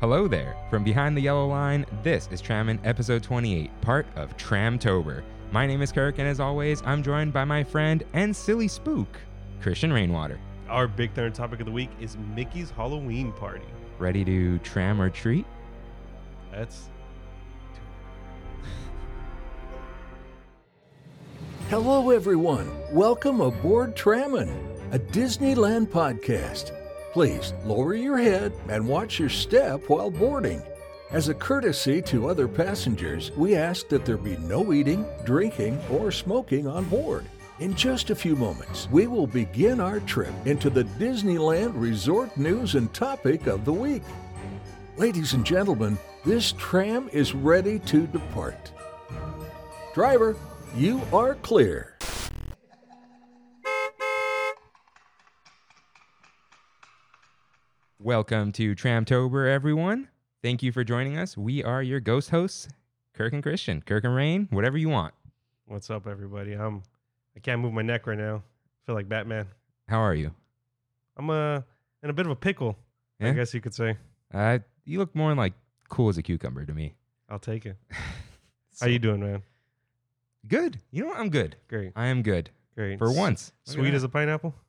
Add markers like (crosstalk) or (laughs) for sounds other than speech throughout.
Hello there. From behind the yellow line, this is Trammin episode 28, part of Tramtober. My name is Kirk, and as always, I'm joined by my friend and silly spook, Christian Rainwater. Our Big Thunder topic of the week is Mickey's Halloween party. Ready to tram or treat? That's Hello, everyone. Welcome aboard Trammin, a Disneyland podcast. Please lower your head and watch your step while boarding. As a courtesy to other passengers, we ask that there be no eating, drinking, or smoking on board. In just a few moments, we will begin our trip into the Disneyland Resort News and Topic of the Week. Ladies and gentlemen, this tram is ready to depart. Driver, you are clear. Welcome to Tramtober, everyone. Thank you for joining us. We are your ghost hosts, Kirk and Christian, Kirk and Rain, whatever you want. what's up, everybody. I'm I can't move my neck right now. I feel like Batman. How are you? I'm uh in a bit of a pickle, Yeah? I guess you could say. Uh, you look more like cool as a cucumber to me. I'll (laughs) take it. So- How you doing, man? Good. You know what? I'm good. Great, I am good great. for S- once. Look at sweet that. as a pineapple. (laughs)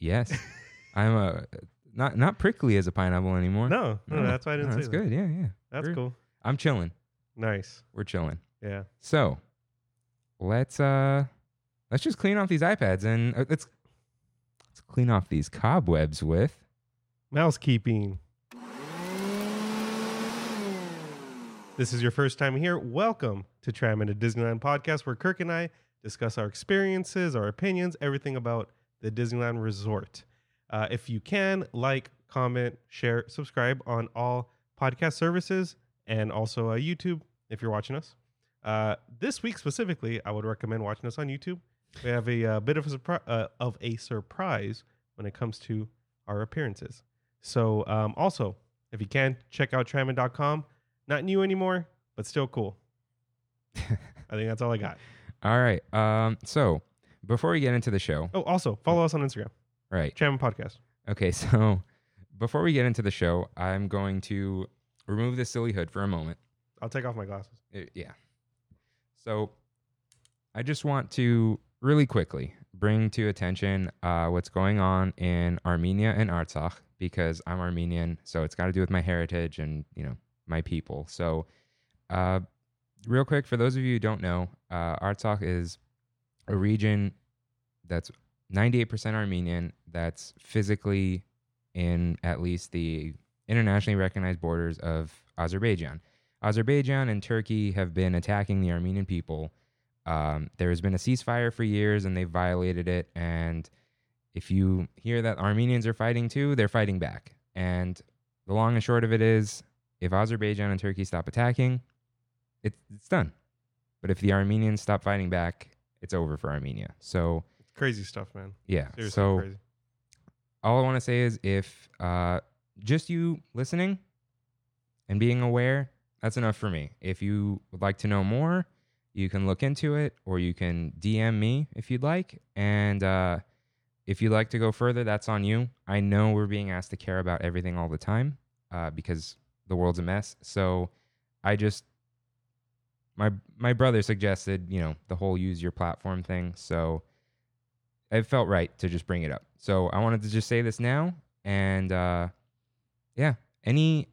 Yes, I'm a not not prickly as a pineapple anymore. No, no, that's why I didn't no, say That's that. good. Yeah, yeah. That's We're- cool. I'm chilling. Nice. We're chilling. Yeah. So let's uh let's just clean off these iPads and uh, let's let's clean off these cobwebs with Mousekeeping. This is your first time here. Welcome to Tram into Disneyland podcast, where Kirk and I discuss our experiences, our opinions, everything about the Disneyland resort. Uh, if you can, like, comment, share, subscribe on all podcast services and also uh, YouTube if you're watching us. Uh, this week specifically, I would recommend watching us on YouTube. We have a uh, bit of a, surpri- uh, of a surprise when it comes to our appearances. So um, also, if you can, check out Tramon.com. Not new anymore, but (laughs) still cool. I think that's all I got. All right. Um so before we get into the show, Oh, also follow us on Instagram, right. Tramon Podcast. Okay, (laughs) so before we get into the show, I'm going to remove the silly hood for a moment. I'll take off my glasses. Uh, yeah. So I just want to really quickly bring to attention uh, what's going on in Armenia and Artsakh because I'm Armenian, so it's got to do with my heritage and you know my people. So, uh, real quick, for those of you who don't know, uh, Artsakh is a region that's 98% Armenian that's physically in at least the internationally recognized borders of Azerbaijan. Azerbaijan and Turkey have been attacking the Armenian people. Um, there has been a ceasefire for years and they violated it. And if you hear that Armenians are fighting too, they're fighting back. And the long and short of it is if Azerbaijan and Turkey stop attacking, it, it's done. But if the Armenians stop fighting back, it's over for Armenia. So, It's crazy stuff, man. yeah. Seriously so, crazy. all I want to say is if uh, just you listening and being aware, that's enough for me. If you would like to know more, you can look into it or you can DM me if you'd like. And uh, if you'd like to go further, that's on you. I know we're being asked to care about everything all the time uh, because the world's a mess. So I just. My my brother suggested, you know, the whole use your platform thing. So it felt right to just bring it up. So I wanted to just say this now, and uh, yeah, any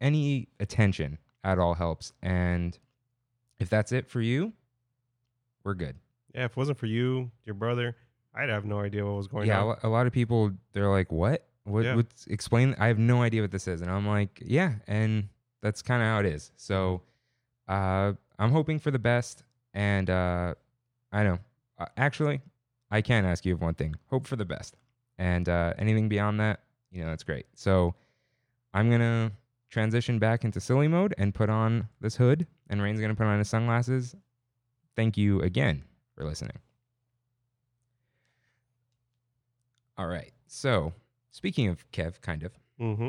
any attention at all helps. And if that's it for you, we're good. Yeah, if it wasn't for you, your brother, I'd have no idea what was going yeah, a on. lo- a lot of people they're like, "What? What? Yeah. What's, explain." I have no idea what this is, and I'm like, "Yeah," and that's kind of how it is. So Mm-hmm. uh, I'm hoping for the best, and uh, I know. Uh, actually, I can ask you one thing: hope for the best, and uh, anything beyond that, you know, that's great. So I'm gonna transition back into silly mode and put on this hood, and Rain's gonna put on his sunglasses. Thank you again for listening. All right. So, speaking of Kev, kind of, mm-hmm.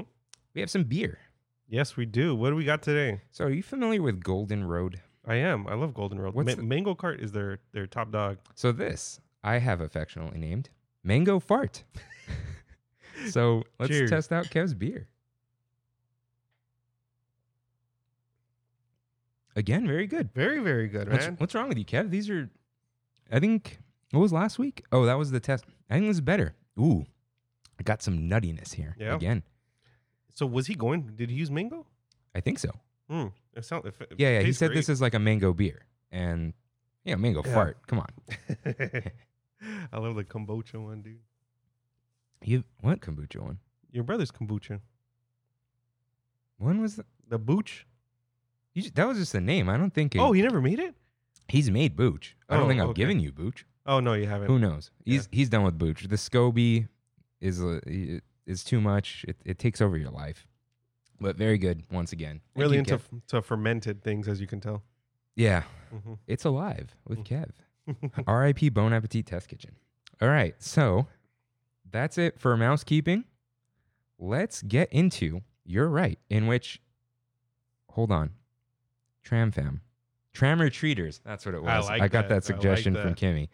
we have some beer. Yes, we do. What do we got today? So, are you familiar with Golden Road? I am. I love Golden Road. What's Ma- the- Mango Cart is their their top dog. So, this I have affectionately named Mango Fart. (laughs) so, let's Cheers. test out Kev's beer. again, very good. Very, very good, What's, man. what's wrong with you, Kev? These are, I think, what was last week? Oh, that was the test. I think this is better. Ooh, I got some nuttiness here Yeah. again. So was he going? Did he use mango? I think so. Hmm. It sounds. It, Yeah, yeah. He said this is like a mango beer, and yeah, mango Yeah. fart. Come on, is. (laughs) I love the kombucha one, dude. you what kombucha one? Your brother's kombucha. When was the, The booch. you, ju- that? Was just the name. I don't think. It, Oh, you never made it? he's made booch. I don't Oh, think I've okay. given you booch. Oh no, you haven't. Who knows? He's he's done with booch. The scoby is uh, i- is too much. It, it takes over your life. But very good once again. Thank really you, into Kev. f- to fermented things, as you can tell. yeah. hmm It's alive with Kev. (laughs) R.I.P. Bon Appetit Test Kitchen. All right, so that's it for mousekeeping. Let's get into You're Right, in which, hold on, Tram Fam, Tram Retreaters, that's what it was. I like got that. that, I like suggestion from that. Kimmy.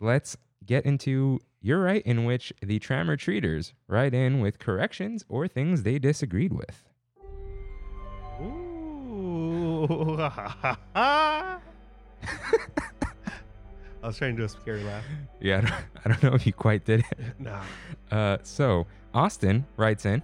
Let's get into You're Right, in which the Tram Retreaters write in with corrections or things they disagreed with. Ooh. (laughs) I was trying to do a scary (laughs) laugh. Yeah, I don't, I don't know if you quite did it. Nah. Uh, so Austin writes in.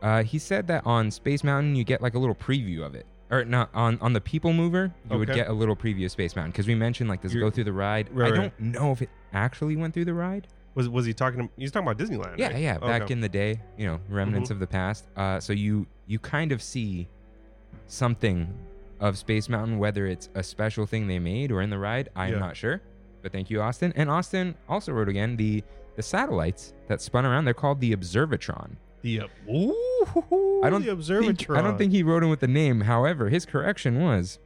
Uh, he said that on Space Mountain you get like a little preview of it, or not on on the People Mover you would Okay. get a little preview of Space Mountain because we mentioned like this You're- go through the ride. Right, I right. don't know if it actually went through the ride. Was was he talking? To, he's talking about Disneyland. Yeah, right? yeah, back Okay. Mm-hmm. in the day, you know, remnants of the past. Uh, so you you kind of see something of Space Mountain, whether it's a special thing they made or in the ride. I'm Yeah. not sure, but thank you, Austin. And Austin also wrote again the the satellites that spun around. They're called the Observatron. the uh, ooh, I don't the think- observatron. I don't think he wrote in with the name. However, his correction was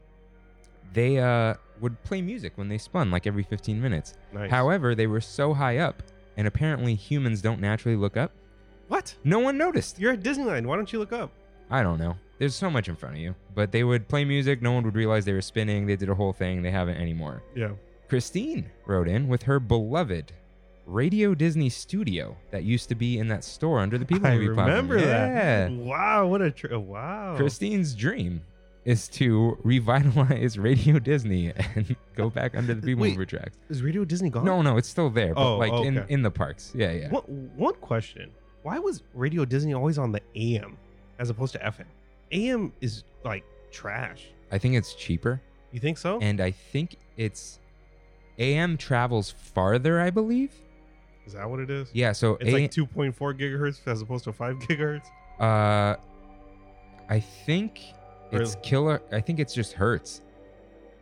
they uh, would play music when they spun, like every 15 minutes. Nice. However, they were so high up, and apparently humans don't naturally look up. What? No one noticed. You're at Disneyland. Why don't you look up? I don't know. There's so much in front of you. But they would play music. No one would realize they were spinning. They did a whole thing. They haven't anymore. (laughs) Yeah. Christine wrote in with her beloved Radio Disney Studio that used to be in that store under the People I Movie platform. remember Yeah. that. Oh. Wow, what a tri- wow. Christine's dream is to revitalize (laughs) Radio Disney and (laughs) go back under the People Wait. Mover tracks. is Radio Disney gone? No, no, it's still there, but Oh, like in, okay. in the parks. Yeah, yeah. One, one question: Why was Radio Disney always on the AM as opposed to FM? AM is like trash. I think it's cheaper, You think so? and I think it's AM travels farther, I believe. is that what it is? Yeah, so It's A- like 2.4 gigahertz as opposed to 5 gigahertz. uh, I think Or- it's killer. I think it's just hertz.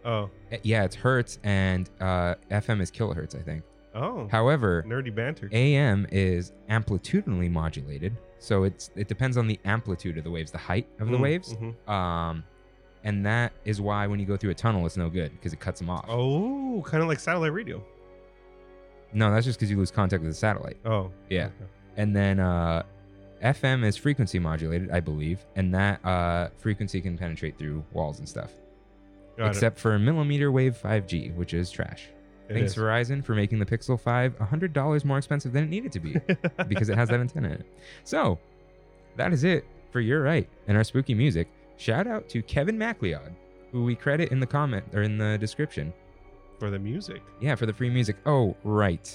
Oh, Uh, Yeah, it's hertz, and uh, FM is kilohertz. I think. oh, However, nerdy banter. AM is amplitudinally modulated, so it's it depends on the amplitude of the waves, the height of the Mm, waves, mhm. um, and that is why when you go through a tunnel, it's no good because it cuts them off. Oh, kind of like satellite radio. No, that's just because you lose contact with the satellite. Oh, Yeah, okay. and then uh, FM is frequency modulated, I believe, and that uh, frequency can penetrate through walls and stuff. Got it. except for millimeter wave 5G, which is trash. It Thanks is. (laughs) Verizon for making the Pixel 5 $100 more expensive than it needed to (laughs) be. because it has that antenna in it. So that is it for You're Right and our spooky music. Shout out to Kevin MacLeod, who we credit in the comment or in the description. for the music. Yeah, for the free music. Oh, right.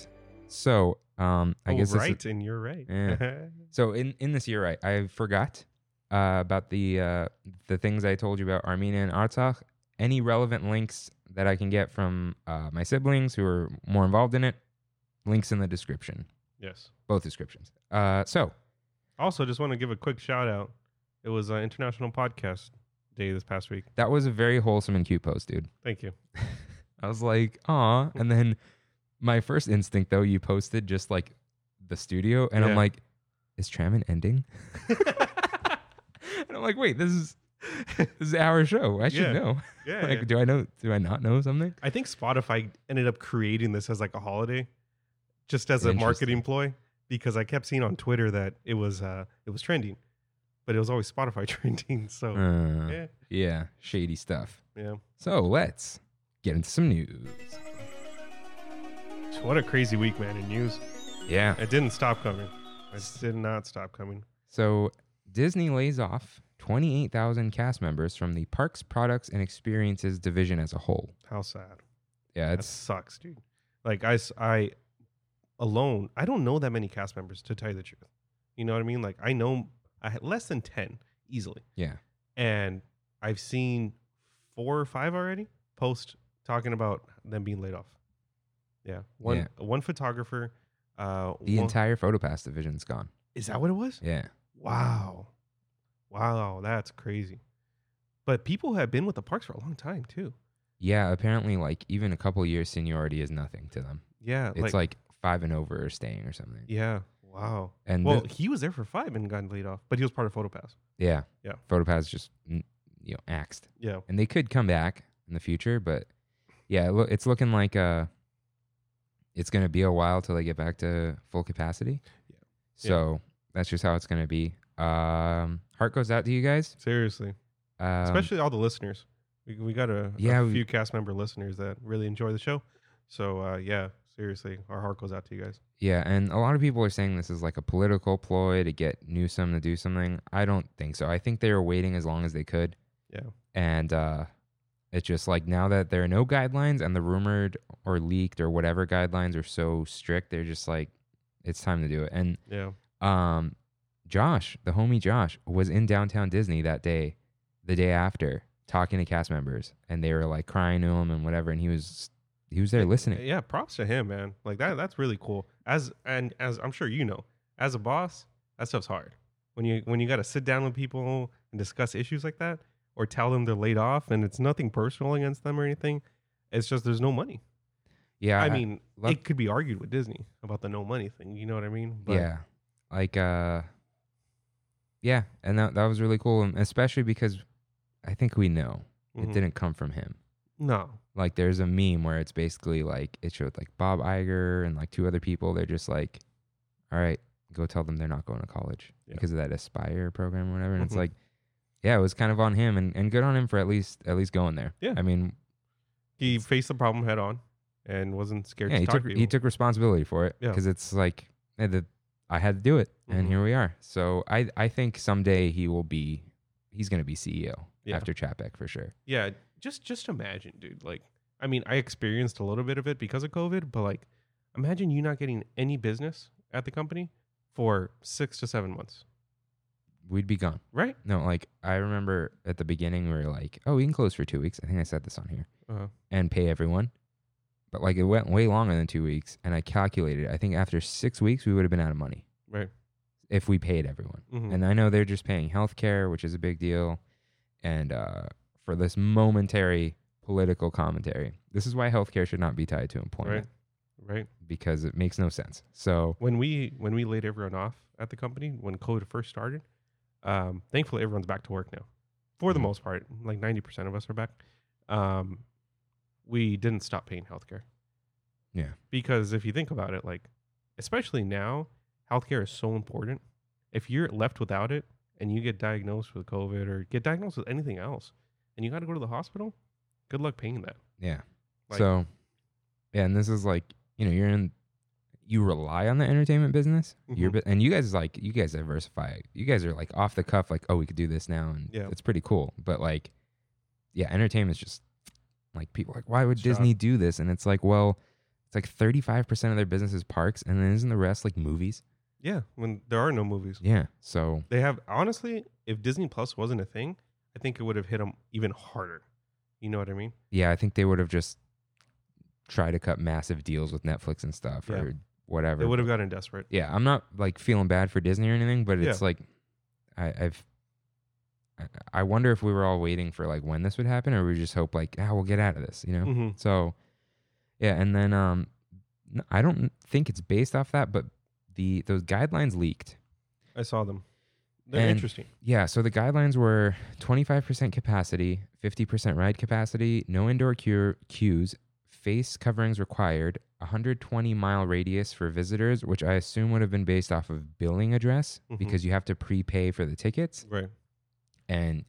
So um I oh, guess this is- right, and you're right. Yeah. so in, in this You're Right, I forgot uh, about the uh, the things I told you about Armenia and Artsakh. Any relevant links that I can get from uh, my siblings who are more involved in it, links in the description. (laughs) yes. Both descriptions. Uh, so Also, just want to give a quick shout out. It was uh, International Podcast Day this past week. That was a very wholesome and cute post, dude. (laughs) Thank you. I was like, aw. And then my first instinct, though, you posted just like the studio, and Yeah. I'm like, is Tramon (laughs) ending? (laughs) and I'm like, wait, this is this is our show. I should Yeah. know. Yeah. (laughs) like, yeah. do I know? Do I not know something? I think Spotify ended up creating this as like a holiday, just as a Interesting. marketing ploy, because I kept seeing on Twitter that it was uh it was trending, but it was always Spotify (laughs) trending. So Uh, Oh, yeah, yeah, shady stuff. yeah. So let's get into some news. So what a crazy week, man, in news. Yeah. It didn't stop coming. It did not stop coming. So Disney lays off 28,000 cast members from the Parks, Products, and Experiences division as a whole. How sad. Yeah, That it's sucks, dude. Like I, s- I alone, I don't know that many cast members to tell you the truth. You know what I mean? Like I know I had less than ten easily, yeah, and I've seen four or five already post talking about them being laid off. Yeah, one Yeah. one photographer. Uh, the one- entire PhotoPass division's gone. is that what it was? Yeah, Wow, wow, that's crazy. But people have been with the parks for a long time too. yeah. Apparently, like even a couple years seniority is nothing to them. Yeah, It's like five and over are staying or something. yeah, wow. And well, thi- he was there for five and got laid off, but he was part of PhotoPass. yeah, Yeah. PhotoPass just mm, you know axed, Yeah, and they could come back in the future, but yeah, it loo- it's looking like uh, it's gonna be a while till they get back to full capacity. Yeah. Yeah. So that's just how it's gonna be. Um, heart goes out to you guys, seriously, um, especially all the listeners. We, we got a, a Yeah, we- few cast member listeners that really enjoy the show. So uh, yeah, seriously, our heart goes out to you guys. Yeah, and a lot of people are saying this is like a political ploy to get Newsom to do something. I don't think so. I think they were waiting as long as they could. Yeah. And uh, it's just like now that there are no guidelines and the rumored or leaked or whatever guidelines are so strict, they're just like, it's time to do it. And Yeah, um, Josh, the homie Josh, was in downtown Disney that day, the day after, talking to cast members, and they were like crying to him and whatever, and he was he was there listening. yeah. Props to him, man. Like that, that's really cool. As and as I'm sure you know, as a boss, that stuff's hard. When you when you got to sit down with people and discuss issues like that, or tell them they're laid off, and it's nothing personal against them or anything. It's just there's no money. Yeah, I mean, love- it could be argued with Disney about the no money thing. You know what I mean? yeah like uh yeah and that, that was really cool and especially because i think we know mhm. it didn't come from him No. like there's a meme where it's basically like it showed like bob Iger and like two other people they're just like all right go tell them they're not going to college Yeah. because of that aspire program or whatever and it's Mhm. like yeah it was kind of on him and, and good on him for at least at least going there Yeah. i mean He faced the problem head on and wasn't scared yeah, to he talk took to people. he took responsibility for it Yeah. because it's like eh, the, I had to do it, and Mhm. here we are. So I I think someday he will be he's going to be CEO Yeah. after Chapek for sure. yeah. Just just imagine, dude. Like I mean, I experienced a little bit of it because of COVID, but like imagine you not getting any business at the company for six to seven months. We'd be gone. Right? No, like I remember at the beginning we were like, oh, we can close for two weeks. I think I said this on here Uh, and pay everyone, but like it went way longer than two weeks, and I calculated. I think after six weeks we would have been out of money right. if we paid everyone. Mhm. And I know they're just paying health care, which is a big deal. And uh, for this momentary political commentary, this is why healthcare should not be tied to employment Right. Right. because it makes no sense. So, When we when we laid everyone off at the company when COVID first started, um, thankfully everyone's back to work now, for the Mhm. most part. Like ninety percent of us are back. Um, we didn't stop paying healthcare. Yeah. Because if you think about it, like especially now, healthcare is so important. If you're left without it and you get diagnosed with COVID or get diagnosed with anything else, and you got to go to the hospital, good luck paying that. yeah. Like- so, yeah. And this is like, you know, you're in, you rely on the entertainment business. You're, Mm-hmm. bu- and you guys like, you guys diversify. You guys are like off the cuff, like, oh, we could do this now. And Yeah. it's pretty cool. But like, yeah, entertainment's just like people are like, why would Shut up. Disney do this? And it's like, well, it's like 35% of their business is parks. And then isn't the rest like movies? Yeah, when there are no movies. Yeah. So, They have honestly, if Disney Plus wasn't a thing, I think it would have hit them even harder. You know what I mean? yeah, I think they would have just tried to cut massive deals with Netflix and stuff Yeah. or whatever. They would have gotten desperate. yeah, I'm not like feeling bad for Disney or anything, but it's like I, I've I- I wonder if we were all waiting for like when this would happen, or we just hope like ah we'll get out of this, you know. hmm So yeah, and then um n- I don't think it's based off that, but the those guidelines leaked. I saw them. They're And- interesting. Yeah, so the guidelines were 25% capacity, 50% ride capacity, no indoor cure, queues, face coverings required, 120 mile radius for visitors, which I assume would have been based off of billing address Mhm. because you have to prepay for the tickets. Right. And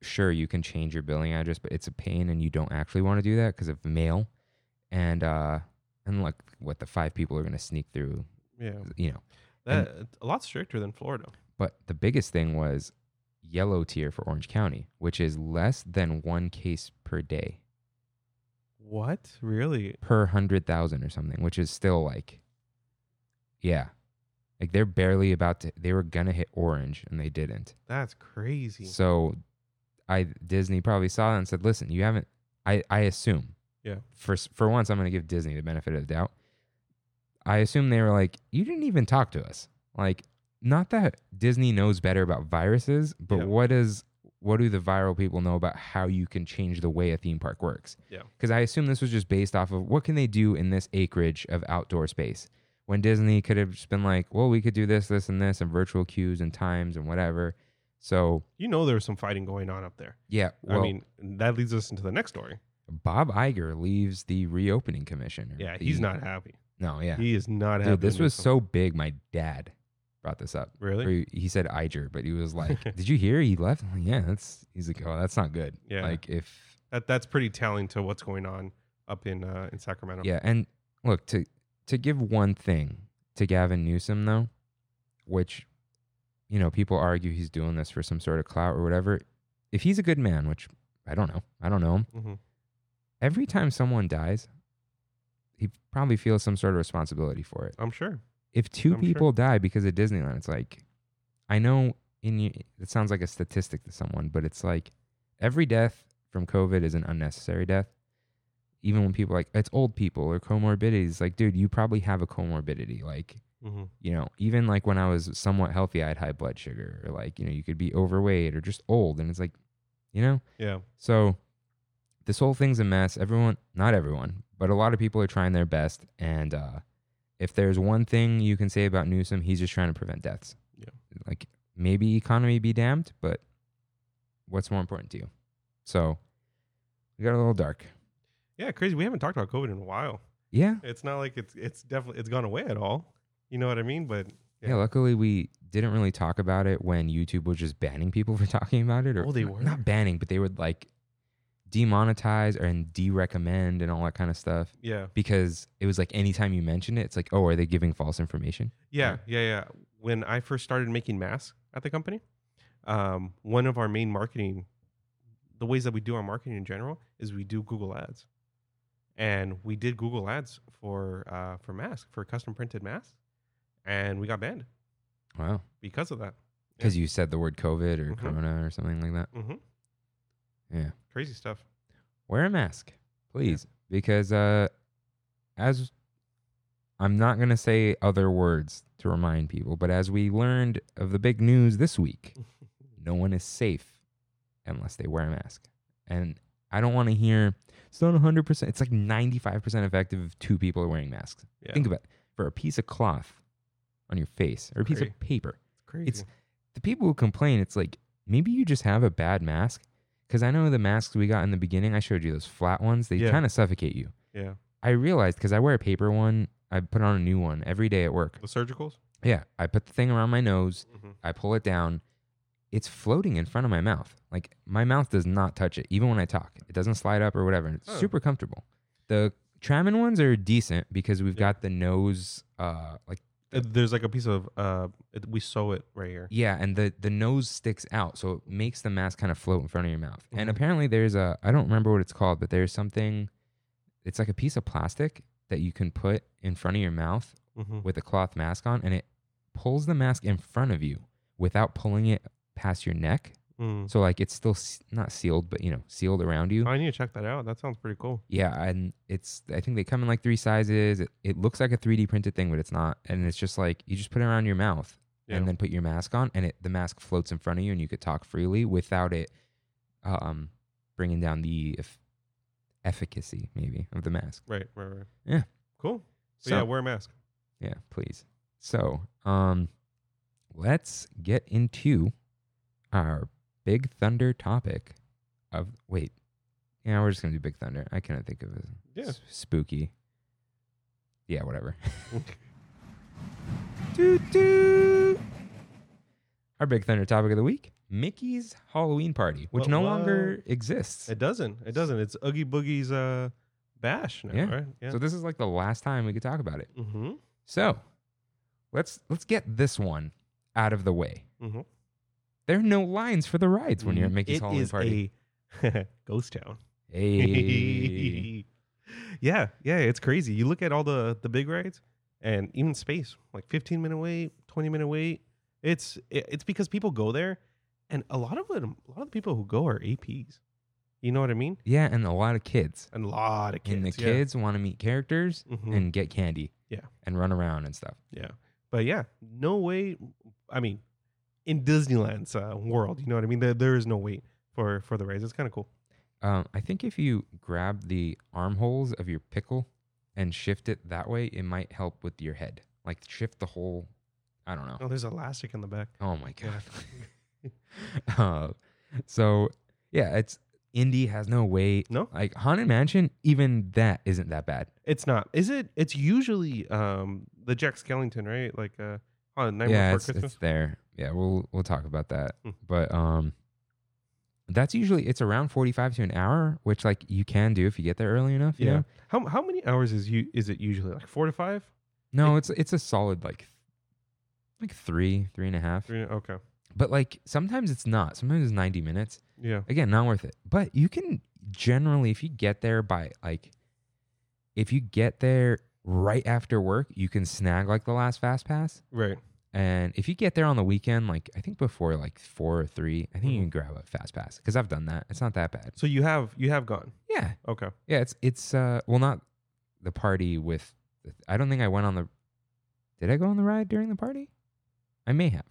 sure, you can change your billing address, but it's a pain and you don't actually want to do that because of mail. And, uh, and like what the five people are going to sneak through, Yeah. you know. That, a lot stricter than Florida. But the biggest thing was yellow tier for Orange County, which is less than one case per day What? Really? per 100,000 or something, which is still like, yeah. Like they're barely about to, they were going to hit orange and they didn't. That's crazy. So I, Disney probably saw that and said, listen, you haven't, I, I assume. Yeah. For, s- for once, I'm going to give Disney the benefit of the doubt. I assume they were like, you didn't even talk to us. Like, not that Disney knows better about viruses, but Yeah. what is, what do the viral people know about how you can change the way a theme park works? Yeah. because I assume this was just based off of what can they do in this acreage of outdoor space. When Disney could have just been like, well, we could do this, this, and this, and virtual queues and times and whatever. So You know there was some fighting going on up there. yeah, well, I mean, that leads us into the next story. Bob Iger leaves the reopening commission. or Yeah, the- he's not happy. No, yeah, He is not happy. dude, this with was one. so big. My dad brought this up. really. Or he, he said Iger, but he (laughs) was like, "Did you hear he left?" I'm like, yeah, that's. He's like, "Oh, that's not good." Yeah. Like if That that's pretty telling to what's going on up in uh, in Sacramento. Yeah, and look to to give one thing to Gavin Newsom though, which you know people argue he's doing this for some sort of clout or whatever. If he's a good man, which I don't know, I don't know him. hmm Every time someone dies, he probably feels some sort of responsibility for it. I'm sure. If 2 I'm sure. people die because of Disneyland, it's like I know in y- it sounds like a statistic to someone, but it's like every death from COVID is an unnecessary death. Even when people are like it's old people or comorbidities, like dude, you probably have a comorbidity. Like hmm you know, even like when I was somewhat healthy, I had high blood sugar, or like you know, you could be overweight or just old, and it's like, you know, Yeah, so this whole thing's a mess. Everyone, not everyone, but a lot of people are trying their best. And uh, if there's one thing you can say about Newsom, he's just trying to prevent deaths. Yeah. Like maybe economy be damned, but what's more important to you? So we got a little dark. yeah, crazy. We haven't talked about COVID in a while. Yeah. It's not like it's it's definitely it's gone away at all. You know what I mean? But Yeah. Yeah. luckily, we didn't really talk about it when YouTube was just banning people (laughs) for talking about it. Or Oh, they not- were? not banning, but they would like demonetize and de-recommend and all that kind of stuff. yeah, because it was like anytime you mention it, it's like, oh, are they giving false information? yeah, yeah, yeah. When I first started making masks at the company, um, one of our main marketing, the ways that we do our marketing in general is we do Google ads, and we did Google ads for uh, for masks for custom printed masks, and we got banned Wow. because of that. Because you said the word COVID or Mhm. Corona or something like that. hmm Yeah. Crazy stuff. Wear a mask, please. Because uh, as I'm not going to say other words to remind people, but as we learned of the big news this week, no one is safe unless they wear a mask. And I don't want to hear it's not 100%, it's like 95% effective if two people are wearing masks. Yeah, Think about it. For a piece of cloth on your face or a piece Cra- of paper, crazy. it's- the people who complain, it's like maybe you just have a bad mask. Because I know the masks we got in the beginning, I showed you those flat ones. They Yeah. kind of suffocate you. yeah, I realized because I wear a paper one, I put on a new one every day at work. the surgicals. Yeah, I put the thing around my nose, Mhm. I pull it down. It's floating in front of my mouth. Like my mouth does not touch it, even when I talk. It doesn't slide up or whatever. And it's Oh. super comfortable. The Tramin ones are decent because we've Yeah. got the nose, uh, like. Uh, There's like a piece of uh, it, we sew it right here. Yeah, and the the nose sticks out, so it makes the mask kind of float in front of your mouth. And Mhm. apparently, there's a I don't remember what it's called, but there's something. It's like a piece of plastic that you can put in front of your mouth Mhm. with a cloth mask on, and it pulls the mask in front of you without pulling it past your neck. Mm. So like it's still s not sealed, but you know sealed around you. I need to check that out. That sounds pretty cool. Yeah, and it's I think they come in like three sizes. It, it looks like a 3D printed thing, but it's not. And it's just like you just put it around your mouth Yeah. and then put your mask on, and it the mask floats in front of you, and you could talk freely without it um, bringing down the eff- efficacy maybe of the mask. Right, right, right. Yeah. Cool. So, So yeah, wear a mask. yeah, please. So um, let's get into our Big Thunder topic of wait. Yeah, we're just gonna do Big Thunder. I couldn't think of it. Yeah. S- spooky. Yeah, whatever. (laughs) Our Big Thunder topic of the week: Mickey's Halloween party, which What- no what? longer exists. It doesn't. It doesn't. It's Oogie Boogie's uh, bash now, Yeah. right? Yeah. So this is like the last time we could talk about it. mm-hmm. So let's let's get this one out of the way. Mm-hmm. Mm, There are no lines for the rides when you're at Mickey's It Halloween is party. a (laughs) ghost town. (laughs) Hey. yeah, yeah, it's crazy. You look at all the the big rides and even space, like 15 minute wait, 20 minute wait. It's it- it's because people go there and a lot of them, a lot of the people who go are APs. You know what I mean? yeah, and a lot of kids. And a lot of kids. and the yeah. kids want to meet characters Mhm. and get candy. Yeah. And run around and stuff. Yeah. But yeah, no way. I mean, in Disneyland's uh, world, you know what I mean? There, there is no wait for for the rides. It's kind of cool. Um, I think if you grab the armholes of your pickle and shift it that way, it might help with your head. Like shift the whole. I don't know. Oh, there's elastic in the back. Oh my Yeah. god. (laughs) uh, so yeah, it's Indy has no weight. No. Like Haunted Mansion, even that isn't that bad. It's not. Is it? It's usually um the Jack Skellington, right? Like uh on Nightmare yeah, Before it's, (laughs) Christmas. it's there. Yeah, we'll we'll talk about that. Hmm. But um that's usually it's around 45 to an hour, which like you can do if you get there early enough, you yeah. know? How how many hours is you is it usually? Like four to five? No, it's it's a solid like like three, three and a half. Three? Okay. But like sometimes it's not. Sometimes it's 90 minutes. Yeah. again not worth it but you can generally if you get there by like if you get there right after work you can snag like the last fast pass Right. and if you get there on the weekend like i think before like four or three i think you Mhm. can grab a fast pass because i've done that it's not that bad So you have you have gone. yeah Okay. yeah it's it's uh well not the party with i don't think i went on the did i go on the ride during the party i may have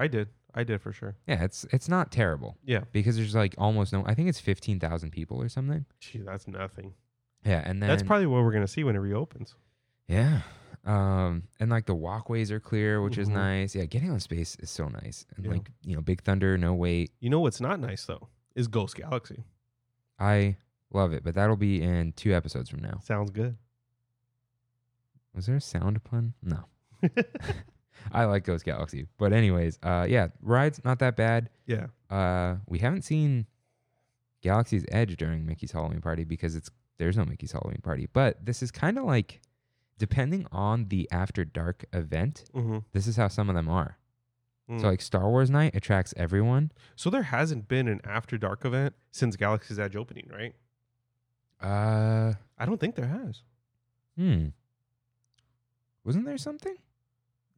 I did. I did for sure. yeah it's it's not terrible Yeah. because there's like almost no i think it's 15000 people or something Gee, that's nothing. yeah and then that's probably what we're gonna see when it reopens. Yeah. Um, and like the walkways are clear, which is Mhm. nice. Yeah, getting on space is so nice. And Yeah. like, you know, Big Thunder, no wait. You know what's not nice though is Ghost Galaxy. I love it, but that'll be in two episodes from now. Sounds (laughs) good. Was there a sound pun? No. I like Ghost Galaxy. But anyways, uh yeah, rides not that bad. yeah. Uh we haven't seen Galaxy's Edge during Mickey's Halloween party because it's there's no Mickey's Halloween party. But this is kind of like depending on the after dark event, Mm-hmm. this is how some of them are. Mm. So like Star Wars night attracts everyone. So there hasn't been an after dark event since Galaxy's Edge opening, right? Uh, I don't think there has. hmm. Wasn't there something?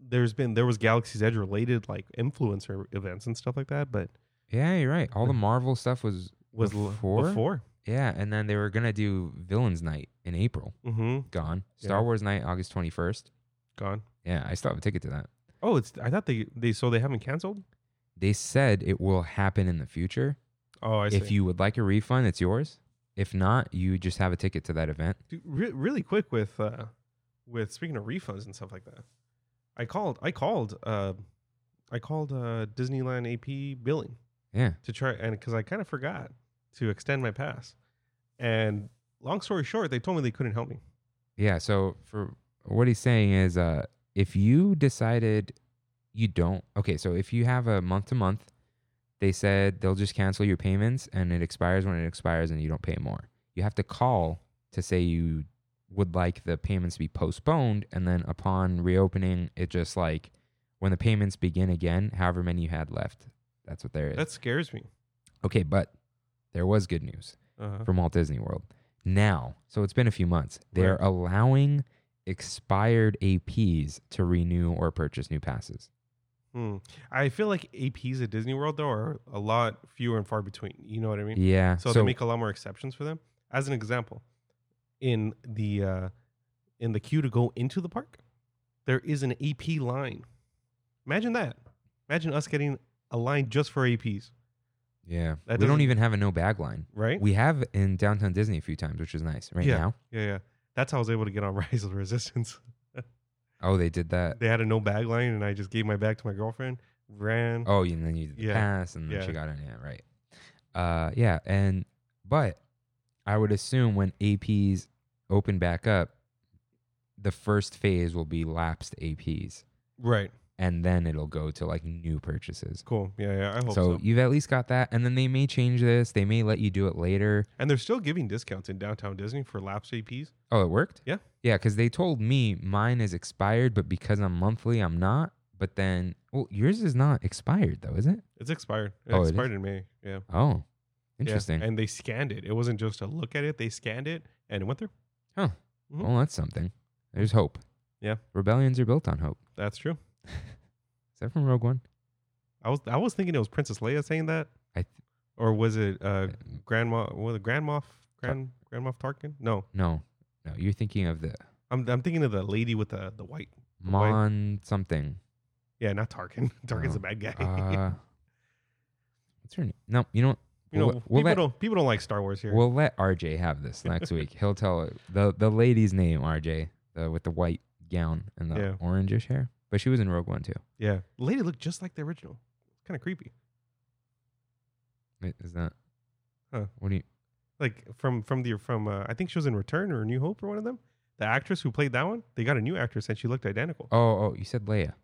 There's been there was Galaxy's Edge related like influencer events and stuff like that, but Yeah, you're right. All the Marvel stuff was was l- Before? before. yeah, and then they were gonna do Villains Night in April. Mm-hmm. Gone. Star Yeah. Wars Night August twenty first. Gone. Yeah, I still have a ticket to that. Oh, it's I thought they they so they haven't canceled. They said it will happen in the future. Oh, I see. If you would like a refund, it's yours. If not, you just have a ticket to that event. Dude, re- really quick with uh with speaking of refunds and stuff like that. I called I called uh I called uh Disneyland AP billing Yeah. to try and because I kind of forgot to extend my pass. And long story short, they told me they couldn't help me. Yeah. So for what he's saying is, uh, if you decided you don't, okay. So if you have a month to month, they said they'll just cancel your payments and it expires when it expires and you don't pay more. You have to call to say you would like the payments to be postponed and then upon reopening, it just like when the payments begin again, however many you had left, that's what there is. That scares me. okay, but there was good news Uh-huh. from Walt Disney World. Now, so it's been a few months. They're Right. allowing expired APs to renew or purchase new passes. Hmm. I feel like APs at Disney World though are a lot fewer and far between. You know what I mean? Yeah. so, they make a lot more exceptions for them. As an example, in the uh, in the queue to go into the park, there is an AP line. Imagine that. Imagine us getting a line just for APs, yeah. that we don't doesn't- even have a no bag line. right? We have in downtown Disney a few times, which is nice. Right Yeah. now, yeah, yeah. That's how I was able to get on (laughs) Rise of the Resistance. oh, they did that. they had a no bag line, and I just gave my bag to my girlfriend, ran. Oh, and then you did the Yeah. pass, and then Yeah. she got in. Yeah, right. Uh, yeah, and but I would assume when APs open back up, the first phase will be lapsed APs, Right. and then it'll go to like new purchases. Cool. Yeah, yeah. I hope So so. you've at least got that, and then they may change this. They may let you do it later. And they're still giving discounts in downtown Disney for lapsed APs. Oh, it worked. Yeah. yeah, because they told me mine is expired, but because I'm monthly, I'm not. But then, well, yours is not expired though, is it? It's expired. It Oh, it is? expired in May. Yeah. Yeah. Oh, interesting. And they scanned it. It wasn't just a look at it. They scanned it and it went through. Mhm. Well, that's something. There's hope. Yeah. Rebellions are built on hope. That's true. Is that from Rogue One? I was I was thinking it was Princess Leia saying that. I th- or was it uh, Grandma? Was it Grand Moff? Grand Grand Moff Tarkin? No, No, no. You're thinking of the I'm I'm thinking of the lady with the the white. white- Mon something. Yeah, not Tarkin. (laughs) Tarkin's Oh, a bad guy. Uh, what's her name? No, you know what? (laughs) you know, we'll- we'll people let- don't people don't like Star Wars here. We'll let RJ have this next week. He'll tell it- the the lady's name, RJ, the, with the white gown and the Yeah. orangish hair. But she was in Rogue One too. yeah, the lady looked just like the original. Kind of creepy. I- Is that? Huh. What do you? Like from from the from uh, I think she was in Return or New Hope or one of them. The actress who played that one, they got a new actress and she looked identical. Oh, oh, you said Leia.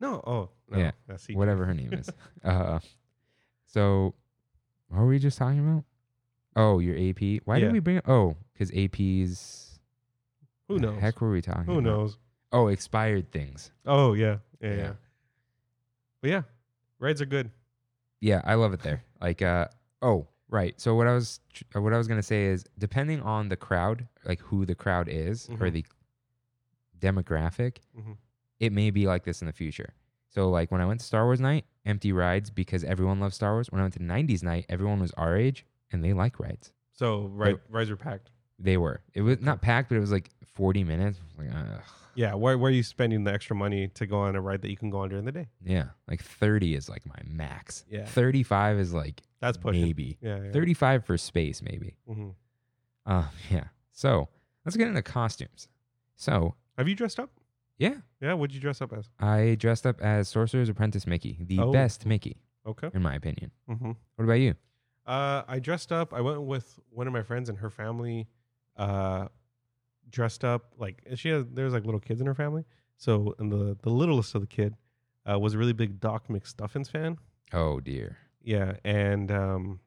No, oh no, Yeah, I see. whatever her name (laughs) is. Uh, so, what were we just talking about? Oh, your AP. Why Yeah. did we bring? Oh, because AP's. Who the knows? Heck, were we talking? Who about? knows? Oh, expired things. Oh yeah, yeah, yeah, Yeah. But yeah, rides are good. Yeah, I love it there. Like, uh, oh, right. So what I was tr- uh, what I was gonna say is, depending on the crowd, like who the crowd is or Mhm. the demographic, Mhm. it may be like this in the future. So like when I went to Star Wars night, empty rides because everyone loves Star Wars. When I went to '90s night, everyone was our age and they like rides. So ride, rides are packed. They were. It was not packed, but it was like 40 minutes. Like, ugh. Yeah, where, where are you spending the extra money to go on a ride that you can go on during the day? Yeah, like 30 is like my max. Yeah. 35 is like That's pushing. maybe Yeah, yeah. 35 for space maybe. Mhm. Uh, (laughs) yeah. So let's get into costumes. So Have you dressed up? yeah, Yeah, what'd you dress up as? I dressed up as Sorcerer's Apprentice Mickey, the Oh. best Mickey, Okay. in my opinion. hmm What about you? Uh, I dressed up. I went with one of my friends and her family. Uh, dressed up like and she had. There was like little kids in her family. So and the the littlest of the kid uh, was a really big Doc McStuffins fan. Oh dear. Yeah, and um,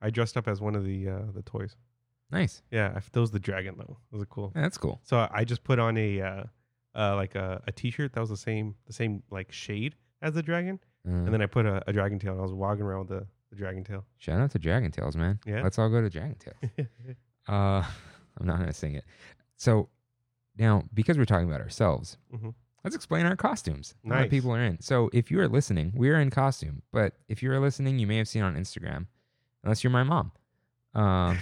I dressed up as one of the uh, the toys. Nice. Yeah, I, that was the dragon though. It was a cool. Yeah, that's cool. So I- I just put on a uh, uh, like a, a t-shirt that was the same the same like shade as the dragon, Uh, and then I put a, a dragon tail, and I was walking around with the, the dragon tail. (laughs) shout out to Dragon Tales, man. Yeah. Let's all go to Dragon Tales. Uh, (laughs) I'm not gonna sing it. So now, because we're talking about ourselves, Mhm. let's explain our costumes. A lot Nice. of people are in. So if you are listening, we are in costume. But if you are listening, you may have seen on Instagram, unless you're my mom. Um,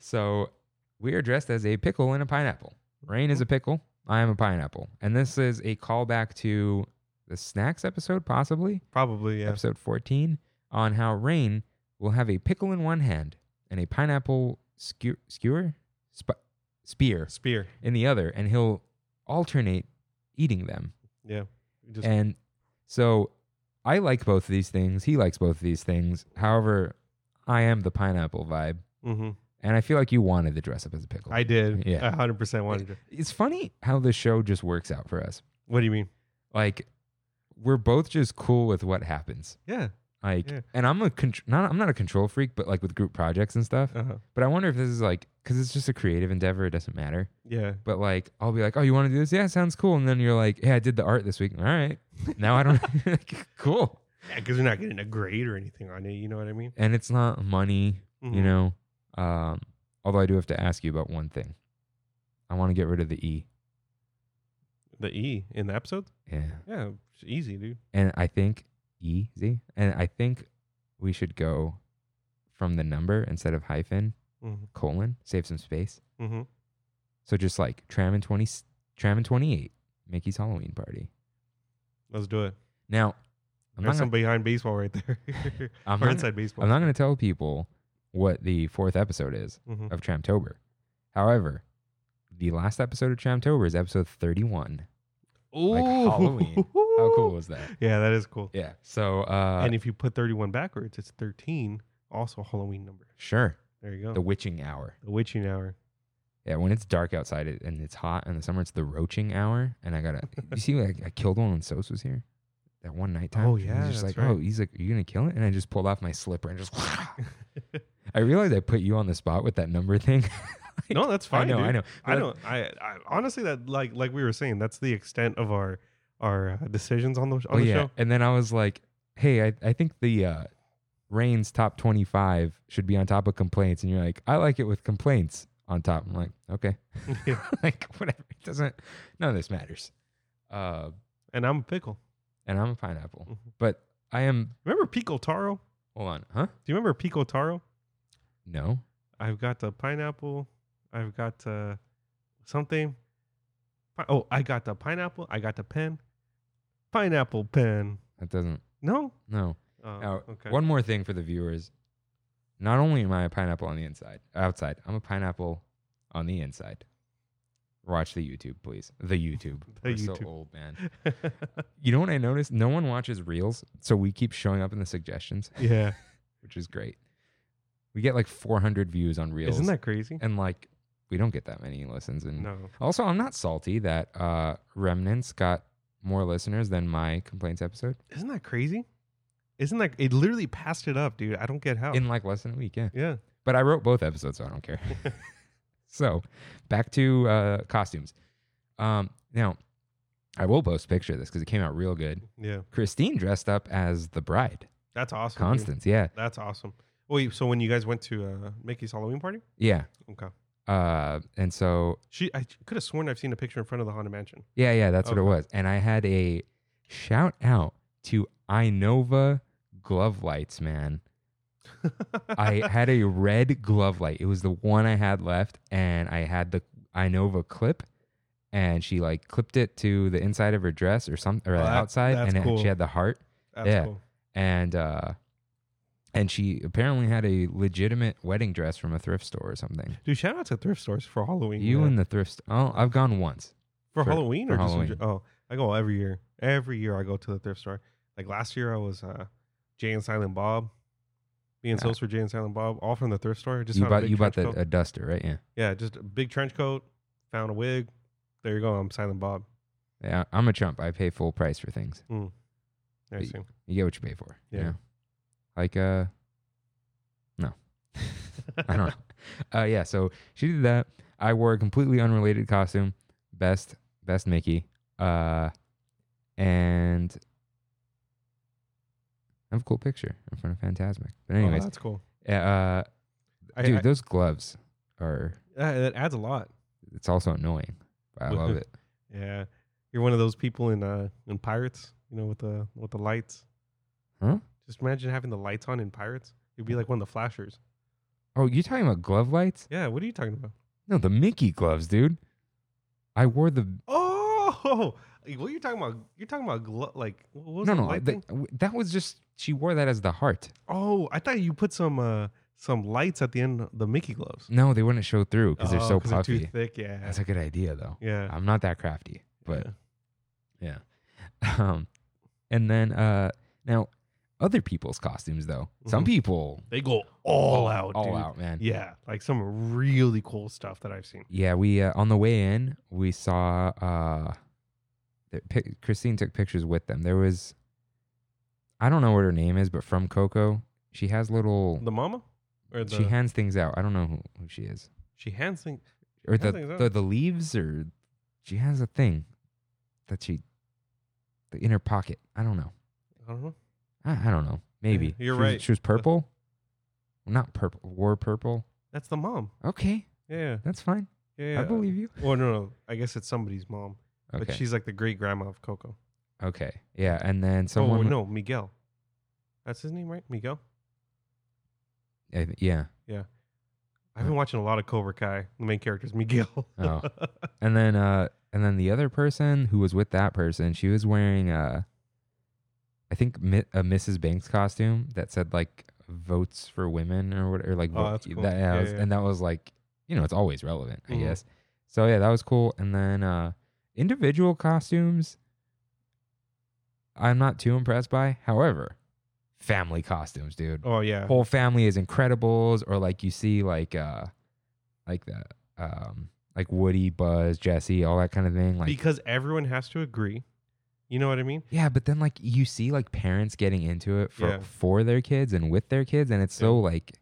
So we are dressed as a pickle and a pineapple. Rain is a pickle. I am a pineapple. And this is a callback to the snacks episode, possibly Probably yeah. episode 14, on how Rain will have a pickle in one hand and a pineapple skew- skewer, Sp- spear Spear. in the other, and he'll alternate eating them. Yeah. Just And so I like both of these things. He likes both of these things. However, I am the pineapple vibe. hmm And I feel like you wanted to dress up as a pickle. I did. Yeah. Yeah. hundred percent wanted to. It's funny how the show just works out for us. What do you mean? Like we're both just cool with what happens. Yeah. Like, Yeah. and I'm a contr not I'm not a control freak, but like with group projects and stuff. Uh-huh. But I wonder if this is like because it's just a creative endeavor. It doesn't matter. Yeah. But like I'll be like, oh, you want to do this? Yeah, sounds cool. And then you're like, hey, I did the art this week. All right, now I don't. (laughs) like, cool. Because you're not getting a grade or anything on it. You know what I mean? And it's not money, you Mhm. know. Um, although I do have to ask you about one thing. I want to get rid of the e. The E in the episode. Yeah. Yeah. It's easy, dude. and I think easy. And I think we should go from the number instead of hyphen Mm-hmm. colon, save some space. Mm-hmm. So just like tram and twenty, tram and twenty eight, Mickey's Halloween party. Let's do it. Now, I'm There's not, some gonna, behind baseball right there. (laughs) (laughs) I'm or not- inside baseball. I'm not going to tell people what the fourth episode is Mhm. of Tramtober. However, the last episode of Tramtober is episode thirty one. Like Ooh. Halloween. How (laughs) cool was that? Yeah, that is cool. Yeah. So uh, and if you put 31 backwards, it's 13, also a Halloween number. sure, There you go. the The, witching hour. (laughs) witching hour. Yeah, when it's dark outside it, and it's hot in the summer, it's the roaching hour. And I gotta, you see, like I killed one when Sos was here. That one nighttime. Oh, and yeah, he's just that's like, right. oh, he's like, are you gonna kill it? And I just pulled off my slipper and just. (laughs) I realized I put you on the spot with that number thing. no, (laughs) that's I fine. know, dude. I know. I But don't. I, I honestly that like like we were saying, that's the extent of our our uh, decisions on the on Oh the yeah. (laughs) show. (laughs) And then I was like, hey, I, I think the uh Rain's top twenty five should be on top of complaints. And you're like, I like it with complaints on top. I'm like, okay. Yeah. (laughs) like whatever. It doesn't none of this matters. Uh And I'm a pickle. and I'm a pineapple. Mhm. But I am Remember Pico Taro? hold on, huh? Do you remember Pico Taro? No. I've got the pineapple. I've got uh, something. Pi- Oh, I got the pineapple. I got the pen. Pineapple pen. That doesn't No. no. Oh, Now, okay. One more thing for the viewers. Not only am I a pineapple on the inside, outside, I'm a pineapple on the inside. Watch the YouTube, please. The YouTube. (laughs) The We're so YouTube. old, man. You know what I noticed? No one watches reels, so we keep showing up in the suggestions, (laughs) yeah. which is great. We get like 400 views on reels, Isn't that crazy? and like we don't get that many listens. And No. also, I'm not salty that uh, Remnants got more listeners than my complaints episode Isn't that crazy? Isn't that it? Literally passed it up, dude. I don't get how. in like less than a week. Yeah, yeah. but I wrote both episodes, so I don't (laughs) care. (laughs) so back to uh, costumes. Um, now, I will post a picture of this because it came out real good. Yeah. Christine dressed up as the bride, That's awesome. dude. Constance. Yeah, That's awesome. Wait, so when you guys went to uh, Mickey's Halloween party? yeah. Okay. Uh, and so She, I could have sworn I've seen a picture in front of the Haunted Mansion. (laughs) yeah, yeah, that's what it Okay. was. And I had a shout out to Inova glove lights, man. I had a red glove light. It was the one I had left, and I had the Inova clip, and she like clipped it to the inside of her dress or something or Oh, the that- outside, that's and it- cool. she had the heart, That's Yeah. cool. and uh, and she apparently had a legitimate wedding dress from a thrift store or something. Dude, shout out to thrift stores for Halloween. You man. and the thrift. st- Oh, I've gone once. for, for- Halloween for or just in Halloween. gen- oh, I go every year. Every year I go to the thrift store. Like last year I was uh, Jay and Silent Bob, me and Yeah. Sills for Jay and Silent Bob, all from the thrift store. Just you found a bought big you bought uh, trench the coat. a duster, right? Yeah. yeah, just a big trench coat. Found a wig. There you go. I'm Silent Bob. Yeah, I'm a chump. I pay full price for things. There you You get what you pay for. Yeah. Yeah. Like uh no. I (laughs) don't know. Uh yeah, so she did that. I wore a completely unrelated costume. Best best Mickey. Uh and I have a cool picture in front of Fantasmic. But Oh, anyways, that's cool. uh I, dude, I- those gloves are that- that adds a lot. it's also annoying. But I (laughs) love it. Yeah, you're one of those people in uh in Pirates, you know, with the with the lights. Huh? Just imagine having the lights on in Pirates. You'd be like one of the flashers. Oh, you talking about glove lights? Yeah, what are you (laughs) talking about? No, the Mickey gloves, dude. I wore the Oh, what are you talking about? You're talking about glo- like what was no, the no. light That, thing? w- that was just she wore that as the heart. Oh, I thought you put some uh some lights at the end of the Mickey gloves No, they wouldn't show through because they're Oh, so 'cause puffy. too thick. Yeah, That's a good idea though. yeah. I'm not that crafty, but yeah. yeah. (laughs) Um, and then uh, now other people's costumes though. Some Mhm. people they go all out, all Oh, dude. out, man. Yeah, like some really cool stuff that I've seen. Yeah, we uh, on the way in we saw uh, the pi- Christine took pictures with them. There was, I don't know what her name is, but from Coco, she has little. The mama or the she hands things out. I don't know who, who she is. she hands thing. or the, Nothing's up. the the leaves or she has a thing that she the inner pocket i don't know I don't know. i, I don't know maybe you're She was- right. she was purple Well, not purple wore purple That's the mom. okay Yeah, that's fine yeah. i believe you Well, no, no. I guess it's somebody's mom, okay but she's like the great grandma of Coco. okay yeah and then someone Oh no, Miguel. That's his name, right? Miguel. I th- yeah I've been watching a lot of Cobra Kai. The main character is Miguel. Oh. and then uh and then the other person who was with that person she was wearing uh i think mi- a mrs banks costume that said like votes for women or whatever like Oh, vote- that's cool. that, yeah, Yeah, was- yeah. and that was like you know it's always relevant i Mhm. guess so yeah that was cool and then uh individual costumes i'm not too impressed by however family costumes dude (laughs) oh yeah. whole family is Incredibles, or like you see like uh like the um like Woody, Buzz, Jesse, all that kind of thing. Like because everyone has to agree. You know what I mean? yeah, but then like you see like parents getting into it for Yeah. for their kids and with their kids, and it's so like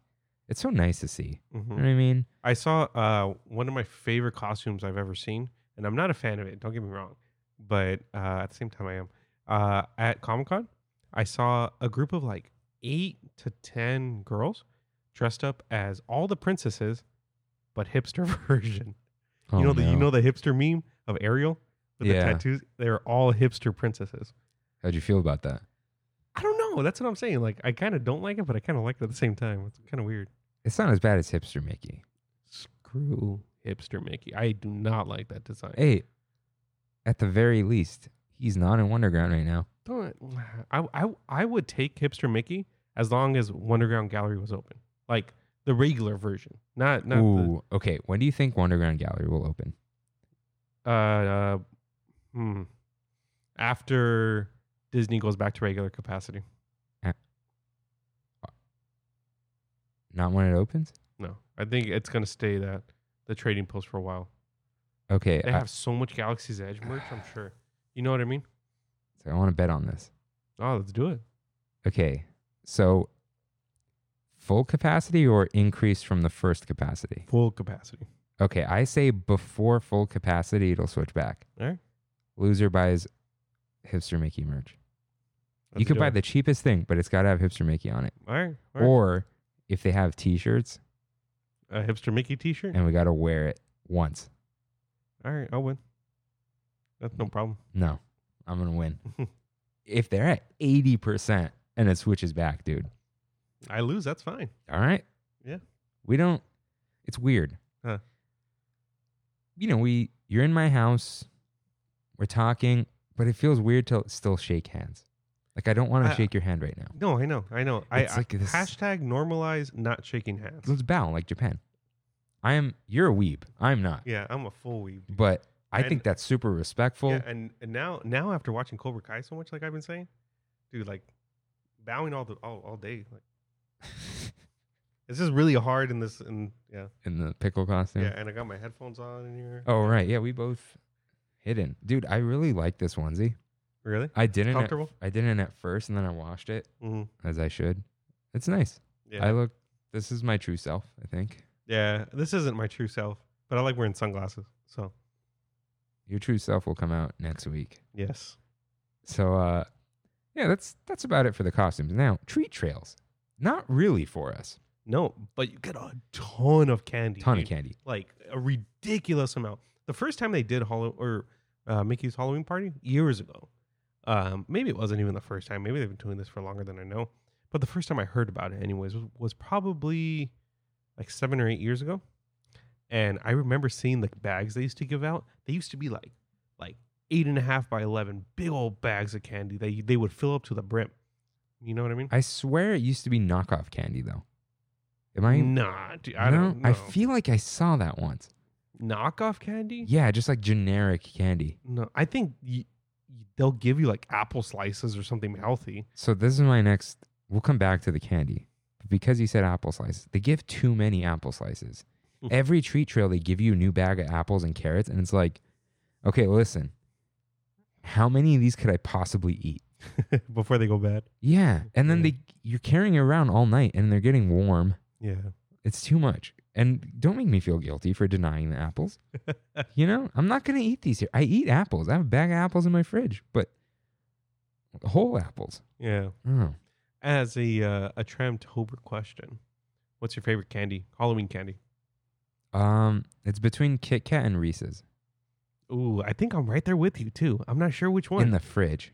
it's so nice to see. Mhm. You know what I mean? I saw uh, one of my favorite costumes I've ever seen, and I'm not a fan of it. Don't get me wrong, but uh, at the same time, I am. Uh, at Comic Con, I saw a group of like eight to 10 girls dressed up as all the princesses, but hipster (laughs) version. Oh, you know, the, you know the hipster meme of Ariel with Yeah. the tattoos? They're all hipster princesses. how'd you feel about that? I don't know. That's what I'm saying. Like, I kind of don't like it, but I kind of like it at the same time. It's kind of weird. It's not as bad as hipster Mickey. Screw hipster Mickey. I do not like that design. Hey, at the very least, he's not in Wonderground right now. Don't, I, I, I would take hipster Mickey as long as Wonderground Gallery was open, like the regular version, not not Ooh, okay. When do you think Wonderground Gallery will open? the, uh, uh, hmm, after Disney goes back to regular capacity. Not when it opens. No, I think it's gonna stay that the trading post for a while. Okay, They I, have so much Galaxy's Edge merch. I'm sure. You know what I mean? so I want to bet on this. Oh, let's do it. Okay, so full capacity or increased from the first capacity? Full capacity. Okay, I say before full capacity, it'll switch back. All right. Loser buys hipster Mickey merch. you Let's could do buy it. the cheapest thing, but it's got to have hipster Mickey on it. all right, all right. Or if they have T-shirts a hipster Mickey T-shirt. and we got to wear it once, All right, I'll win. That's no problem. (laughs) no, I'm gonna win. if they're at eighty percent and it switches back, dude. I lose. That's fine. All right. Yeah. We don't. It's weird. Huh. You know, we you're in my house, we're talking, but it feels weird to still shake hands. Like I don't want I- uh, to shake your hand right now. No, I know, I know. I, It's like I- this- hashtag normalize not shaking hands. Let's bow like Japan. I am. You're a weeb. I'm not. Yeah, I'm a full weeb. dude. But I And- think that's super respectful. yeah, and, and now now after watching Cobra Kai so much, like I've been saying, dude, like bowing all the all, all day, like (laughs) it's just really hard in this. And yeah, in the pickle costume. yeah, and I got my headphones on in here. Oh right. Yeah, we both hidden. Dude, I really like this onesie. really? I didn't. at- Comfortable? I didn't at first, and then I washed it hmm as I should. It's nice. Yeah, I look. This is my true self. I think yeah. This isn't my true self, but I like wearing sunglasses. So your true self will come out next week. yes, So, uh, yeah, that's that's about it for the costumes. Now, treat trails, not really for us. no, but you get a ton of candy. Ton dude. of candy. like a ridiculous amount. The first time they did Hollow or uh, Mickey's Halloween party years ago, um, maybe it wasn't even the first time. Maybe they've been doing this for longer than I know. But the first time I heard about it, anyways, was, was probably like seven or eight years ago. And I remember seeing the bags they used to give out. They used to be like like eight and a half by eleven, big old bags of candy. They they would fill up to the brim. You know what I mean? I swear it used to be knockoff candy though. Am I? nah, dude, Mm, I no? don't. Know. I feel like I saw that once. knockoff candy. Yeah, just like generic candy. No, I think y y- they'll give you like apple slices or something healthy. (laughs) So this is my next. We'll come back to the candy because you said apple slices. They give too many apple slices. Mm. Every treat trail, they give you a new bag of apples and carrots, and it's like, okay, listen, how many of these could I possibly eat? Before they go bad. Yeah, and then Yeah. they you're carrying it around all night, and they're getting warm. Yeah. It's too much. And don't make me feel guilty for denying the apples. you know, I'm not gonna eat these here. I eat apples. I have a bag of apples in my fridge, but whole apples. Yeah. Oh. As a uh, a Tramtober question, what's your favorite candy? Halloween candy. Um, it's between Kit Kat and Reese's Ooh, I think I'm right there with you too. I'm not sure which in one. the fridge.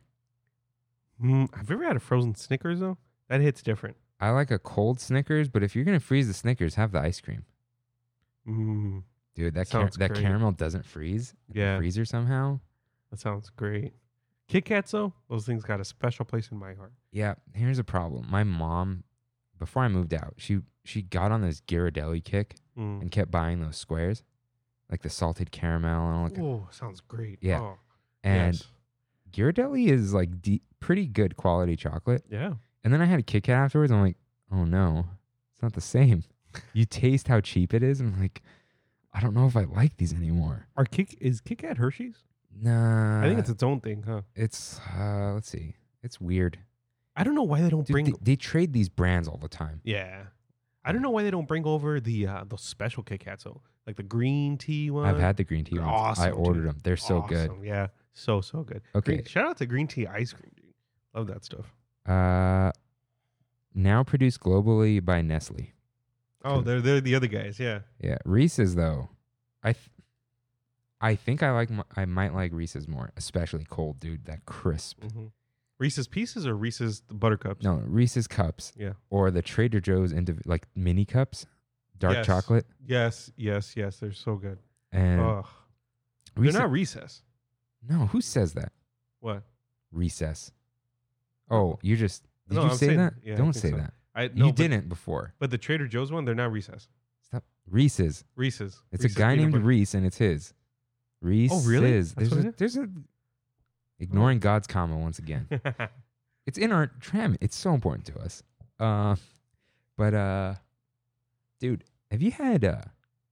mm, have you ever had a frozen Snickers though? That hits different. I like a cold Snickers, but if you're gonna freeze the Snickers, have the ice cream, Mm, dude. That car- Sounds that great. caramel doesn't freeze. at the Yeah. freezer somehow. that sounds great. Kit Kats though, those things got a special place in my heart. Yeah, here's a problem. My mom, before I moved out, she she got on this Ghirardelli kick Mm. and kept buying those squares, like the salted caramel and all that. Oh, sounds great. Yeah. Oh, And yes. Ghirardelli is like de- pretty good quality chocolate. yeah. And then I had a Kit Kat afterwards. I'm like, oh no, it's not the same. (laughs) You taste how cheap it is. I'm like, I don't know if I like these anymore. Are Kit is Kit Kat Hershey's? Nah, I think it's its own thing, huh? it's uh, let's see, it's weird. I don't know why they don't Dude, bring. they, they trade these brands all the time. yeah, I don't know why they don't bring over the uh, those special Kit Kats, though, like the green tea one. I've had the green tea ones. I awesome, ordered dude. them. They're so good. Awesome, Yeah, So so good. Okay. Green- shout out to green tea ice cream, dude. Love that stuff. Uh, now produced globally by Nestle. Oh, they're they're the other guys. Yeah. Yeah, Reese's though. I th- I think I like mi- I might like Reese's more, especially cold, dude. That crisp. hmm Reese's pieces or Reese's buttercups. No, Reese's cups. Yeah. Or the Trader Joe's into like mini cups, dark Yes. chocolate, Yes, yes, yes. They're so good. and Ugh. Reese- Oh, They're not recess. no, who says that? What? Recess. Oh, you just did No, you I'm say saying- that? yeah, I Don't think say so. that. I no, you but- didn't before. But the Trader Joe's one, they're not recess. Stop. Reese's. Reese's. It's Reese's a guy peanut named butter. Oh, Reese, and it's his. Reese. really? That's There's what it a, is? Oh. there's a ignoring God's comma once again. it's in our tram. It's so important to us. Uh, but uh, dude, have you had uh,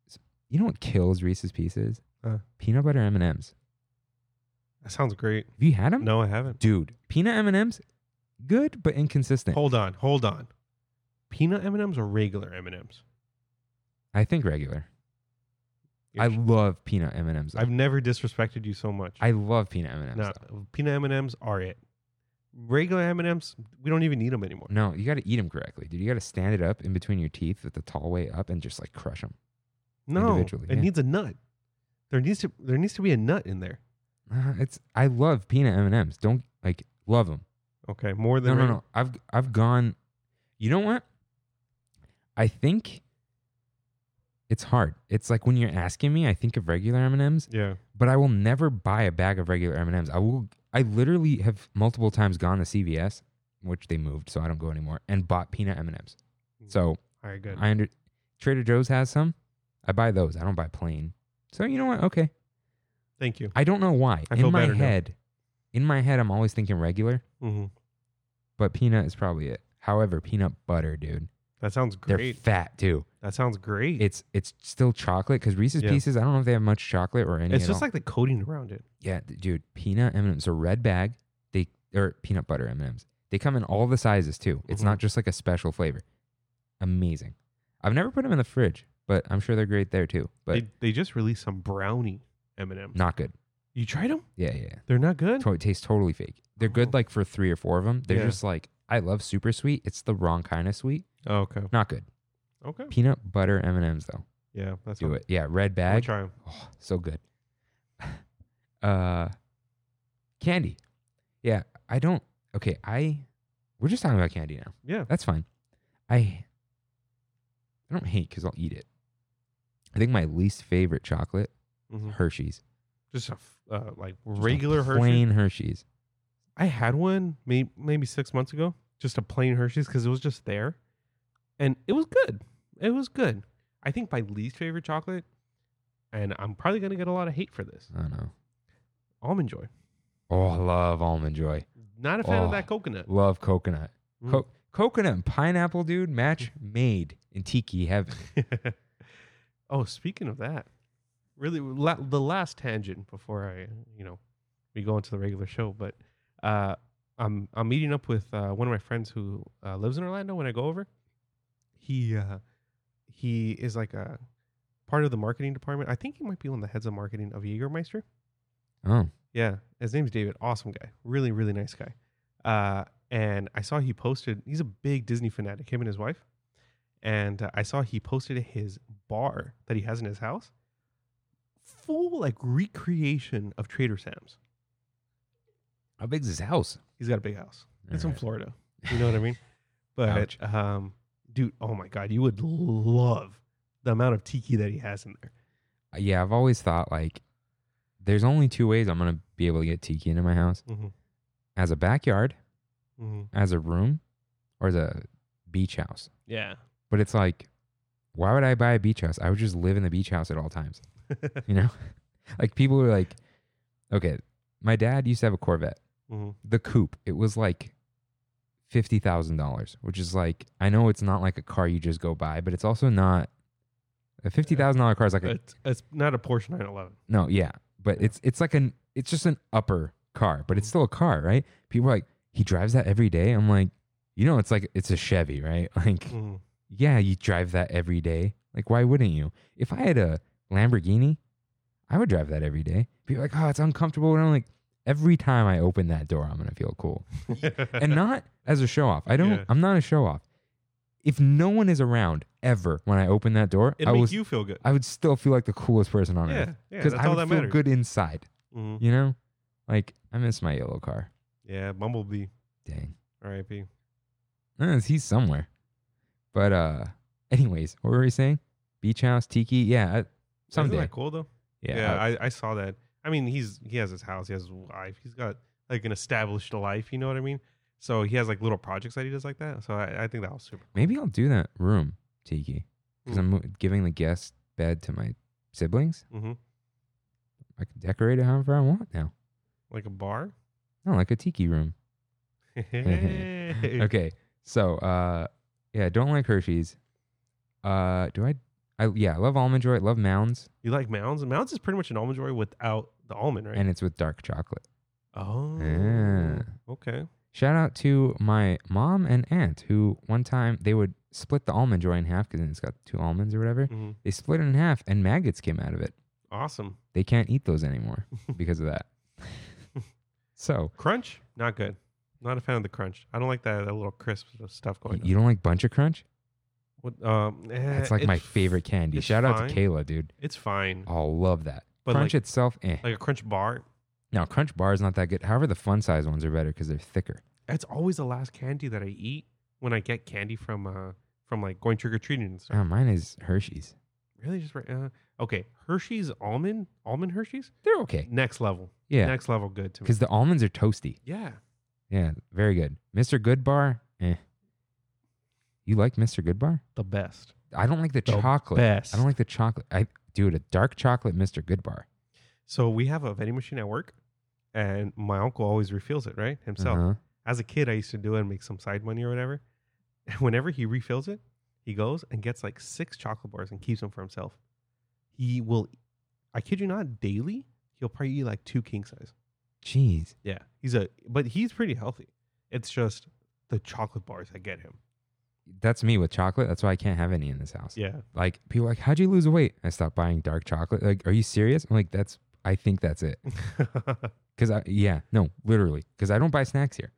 s- you know what kills Reese's Pieces? Huh. Peanut butter M and M's. (laughs) that sounds great. Have you had them? No, I haven't. dude. Peanut M and M's, good but inconsistent. Hold on, hold on. Peanut M and M's or regular M and M's? I think regular. I love peanut M and M's. I've never disrespected you so much. I love peanut M and no, M's. peanut M and M's are it. Regular M and M's, we don't even need them anymore. No, you got to eat them correctly, dude. You got to stand it up in between your teeth with the tall way up and just like crush them. No, it Mm, Individually, yeah. needs a nut. There needs to there needs to be a nut in there. Uh, it's I love peanut M and M's. Don't like love them. Okay, more No, than no, regu- no. I've I've gone. You know what? I think it's hard. It's like when you're asking me, I think of regular M and M's, Yeah, but I will never buy a bag of regular M and M's. I will. I literally have multiple times gone to CVS, which they moved, so I don't go anymore, and bought peanut M and M's. So all right, Hmm. good. I under Trader Joe's has some. I buy those. I don't buy plain. So you know what? Okay. Thank you. I don't know why. I in feel my better now. head, in my head, I'm always thinking regular hmm but peanut is probably it. However, peanut butter, dude, That sounds they're great. fat too. That sounds great. It's it's still chocolate because Reese's Yeah. Pieces. I don't know if they have much chocolate or any. it's at just all. like the coating around it. yeah, th- dude, peanut M and M's. A red bag. They or peanut butter M and M's. They come in all the sizes too. It's Mhm. not just like a special flavor. Amazing. I've never put them in the fridge, but I'm sure they're great there too. But they, they just released some brownie M and M's. not good. You tried them? Yeah, yeah. yeah. They're not good. To- it tastes totally fake. They're Oh. good like for three or four of them. They're Yeah. just like I love super sweet. It's the wrong kind of sweet. Oh, okay, Not good. okay. Peanut butter M and M's though. Yeah, that's Do it. Yeah, red i bag. try them. Oh, so good. (sighs) uh candy. Yeah, I don't okay, I we're just talking about candy now. Yeah, That's fine. I I don't hate because I'll eat it. I think my least favorite chocolate, mhm. Hershey's. just a f- uh, like Just a regular Hershey. Plain Hershey's. I had one maybe maybe six months ago, just a plain Hershey's because it was just there, and it was good. It was good. I think my least favorite chocolate, and I'm probably gonna get a lot of hate for this. I don't know. Almond Joy. Oh, I love almond joy. Not a fan Oh. of that coconut. Love coconut. Mm. Co- coconut and pineapple, dude, match made in tiki heaven. Mm. (laughs) oh, speaking of that, really la- the last tangent before I you know we go into the regular show, but uh, I'm I'm meeting up with uh, one of my friends who uh, lives in Orlando. When I go over, he uh, he is like a part of the marketing department. I think he might be one of the heads of marketing of Jägermeister. Oh. Yeah, his name's David. Awesome guy. Really, really nice guy. Uh, and I saw he posted. He's a big Disney fanatic. Him and his wife. And uh, I saw he posted his bar that he has in his house, full like recreation of Trader Sam's. How big's his house? He's got a big house. It's in Alright. Florida. You know what (laughs) I mean? But um, dude, oh my god, you would love the amount of tiki that he has in there. yeah, I've always thought like there's only two ways I'm gonna be able to get tiki into my house: Mm-hmm. as a backyard, Mm-hmm. as a room, or as a beach house. Yeah. But it's like, why would I buy a beach house? I would just live in the beach house at all times. (laughs) You know, like people were like, okay, my dad used to have a Corvette, (laughs) mm-hmm. the coupe. It was like fifty thousand dollars, which is like I know it's not like a car you just go buy, but it's also not a fifty thousand dollar car is like a It's, it's not a Porsche 911. No, yeah, but it's it's like an it's just an upper car, Mm. but it's still a car, right? People are like, he drives that every day. I'm like, you know, it's like it's a Chevy, right? (laughs) Like, Mm-hmm. yeah, you drive that every day. Like, why wouldn't you? If I had a Lamborghini, I would drive that every day. People are like, oh, it's uncomfortable, and I'm like, every time I open that door, I'm gonna feel (laughs) cool, Mm-hmm. (laughs) and not as a show off. I don't. Yeah. I'm not a show off. If no one is around ever when I open that door, it I makes was you feel good. I would still feel like the coolest person on yeah, earth yeah, because that's I all would that feel matters. good inside. Mhm. You know, like I miss my yellow car. Yeah, Bumblebee, Dang, R.I.P. Eh, he's somewhere. But uh, anyways, what were we saying? Beach house, tiki, yeah, I- someday. Isn't that cool though? Yeah, uh, I- I, I saw that. I mean, he's he has his house, he has his wife, he's got like an established life. You know what I mean? So he has like little projects that he does like that. So I, I think that was super. maybe I'll do that room tiki because Mm. I'm mo- giving the guest bed to my siblings. hmm I can decorate it however I want now. Like a bar. (laughs) No, like a tiki room. Mm-hmm. okay. Okay, so uh, yeah, don't like Hershey's. Uh, do I? I yeah, I love almond joy. I love Mounds, You like mounds? Mounds is pretty much an almond joy without the almond, right? and it's with dark chocolate. oh. Yeah. Okay. Shout out to my mom and aunt who one time they would split the almond joy in half because it's got two almonds or whatever. Mhm. They split it in half and maggots came out of it. Awesome. They can't eat those (laughs) anymore because of that. so Crunch? Not good. Not a fan of the crunch. I don't like that, that little crisp stuff y- going on. you don't like Bunch of Crunch? What, um, eh, That's like my it's- favorite candy. it's Shout out to fine. Kayla, dude. It's fine. I'll love that. But crunch like- itself, eh. Like a crunch bar. now Crunch Bar is not that good. However, the fun size ones are better because they're thicker. It's always the last candy that I eat when I get candy from uh from like going trick or treating and stuff. Oh, mine is Hershey's. Really, just right. Uh, okay, Hershey's almond almond Hershey's They're okay. next level. Yeah, next level good to me. because the almonds are toasty. Yeah, Yeah, very good. Mr. Goodbar, eh. You like Mr. Goodbar? the best. I don't like the, The chocolate. best. I don't like the chocolate. I dude, a dark chocolate Mr. Goodbar. So we have a vending machine at work, and my uncle always refills it right himself. Uh-huh. As a kid, I used to do it and make some side money or whatever. (laughs) And whenever he refills it, he goes and gets like six chocolate bars and keeps them for himself. He will, I kid you not, daily he'll probably eat like two king size. Jeez. Yeah, he's a but he's pretty healthy. It's just the chocolate bars that (laughs) get him. That's me with chocolate. That's why I can't have any in this house. Yeah, Like people are like, how'd you lose weight? I stopped buying dark chocolate. Like, are you serious? I'm like, that's I think that's it. Cause I yeah, no, literally. Cause I don't buy snacks here.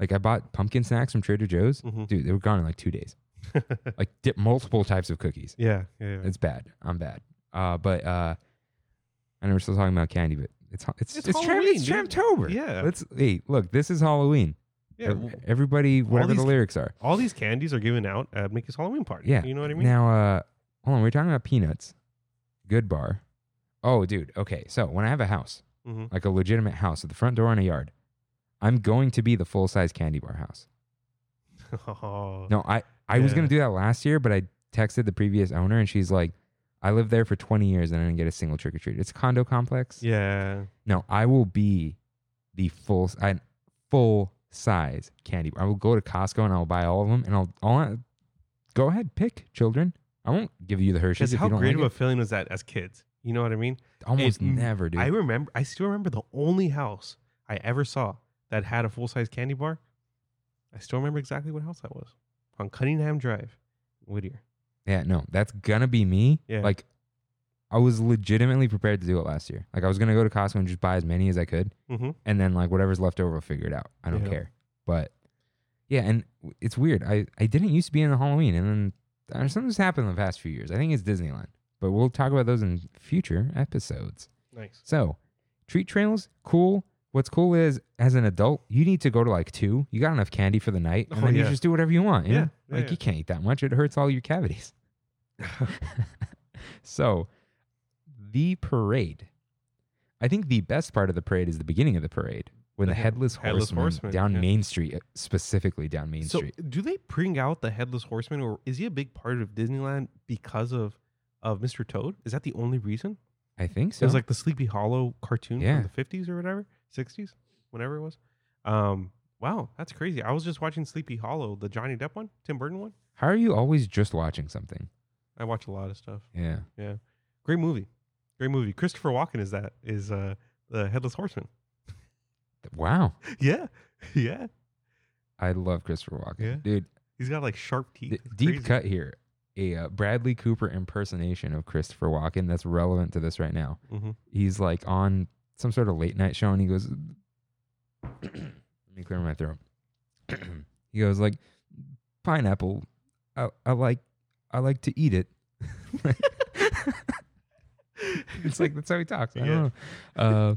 Like I bought pumpkin snacks from Trader Joe's. Mhm. Dude, they were gone in like two days. yeah, Like dip multiple types of cookies. (laughs) yeah, yeah. It's bad. I'm bad. Uh, but uh, I know we're still talking about candy, but it's it's It's it's, tram, it's Halloween, dude. Tramtober. Yeah. Let's hey, look. This is Halloween. yeah. Ev- well, Everybody, whatever these- the lyrics are. All these candies are given out at Mickey's Halloween party. Yeah. you know what I mean. Now, uh, hold on. We're talking about peanuts. Good bar. Oh, dude. Okay. So when I have a house, (laughs) Mhm. like a legitimate house with a front door and a yard, I'm going to be the full size candy bar house. Oh, No, I I was Yeah. gonna do that last year, but I texted the previous owner, and she's like, "I lived there for 20 years and I didn't get a single trick or treat. It's a condo complex. Yeah, No, I will be the full I, full size candy bar. I will go to Costco and I'll buy all of them and I'll, I'll go ahead pick children. I won't give you the because Hershey's if how you don't great like of a it. feeling was that as kids? You know what I mean? Almost it- never do. I remember. I still remember the only house I ever saw that had a full size candy bar. I still remember exactly what house that was on Cunningham Drive, Whittier. yeah, no, that's gonna be me. Yeah. Like I was legitimately prepared to do it last year. Like I was gonna go to Costco and just buy as many as I could, Mm-hmm. and then like whatever's left over, I'll figure it out. I don't Yeah. care. But yeah, and w- it's weird. I I didn't used to be in the Halloween, and then uh, something's happened in the past few years. I think it's Disneyland, but we'll talk about those in future episodes. Nice. So treat trails, cool. What's cool is as an adult, you need to go to like two. You got enough candy for the night, and Oh, then yeah. you just do whatever you want. You Yeah, know? yeah, like yeah. you can't eat that much; it hurts all your cavities. (laughs) so the parade. I think the best part of the parade is the beginning of the parade when the Okay. headless, Headless horseman, Horseman, down yeah. Main Street, uh, specifically down Main So, Street. do they bring out the headless horseman, or is he a big part of Disneyland because of of Mr. Toad? Is that the only reason? I think It so. was like the Sleepy Hollow cartoon Yeah. from the fifties or whatever, sixties, whenever it was. Um, wow, that's crazy. I was just watching Sleepy Hollow, the Johnny Depp one, Tim Burton one. How are you always just watching something? I watch a lot of stuff. Yeah. Great movie, great movie. Christopher Walken is that is uh the headless horseman. (laughs) Wow. Yeah, (laughs) yeah. I love Christopher Walken, Yeah. dude. He's got like sharp teeth. D- It's deep crazy. cut here. A uh, Bradley Cooper impersonation of Christopher Walken that's relevant to this right now. Mhm. He's like on some sort of late night show and he goes, (clears throat) Let me clear my throat. (clears throat) he goes like, pineapple. I, I like I like to eat it. (laughs) it's like that's how he (laughs) talks. I don't know. Uh,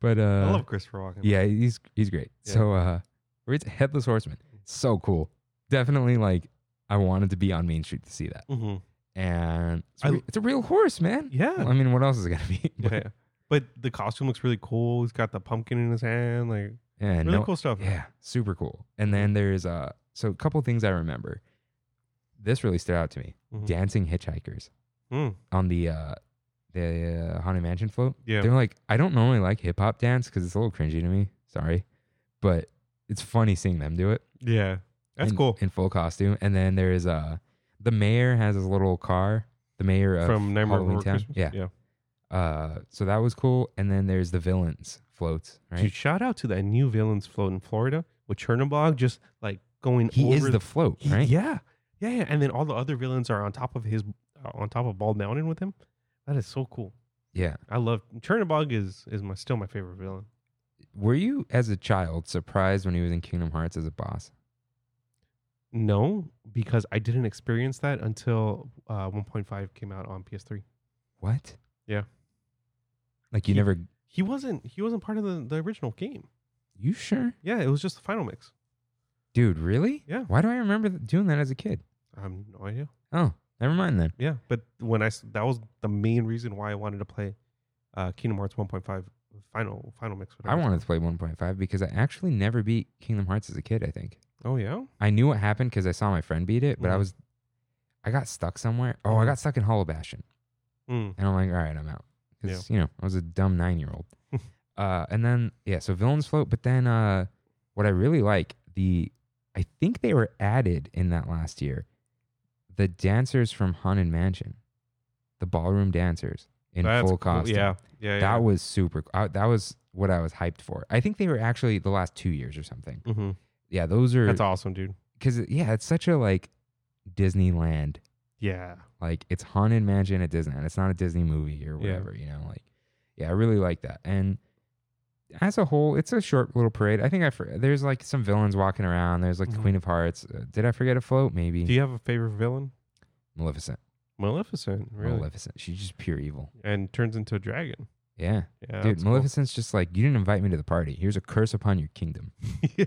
but uh, I love Christopher Walken. yeah, he's he's great. Yeah. So uh reads Headless Horseman. So cool. Definitely like I wanted to be on Main Street to see that. hmm And it's, I- re- it's a real horse, man. Yeah. I mean, what else is it gonna be? But- yeah. But the costume looks really cool. He's got the pumpkin in his hand. Like (laughs) yeah, really no- cool stuff. Mm-hmm. Yeah, super cool. And then there's uh so a couple things I remember. This really stood out to me. Mhm. Dancing hitchhikers Mm. on the uh the uh, Haunted Mansion float. Yeah. They're like, I don't normally like hip hop dance because it's a little cringy to me. Sorry, but it's funny seeing them do it. Yeah. That's in, cool. in full costume. And then there is uh the mayor has his little car. The mayor of From Nightmare uh, Halloween Before Town. Christmas. Yeah. Yeah. Uh, so that was cool. And then there's the villains floats. Right. Dude, shout out to that new villains float in Florida with Chernobog just like going he over is the float, He- right? Yeah. Yeah, yeah. And then all the other villains are on top of his uh, on top of Bald Mountain with him. That is so cool. Yeah. I love Chernobog is is my still my favorite villain. Were you as a child surprised when he was in Kingdom Hearts as a boss? No, because I didn't experience that until uh, 1.5 came out on PS3. What? Yeah. Like you He- never. He wasn't he wasn't part of the, the original game. You sure, Yeah, it was just the final mix. dude? Really? Yeah. Why do I remember th- doing that as a kid? I have no idea. Oh, never mind then. Yeah, but when I s- that was the main reason why I wanted to play uh, Kingdom Hearts 1.5 final final mix. I whatever. wanted to play 1.5 because I actually never beat Kingdom Hearts as a kid. I think. Oh yeah. I knew what happened because I saw my friend beat it, but I Mhm. was, I got stuck somewhere. Oh, I Mhm. got stuck in Hollow Bastion, Mm. and I'm like, all right, I'm out because you know I was a dumb nine (laughs) year old. uh, and then yeah, so villains float, but then uh, what I really like the, I think they were added in that last year, the dancers from Haunted Mansion, the ballroom dancers in That's full cool. costume. Yeah, that yeah. yeah. was super. I, that was what I was hyped for. I think they were actually the last two years or something. Mhm. Yeah, those are That's awesome, dude. because yeah, it's such a like Disneyland. Yeah. Like it's Haunted Mansion at Disneyland. It's not a Disney movie or Yeah. whatever. You know, like yeah, I really like that. And as a whole, it's a short little parade. I think I for- there's like some villains walking around. There's like the Mhm. Queen of Hearts. Uh, did I forget a float? Maybe Do you have a favorite villain? Maleficent. Maleficent, really, Maleficent. She's just pure evil. and turns into a dragon. Yeah, Yeah, dude. that's cool. Maleficent's just like you didn't invite me to the party. Here's a curse upon your kingdom. (laughs) yeah,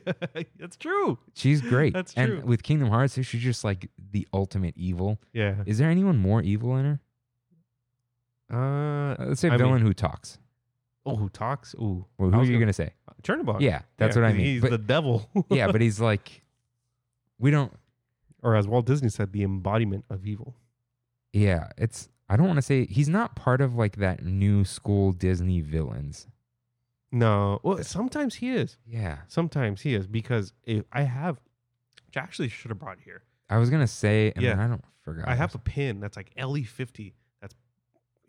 that's true. She's great. (laughs) That's true. And with Kingdom Hearts, she's just like the ultimate evil. Yeah. Is there anyone more evil in her? Uh, Uh, Let's say I mean- villain who talks. oh, who talks? Ooh, Well, I who are was you gonna- gonna say? Chernobog. Yeah, that's Yeah, what I 'cause mean. He's But- the (laughs) devil. (laughs) yeah, but he's like, we don't. or as Walt Disney said, the embodiment of evil. Yeah, it's. I don't want to say he's not part of like that new school Disney villains. No, well, sometimes he is. Yeah, Sometimes he is because if I have, which I actually should have brought here. I was gonna say, and Yeah. then I don't forgot. I have a pin that's like LE fifty. That's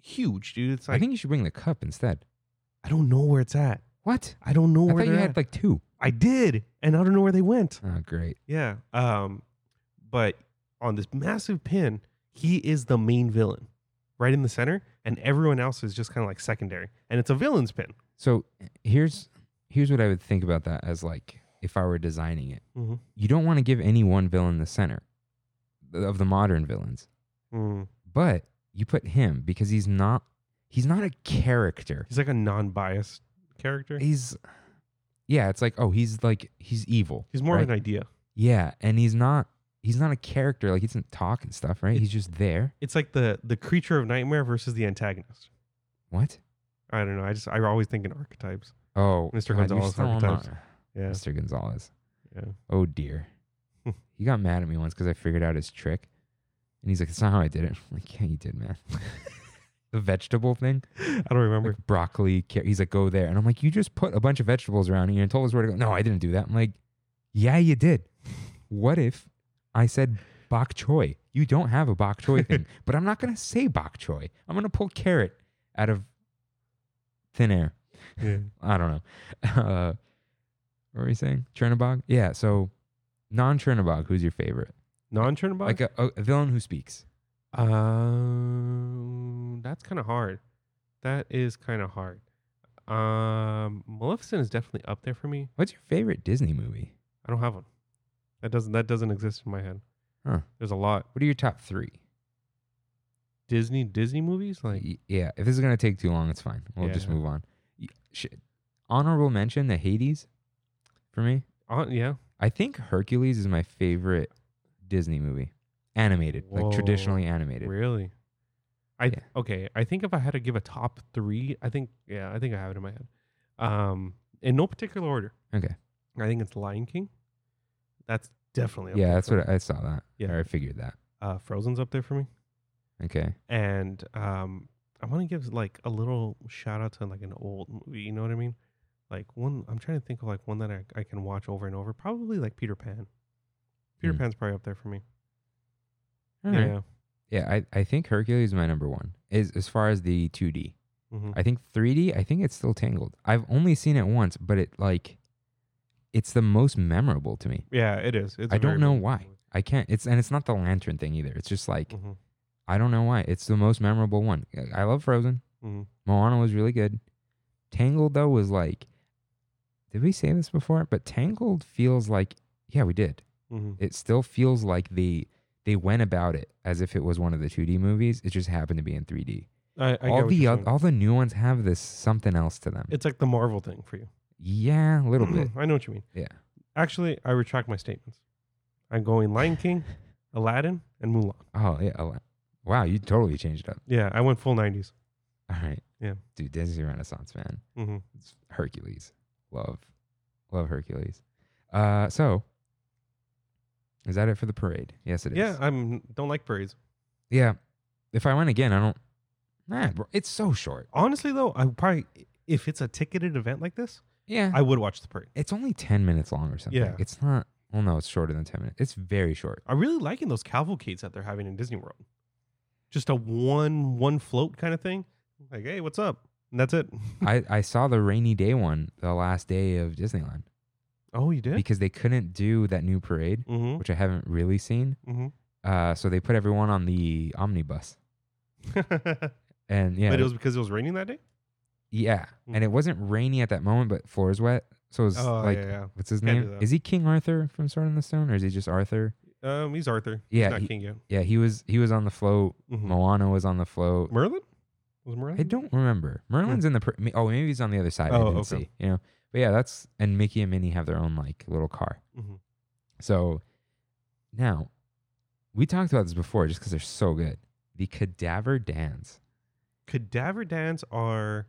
huge, dude. It's I like I, think you should bring the cup instead. don't know where it's at. What? I don't know I where thought you they're had at. like two. I did, and I don't know where they went. Oh, great. Yeah. Um, but on this massive pin, he is the main villain, right in the center, and everyone else is just kind of like secondary. And it's a villain's pin. So here's here's what I would think about that as like if I were designing it. Mhm. You don't want to give any one villain the center of the modern villains, Mm. but you put him because he's not he's not a character. He's like a non-biased character. he's yeah it's like oh he's like he's evil He's more right? of an idea. yeah and he's not he's not a character like he doesn't talk and stuff right It- he's just there It's like the the creature of nightmare versus the antagonist. what I don't know. I just I always think in archetypes. oh Mr. God, you're Gonzalez still on archetypes. my- Yeah. mr gonzalez Yeah. oh dear he got mad at me once because i figured out his trick and he's like it's not how i did it (laughs) I'm like yeah you did man (laughs) the vegetable thing (laughs) I don't remember. like broccoli ca- he's like go there and i'm like you just put a bunch of vegetables around here and told us where to go no i didn't do that i'm like yeah you did what if i said bok choy you don't have a bok choy thing but i'm not going to say bok choy i'm going to pull carrot out of thin air Yeah. (laughs) i don't know (laughs) uh, what were you saying chernobog yeah so non-chernobog who's your favorite Non Chernobog? like a, a, a villain who speaks um that's kind of hard. That is kind of hard. Um, Maleficent is definitely up there for me. What's your favorite Disney movie? I don't have one. That doesn't that doesn't exist in my head. Huh. There's a lot What are your top three? Disney Disney movies like Y- yeah, if this is gonna take too long, it's fine. We'll just Yeah. move on. Y- Shit. Honorable mention: the Hades, for me. on yeah. I think Hercules is my favorite Disney movie, animated, Whoa. like traditionally animated. Really? I Yeah. okay. I think if I had to give a top three, I think yeah, I think I have it in my head. Um, in no particular order. Okay. I think it's Lion King. That's definitely up Yeah, there that's for what I, I saw that. Yeah. or I figured that. me. uh, Frozen's up there for me. Okay, And um, I want to give like a little shout out to like an old movie. You know what I mean? Like one, I'm trying to think of like one that I, I can watch over and over. Probably like Peter Pan. Peter Hmm. Pan's probably up there for me. All right. Yeah. yeah. I, I think Hercules is my number one. Is as far as the two D. Mm-hmm. I think 3D. I think it's still Tangled. I've only seen it once, but it like, it's the most memorable to me. Yeah, it is. It's I don't know why. I can't. It's and it's not the lantern thing either. It's just like Mm-hmm. I don't know why. It's the most memorable one. I- I love Frozen. Mhm. Moana was really good. Tangled though was like, did we say this before? But Tangled feels like yeah, we did. Mm-hmm. It still feels like the they went about it as if it was one of the 2D movies. It just happened to be in 3D. I, I all get what the you're oth- saying. all the new ones have this something else to them. it's like the Marvel thing for you. yeah, a little bit. (clears throat) I know what you mean. Yeah. Actually, I retract my statements. I'm going (laughs) Lion King, Aladdin, and Mulan. Oh yeah. a lot. Wow, you totally changed it up. Yeah, I went full 90s. All right. Yeah. Dude, Disney Renaissance man. Mm-hmm. It's Hercules. Love. Love Hercules. Uh so is that it for the parade? Yes, it is. Yeah, I'm don't like parades. Yeah. If I went again, I don't Man, bro, it's so short. Honestly, though, I probably if it's a ticketed event like this, Yeah. I would watch the parade. it's only ten minutes long or something. Yeah. It's not well no, it's shorter than ten minutes. It's very short. I'm really liking those cavalcades that they're having in Disney World. Just a one one float kind of thing. Like, hey, what's up? And (laughs) that's it. I, I saw the rainy day one the last day of Disneyland. oh, you did? Because they couldn't do that new parade, mm-hmm. which I haven't really seen. Mm-hmm. (laughs) Uh so they put everyone on the omnibus. but And yeah, it was because it was raining that day. Yeah, Mm. and it wasn't rainy at that moment, but floor's wet, so it's Oh, like, yeah, yeah. what's his Can't do name? that. Is he King Arthur from Sword in the Stone, or is he just Arthur? Um, he's Arthur. Yeah, he's not he- king yet. Yeah, he was. He was on the float. Mhm. Moana was on the float. Merlin was it Merlin. Hmm. I don't remember. Merlin's in the. Pr- ma- oh, maybe he's on the other side. I Oh, didn't okay. see. You know, but yeah, that's and Mickey and Minnie have their own like little car. Mhm. So now we talked about this before, just because they're so good. The cadaver dance, Cadaver Dans are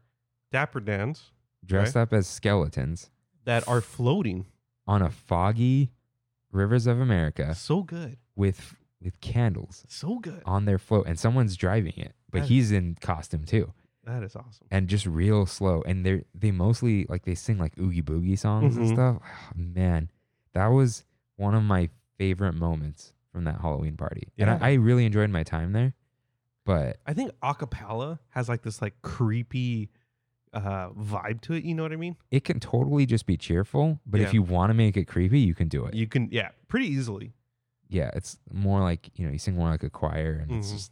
dapper dans dressed up as skeletons that are floating. on a foggy rivers of America. So good, with with candles so good. on their float and someone's driving it but Nice. he's in costume too That is awesome. and just real slow and they are they mostly like they sing like oogie boogie songs Mhm. and stuff Ah, man that was one of my favorite moments from that halloween party and Yeah. I, I really enjoyed my time there but I think acapella has like this like creepy uh vibe to it. You know what I mean? it can totally just be cheerful but Yeah. if you want to make it creepy you can do it You can yeah, pretty easily. yeah it's more like you know you sing more like a choir and it's Mhm. just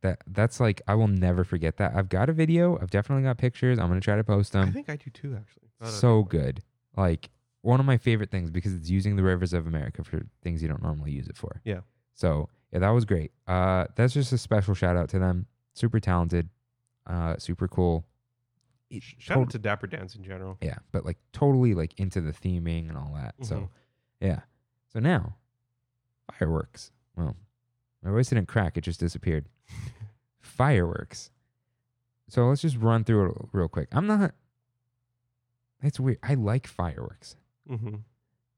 that that's like i will never forget that i've got a video i've definitely got pictures i'm gonna try to post I them think I do too, actually. Now that Um, I so think about it. good. Like one of my favorite things because it's using the rivers of America for things you don't normally use it for. Yeah. So yeah, that was great. Uh, that's just a special shout out to them. Super talented, uh, super cool. It Sh- Shout out tot- to Dapper Dance in general. yeah, but like totally like into the theming and all that. Mhm. So yeah. So now fireworks. Well, my voice didn't crack; it just (laughs) disappeared. fireworks. So let's just run through it real quick. I'm not. It's weird. I like fireworks, hmm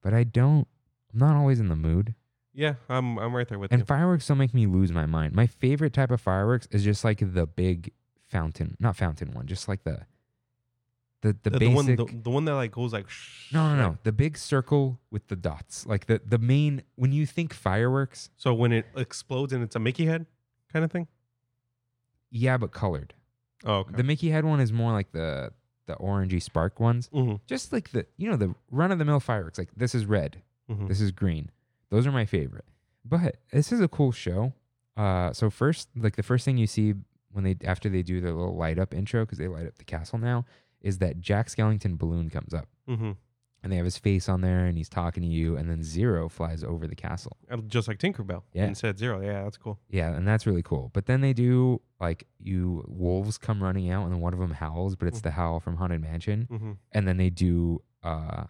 but I don't. I'm not always in the mood. Yeah, I'm I'm right there with And you. fireworks still make me lose my mind. My favorite type of fireworks is just like the big fountain, not fountain one, just like the the the, the, the basic. one the, the one that like goes like shh, no, no, like- no. The big circle with the dots, like the the main. When you think fireworks, So when it explodes and it's a Mickey head kind of thing. yeah, but colored. Oh, okay. The Mickey head one is more like the the orangey spark ones. Mhm, Just like the you know the run of the mill fireworks. Like this is red, mhm. this is green. Those are my favorite. But this is a cool show. Uh, so first, like the first thing you see when they after they do their little light up intro because they light up the castle now is that Jack Skellington balloon comes up Mm-hmm. and they have his face on there and he's talking to you and then Zero flies over the castle. Just like Tinkerbell. Yeah. Instead zero. Yeah, that's cool. Yeah, and that's really cool. But then they do like you wolves come running out and then one of them howls, Mm. but it's the howl from Haunted Mansion. Mm-hmm. And then they do uh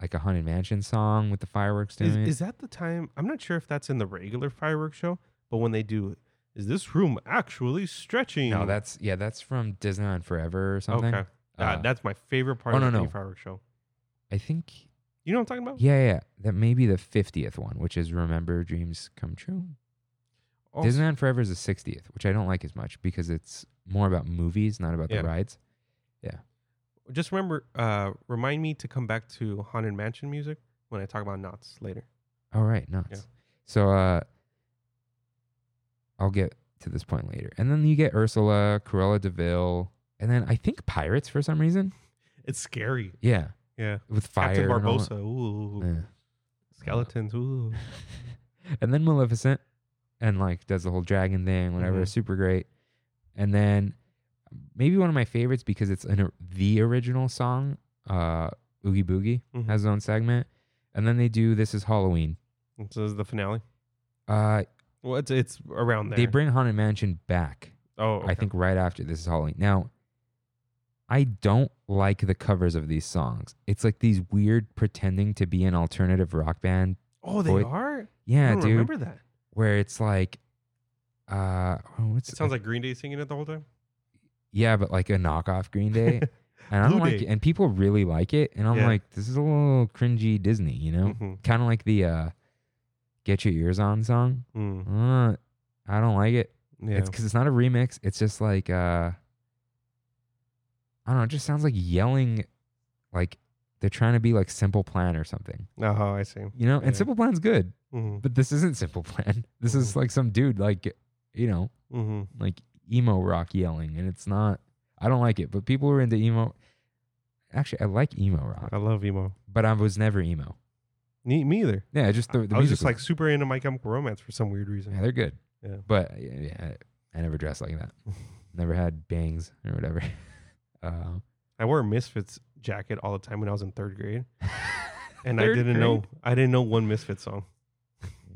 like a Haunted Mansion song with the fireworks to Is, it. is that the time? I'm not sure if that's in the regular fireworks show, but when they do, is this room actually stretching? no, that's yeah, that's from Disneyland Forever or something. okay. Ah, Uh, that's my favorite part oh, of no, any no. fireworks show. I think You know what I'm talking about? yeah, yeah, yeah, that may be the fiftieth one, which is Remember Dreams Come True. Oh, Disneyland Forever is the sixtieth, which I don't like as much because it's more about movies, not about Yeah. the rides. Just remember, uh, remind me to come back to Haunted Mansion music when I talk about knots later. All right, nuts. So uh I'll get to this point later. And then you get Ursula, Cruella DeVille, and then I think pirates for some reason. It's scary. Yeah. Yeah. With fire. Captain and all that. Barbosa. Ooh. Yeah. Skeletons. Ooh. (laughs) and then Maleficent, and like does the whole dragon thing, whatever. Mhm. Super great. And then maybe one of my favorites because it's an, or- the original song, uh, Oogie Boogie Mhm. has his own segment, and then they do This Is Halloween. And So Mm-hmm. is the finale. Uh, Well, it's, it's around there. they bring Haunted Mansion back, oh, okay. I think, right after This Is Halloween. Now, I don't like the covers of these songs. It's like these weird pretending to be an alternative rock band. Oh, they Boy- are. I Yeah, don't dude. remember that. where it's like uh oh, what's It sounds like Green Day singing it the whole time. (laughs) yeah but like a knockoff green (laughs) day and i don't Blue like Day. it and people really like it and i'm Yeah. like this is a little cringy disney you know Mhm. kind of like the uh get your ears on song Mm. uh, i don't like it Yeah. it's because it's not a remix it's just like uh i don't know it just sounds like yelling like they're trying to be like simple plan or something oh, I see. you know Yeah. and simple plan's good Mm-hmm. but this isn't simple plan (laughs) this is Mhm. like some dude like you know Mm-hmm. like emo rock yelling, and it's not. I don't like it, but people who are into emo. Actually, I like emo I rock, love emo. but I was never emo. Me, me either. Yeah, just the, the I was music just like super into My Chemical Romance for some weird reason. yeah, they're good. Yeah. but yeah, yeah, I, I never dressed like (laughs) that. never had bangs or whatever. (laughs) Uh, I wore a Misfits jacket all the time when I was in third (laughs) grade, and I Third didn't know I didn't know one Misfits song.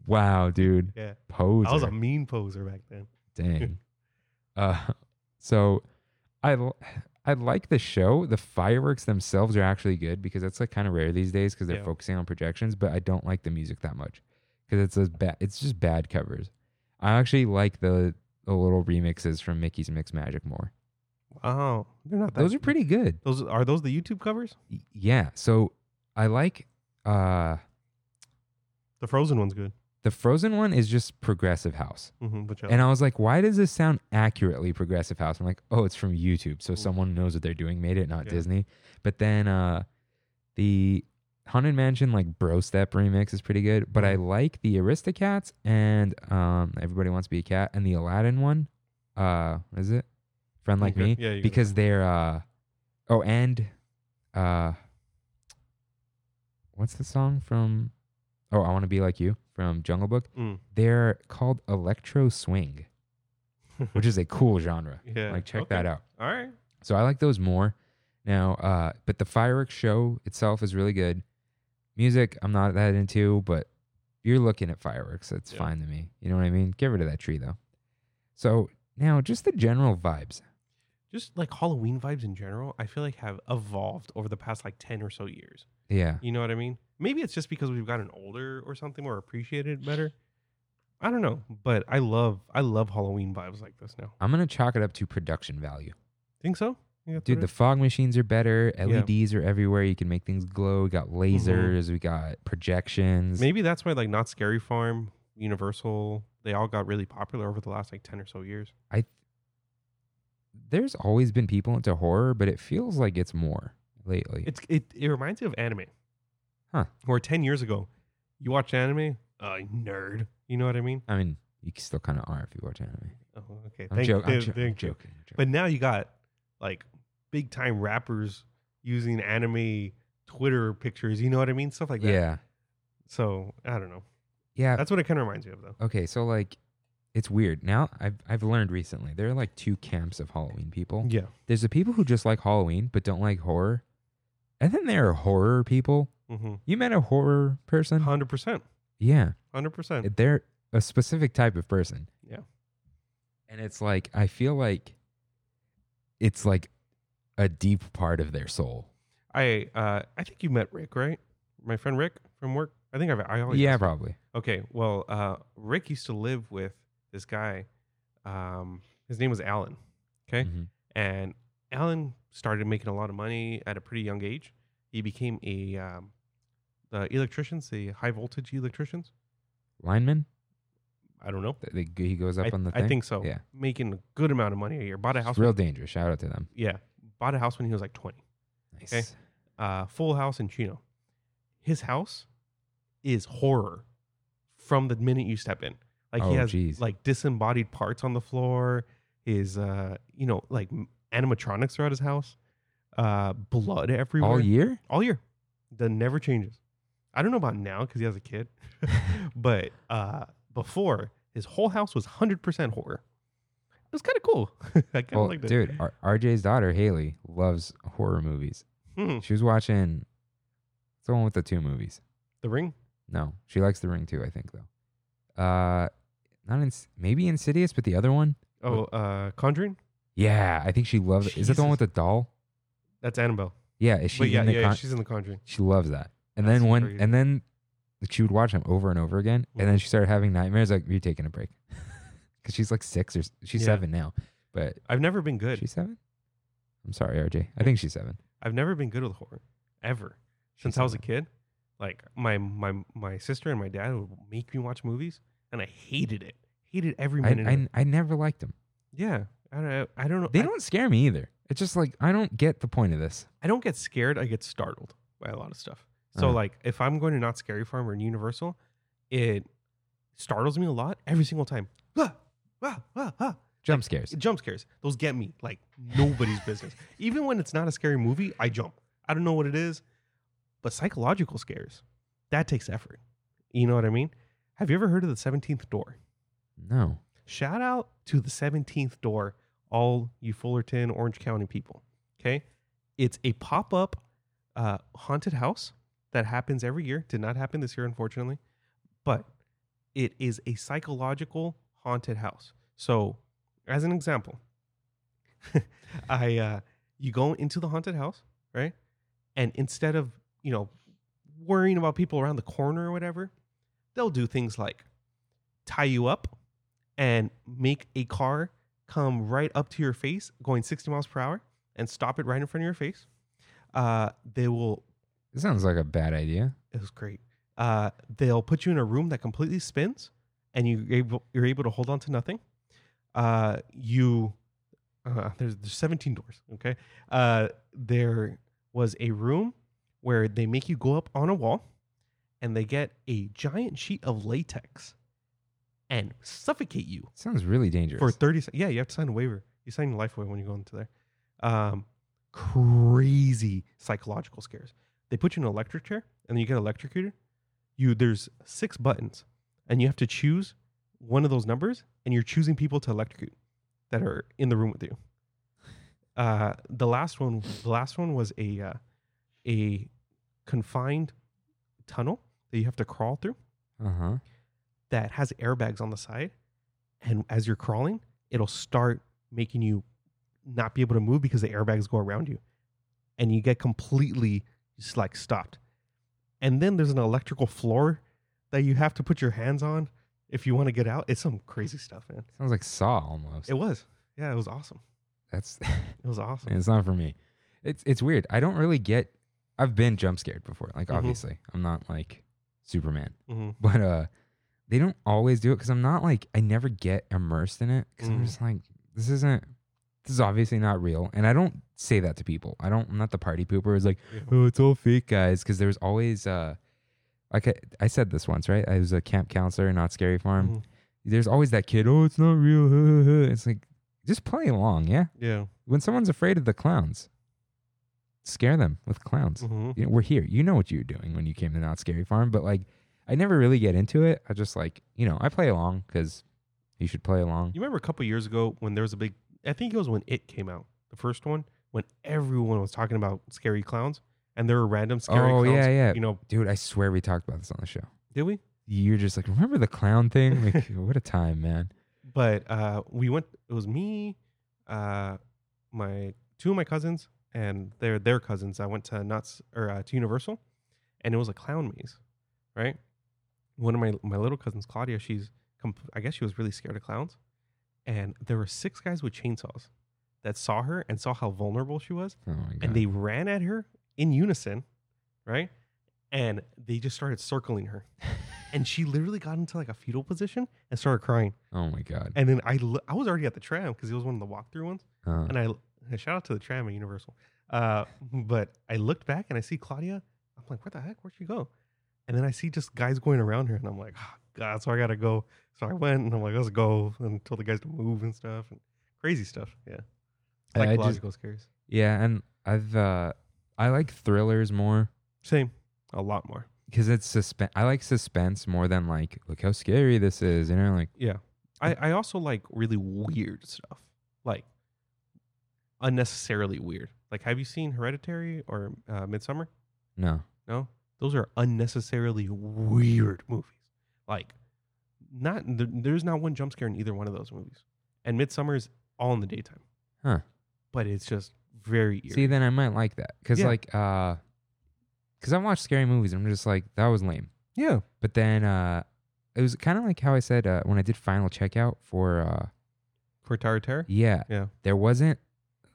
wow, dude, Yeah, pose. I was a mean poser back then. Dang. uh, so I l- I like the show. The fireworks themselves are actually good because that's like kind of rare these days because they're Yeah. focusing on projections. But I don't like the music that much because it's a bad. It's just bad covers. I actually like the the little remixes from Mickey's Mix Magic more. Wow, they're not. That Those are pretty good. Those are those the YouTube covers? Y- Yeah. So I like uh The Frozen one's good, the Frozen one is just progressive house. mm-hmm, which I And I was like, why does this sound accurately progressive house? I'm like, oh, it's from YouTube. So Mm. someone knows what they're doing, made it, not Yeah. Disney. But then uh the Haunted Mansion like Bro Step remix is pretty good. But I Mm-hmm. like the Aristocats and um Everybody Wants to Be a Cat and the Aladdin one. Uh what is it? Friend Like Okay. Me. Oh, Yeah, you got it. because they're uh oh and uh what's the song from Oh, I Wanna Be Like You from Jungle Book. Mm. They're called electro swing, which is a cool genre. (laughs) yeah, Like check okay. that out. All right, So I like those more. Now, uh, but the fireworks show itself is really good. Music, I'm not that into, but you're looking at fireworks. That's Yeah. fine to me. You know what I mean? Get rid of that tree though. So now, just the general vibes. just like Halloween vibes in general, I feel like have evolved over the past like ten or so years. Yeah, You know what I mean? Maybe it's just because we've gotten older or something or appreciate it better. I don't know, but I love I love Halloween vibes like this now. I'm gonna chalk it up to production value. Think so? You got Dude, the that? fog machines are better. LEDs are everywhere. You can make things glow. We Mm-hmm. got lasers. We got projections. maybe that's why like Not Scary Farm, Universal, they all got really popular over the last like ten or so years. there's always been people into horror, but it feels like it's more lately. It's it it reminds me of anime, Huh. Or ten years ago, you watched anime, uh, nerd. You know what I mean? I mean, you c- still kind of are if you watch anime. Oh, okay. I'm, joking. I'm, thank- jo- I'm thank you. joking. I'm joking. But now you got like big time rappers using anime Twitter pictures. You know what I mean? Stuff like that. yeah, So I don't know. yeah. That's what it kind of reminds me of, though. okay, so like, it's weird. Now I've I've learned recently there are like two camps of Halloween people. Yeah. There's the people who just like Halloween but don't like horror, and then there are horror people. Mm-hmm. You met a horror person? 100%. Yeah, 100%. they're a specific type of person. Yeah. and it's like I feel like it's like a deep part of their soul. I uh, I think you met Rick, right? My friend Rick from work. I think I've I always yeah, ask- probably. Okay. Well, uh, Rick used to live with this guy. Um, his name was Alan. Okay. Mhm. And Alan started making a lot of money at a pretty young age. He became a um, the electricians, the high voltage electricians. Lineman. I don't know. Th- th- he goes up I, on the. I Thing? think so. Yeah. Making a good amount of money a year. Bought a house. It's real dangerous. Shout out to them. yeah. Bought a house when he was like twenty. Nice. Okay. uh, Full House in Chino. His house is horror from the minute you step in. Like he Oh, has geez. like disembodied parts on the floor. His uh, you know, like m- animatronics throughout his house. Uh, blood everywhere. All year. All year. That never changes. I don't know about now because he has a kid, (laughs) but uh, before his whole house was hundred percent horror. It was kind of cool. (laughs) I kind of Well, liked it. (laughs) dude, R- RJ's daughter Haley loves horror movies. Hmm. She was watching it's the one with the two movies. the ring. No, she likes The Ring too. I think though. Uh, not in, maybe Insidious, but the other one. Oh, uh, Conjuring. Yeah, I think she loves. Is it the one with the doll? That's Annabelle. Yeah, is she? but yeah, in the yeah, con- she's in the Conjuring. she loves that. And That's then when crazy. and then she would watch them over and over again, Mhm. and then she started having nightmares. Like you're taking a break, (laughs) because she's like six or s- she's Yeah. seven now, but I've never been good. she's seven. I'm sorry, RJ. I think she's seven. I've never been good with horror ever since I was a kid. Like my my my sister and my dad would make me watch movies, and I hated it. Hated every I, minute. of it. I I never liked them. yeah, I don't. I don't know. They I, don't scare me either. It's just like I don't get the point of this. I don't get scared. I get startled by a lot of stuff. So Uh-huh. like, if I'm going to not scary farm or Universal, it startles me a lot every single time. Ah, ah, ah, ah. Jump scares. jump scares those get me like nobody's business even when it's not a scary movie i jump i don't know what it is but psychological scares that takes effort you know what i mean have you ever heard of the 17th door No. shout out to the 17th door all you fullerton orange county people okay it's a pop-up uh, haunted house that happens every year did not happen this year unfortunately but it is a psychological haunted house so as an example (laughs) i uh, you go into the haunted house right and instead of you know worrying about people around the corner or whatever they'll do things like tie you up and make a car come right up to your face going 60 miles per hour and stop it right in front of your face uh, they will This sounds like a bad idea. it was great. Uh, they'll put you in a room that completely spins, and you able, you're able to hold on to nothing. Uh, you uh, there's there's 17 doors. Okay, uh, there was a room where they make you go up on a wall, and they get a giant sheet of latex and suffocate you sounds really dangerous. for 30 se- yeah you have to sign a waiver you sign your life away when you go into there um crazy psychological scares they put you in an electric chair and then you get electrocuted you there's six buttons and you have to choose one of those numbers and you're choosing people to electrocute that are in the room with you uh the last one the last one was a uh, a confined tunnel that you have to crawl through uh huh. that has airbags on the side. And as you're crawling, it'll start making you not be able to move because the airbags go around you. And you get completely just like stopped. And then there's an electrical floor that you have to put your hands on if you want to get out. It's some crazy stuff, man. Sounds like Saw almost. It was. Yeah, it was awesome. That's (laughs) It was awesome. it's not for me. It's it's weird. I don't really get. I've been jump scared before. Like Mhm. obviously, I'm not like Superman, (laughs) hmm but uh, they don't always do it because I'm not like I never get immersed in it because I'm Mm. just like this isn't. This is obviously not real, and I don't say that to people. I don't. I'm not the party pooper. who's like, Yeah. oh, it's all fake, guys. Because there's always uh, like I, I said this once, right? I was a camp counselor, not scary farm. Mhm. There's always that kid. Oh, it's not real. (laughs) It's like just play along, yeah Yeah. when someone's afraid of the clowns, scare them with clowns. hmm You know, we're here. You know what you were doing when you came to Not Scary Farm, but like, I never really get into it. I just like, you know, I play along because You should play along. You remember a couple years ago when there was a big, I think it was when it came out, the first one, when everyone was talking about scary clowns and there were random scary Oh, clowns. yeah, yeah. You know, Dude, I swear we talked about this on the show. did we? You're just like, remember the clown (laughs) thing? Like, what a time, man. But uh, we went, it was me, uh, my two of my cousins and their their cousins. I went to Nuts or uh, to Universal and it was a clown maze, right? One of my, my little cousins, Claudia, she's, comp- I guess she was really scared of clowns. And there were six guys with chainsaws that saw her and saw how vulnerable she was. Oh my god. and they ran at her in unison, right? And they just started circling her. and she literally got into like a fetal position and started crying. oh my god. And then I l- I was already at the tram because it was one of the walkthrough ones. Uh, And I l- shout out to the tram at Universal. Uh, but I looked back and I see Claudia. I'm like, where the heck? Where'd she go? And then I see just guys going around her, and I'm like, oh, God, so I gotta go. So I went and I'm like, let's go, and told the guys to move and stuff and crazy stuff. Yeah, I- I just- psychological scares. yeah, and I've uh I like thrillers more Same, a lot more. because it's suspense. I like suspense more than like look how scary this is. You know, like Yeah. I, I also like really weird stuff. Like unnecessarily weird. Like have you seen Hereditary or uh, Midsummer? no. No. Those are unnecessarily weird movies. Like not there, there's not one jump scare in either one of those movies. And Midsummer is all in the daytime. Huh. But it's just very eerie. See, then I might like that because Yeah. like uh, because I watched scary movies and I'm just like that was lame. yeah. But then uh, it was kind of like how I said uh, when I did final checkout for uh, For Tower of Terror? yeah, Yeah. there wasn't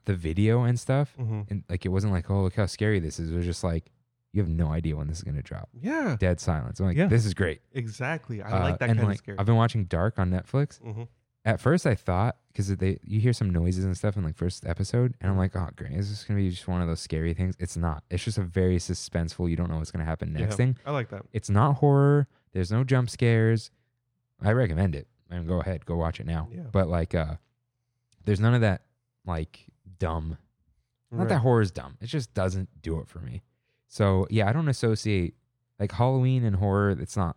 the video and stuff, Mm-hmm. and like it wasn't like oh look how scary this is. It was just like you have no idea when this is gonna drop. Yeah. Dead silence. I'm like Yeah. this is great. Exactly. I like Uh, that and kind like, of scare. I've been watching Dark on Netflix. Mhm. At first, I thought because they you hear some noises and stuff in like first episode, and I'm like, oh great, is this gonna be just one of those scary things? It's not. It's just a very suspenseful. You don't know what's gonna happen next Yeah. thing. I like that. It's not horror. There's no jump scares. I recommend it. I mean, go ahead, go watch it now. Yeah. But like, uh, there's none of that like dumb. Not that Right. horror is dumb. It just doesn't do it for me. So yeah, I don't associate like Halloween and horror. That's not.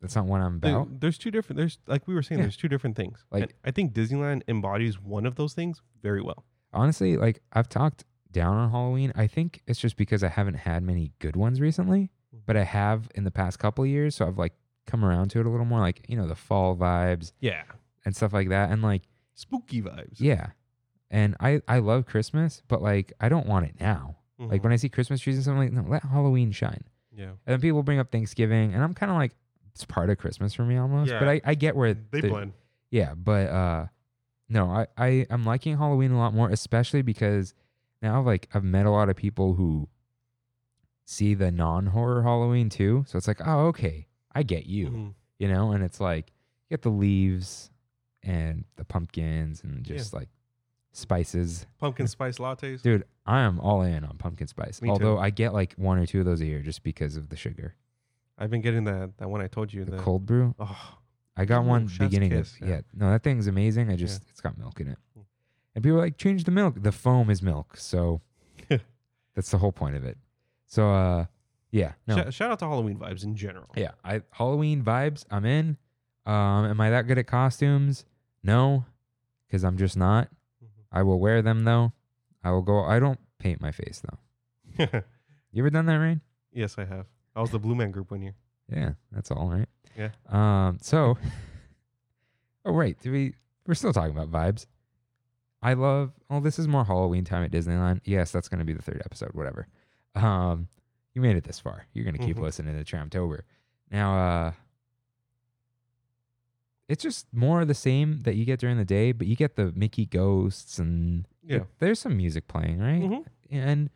That's not what I'm There- about. there's two different. There's like we were saying. Yeah. There's two different things. Like- and I think Disneyland embodies one of those things very well. honestly, like I've talked down on Halloween. I think it's just because I haven't had many good ones recently, Mm-hmm. but I have in the past couple of years. So I've like come around to it a little more, like you know the fall vibes Yeah, and stuff like that. And like spooky vibes. yeah, and I I love Christmas, but like I don't want it now. Mm-hmm. Like when I see Christmas trees and something, like no, let Halloween shine. yeah, And then people bring up Thanksgiving, and I'm kind of like it's part of Christmas for me almost. But Yeah. I I get where they the- blend. yeah, but uh no, I, I I'm liking Halloween a lot more, especially because now like I've met a lot of people who see the non horror Halloween too. So it's like, oh, okay, I get you. Mhm. You know, and it's like you get the leaves and the pumpkins and just like spices. Pumpkin spice lattes. Dude, I am all in on pumpkin spice. Me too. Although I get like one or two of those a year just because of the sugar. I've been getting that that one I told you. The, The, cold brew. Oh, I got Ooh, one chef's beginning kiss, of yeah. yeah. No, that thing's amazing. I just it's got milk in it. And people are like, change the milk. The foam is milk. (laughs) So that's the whole point of it. So uh yeah. No. sh- shout out to Halloween vibes in general. yeah. I Halloween vibes, I'm in. Um, am I that good at costumes? No, because I'm just not. Mm-hmm. I will wear them though. I will go I don't paint my face though. You ever done that, Rain? (laughs) yes, I have. I was the Blue Man Group one year. Yeah, that's all right. Yeah. Um. So, (laughs) oh right, do we we're still talking about vibes. I love. Oh, this is more Halloween time at Disneyland. Yes, that's going to be the third episode. Whatever. Um, you made it this far. You're going to keep Mhm. listening to Tramtober. Now, uh, it's just more of the same that you get during the day, but you get the Mickey ghosts and Yeah. there's some music playing, right? Mhm. And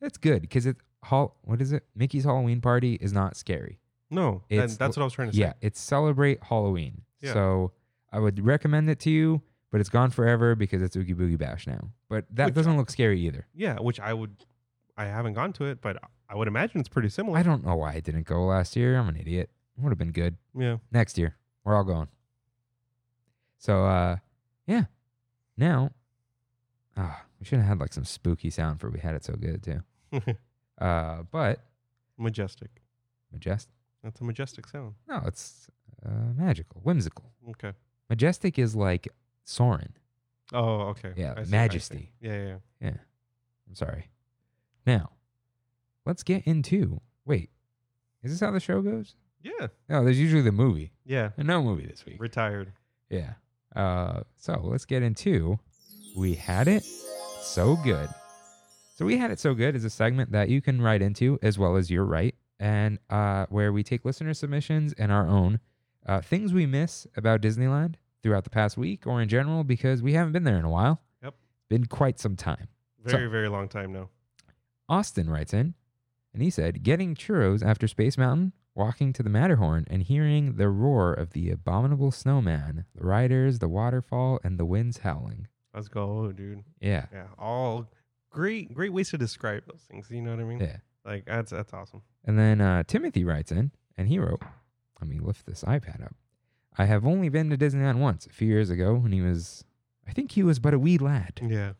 that's good because it. Hall, what is it? Mickey's Halloween party is not scary. No, that- It's- that's what I was trying to say. Yeah, it's celebrate Halloween. Yeah. So I would recommend it to you, but it's gone forever because it's Oogie Boogie Bash now. But that Which- doesn't look scary either. Yeah, which I would. I haven't gone to it, but I would imagine it's pretty similar. I don't know why I didn't go last year. I'm an idiot. Would have been good yeah. next year. We're all going. So uh, yeah. Now, ah, we should have had like some spooky sound for we had it so good too. Uh, but (laughs) majestic. majestic. That's a majestic sound. No, it's uh, magical, whimsical. Okay. Majestic is like Soren. Oh, okay. Yeah, I see, I see. Majesty. Yeah, yeah. yeah. I'm sorry. Now, let's get into. Wait, is this how the show goes? Yeah. No, there's usually the movie. Yeah. No movie this week. Retired. Yeah. Uh, so let's get into We Had It So Good. So We Had It So Good is a segment that you can write into as well as your write, and uh, where we take listener submissions and our own uh, things we miss about Disneyland throughout the past week or in general because we haven't been there in a while. Yep. Been quite some time. So- Very, very long time now. Austin writes in, and he said, Getting churros after Space Mountain, walking to the Matterhorn, and hearing the roar of the abominable snowman, the riders, the waterfall, and the winds howling. Let's go, "Oh, dude. Yeah. Yeah. All great, great ways to describe those things. You know what I mean? Yeah. Like that's that's awesome. And then uh, Timothy writes in, and he wrote, Let me lift this iPad up. I have only been to Disneyland once a few years ago when he was, I think he was but a wee lad. Yeah.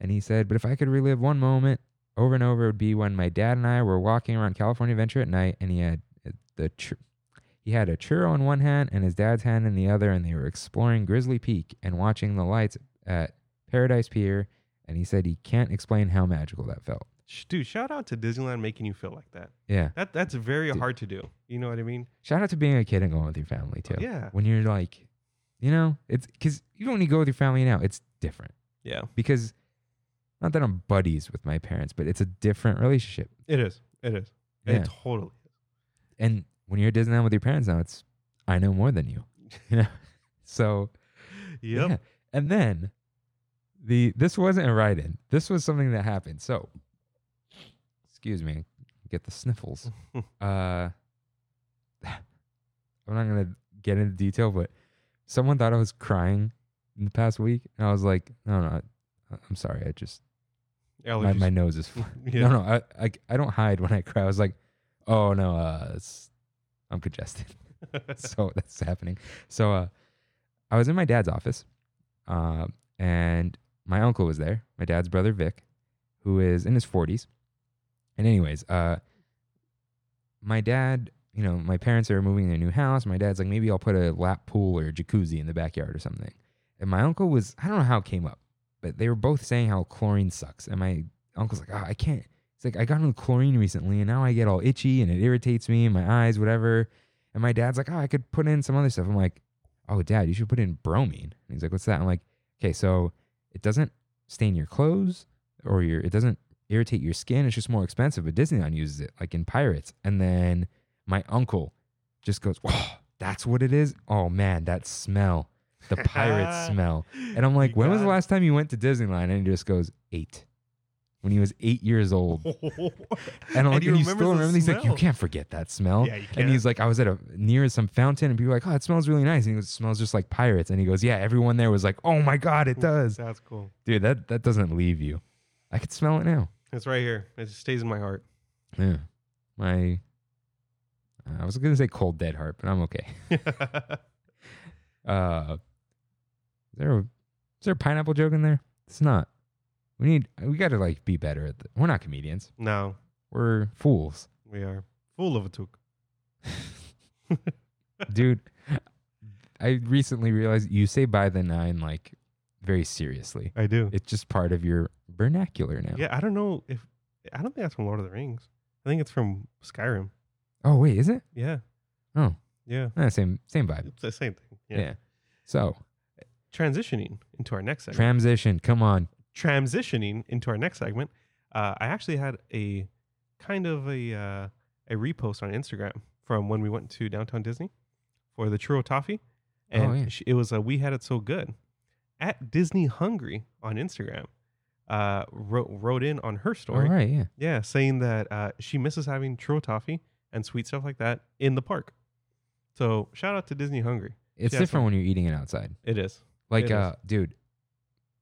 And he said, But if I could relive one moment over and over, it would be when my dad and I were walking around California Adventure at night, and he had uh, the chur- he had a churro in one hand and his dad's hand in the other, and they were exploring Grizzly Peak and watching the lights at Paradise Pier. And he said he can't explain how magical that felt. Sh- Dude, shout out to Disneyland making you feel like that. Yeah. That that's very Dude. hard to do. You know what I mean? Shout out to being a kid and going with your family too. Yeah. When you're like, you know, it's because even when you go with your family now, it's different Yeah. because not that I'm buddies with my parents, but it's a different relationship. It is. It is. Yeah. It totally. and when you're at Disneyland with your parents now, it's I know more than you. (laughs) You know? So Yep. yeah. And then the this wasn't a write in. This was something that happened. So excuse me, get the sniffles. uh (sighs) I'm not gonna get into detail, but someone thought I was crying in the past week and I was like, no, no, I- I'm sorry. I just my, Allergies. my nose is (laughs) (laughs) Yeah. no, no. I, I I don't hide when I cry. I was like, oh no, uh, it's, I'm congested. (laughs) so that's happening. So uh, I was in my dad's office, um, and my uncle was there. My dad's brother Vic, who is in his 40s. And anyways, uh, my dad, you know, my parents are moving in their new house. My dad's like, maybe I'll put a lap pool or a jacuzzi in the backyard or something. And my uncle was, I don't know how it came up, but they were both saying how chlorine sucks. And my uncle's like, oh, I can't. It's like, I got on chlorine recently and now I get all itchy and it irritates me, my eyes, whatever. And my dad's like, oh, I could put in some other stuff. I'm like, oh, dad, you should put in bromine. And he's like, what's that? I'm like, okay, so it doesn't stain your clothes or your, it doesn't irritate your skin. It's just more expensive, but Disneyland uses it like in Pirates. And then my uncle just goes, oh, that's what it is. Oh man, that smell, the pirate smell. And I'm like, (laughs) You when was the got last time you went to Disneyland? And he just goes, eight. When he was eight years old. (laughs) it. And I'm like, he and you remembers still the remember? He's like, you smell. can't forget that smell. Yeah, you And can't. he's like, I was at a near some fountain, and people were like, oh, it smells really nice. And he goes, it smells just like pirates. And he goes, yeah, everyone there was like, oh my god, it does, That's cool. dude. That that doesn't leave you. I could smell it now. It's right here. It just stays in my heart. (laughs) Yeah, my. I was gonna say cold dead heart, but I'm okay. Uh, is there a, is there a pineapple joke in there? It's not. We need. We got to like be better at. The, we're not comedians. no, We're (laughs) fools, we are full of a toque. dude. I recently realized you say "by the nine like very seriously. I do. It's just part of your vernacular now. Yeah, I don't know if I don't think that's from Lord of the Rings. I think it's from Skyrim. Oh wait, is it? Yeah, Oh, yeah, eh, same same vibe. it's the same thing. Yeah. So Transitioning into our next segment. transition. Come on. transitioning into our next segment, uh, I actually had a kind of a uh, a repost on Instagram from when we went to downtown Disney for the churro toffee, and Oh, yeah. sh- it was a we had it so good at Disney Hungry on Instagram. Uh, wrote wrote in on her All story, right. Yeah. yeah, saying that uh, she misses having churro toffee and sweet stuff like that in the park. So shout out to Disney Hungry. It's Yeah, different so- when you're eating it outside. It is It Like, is. uh, dude,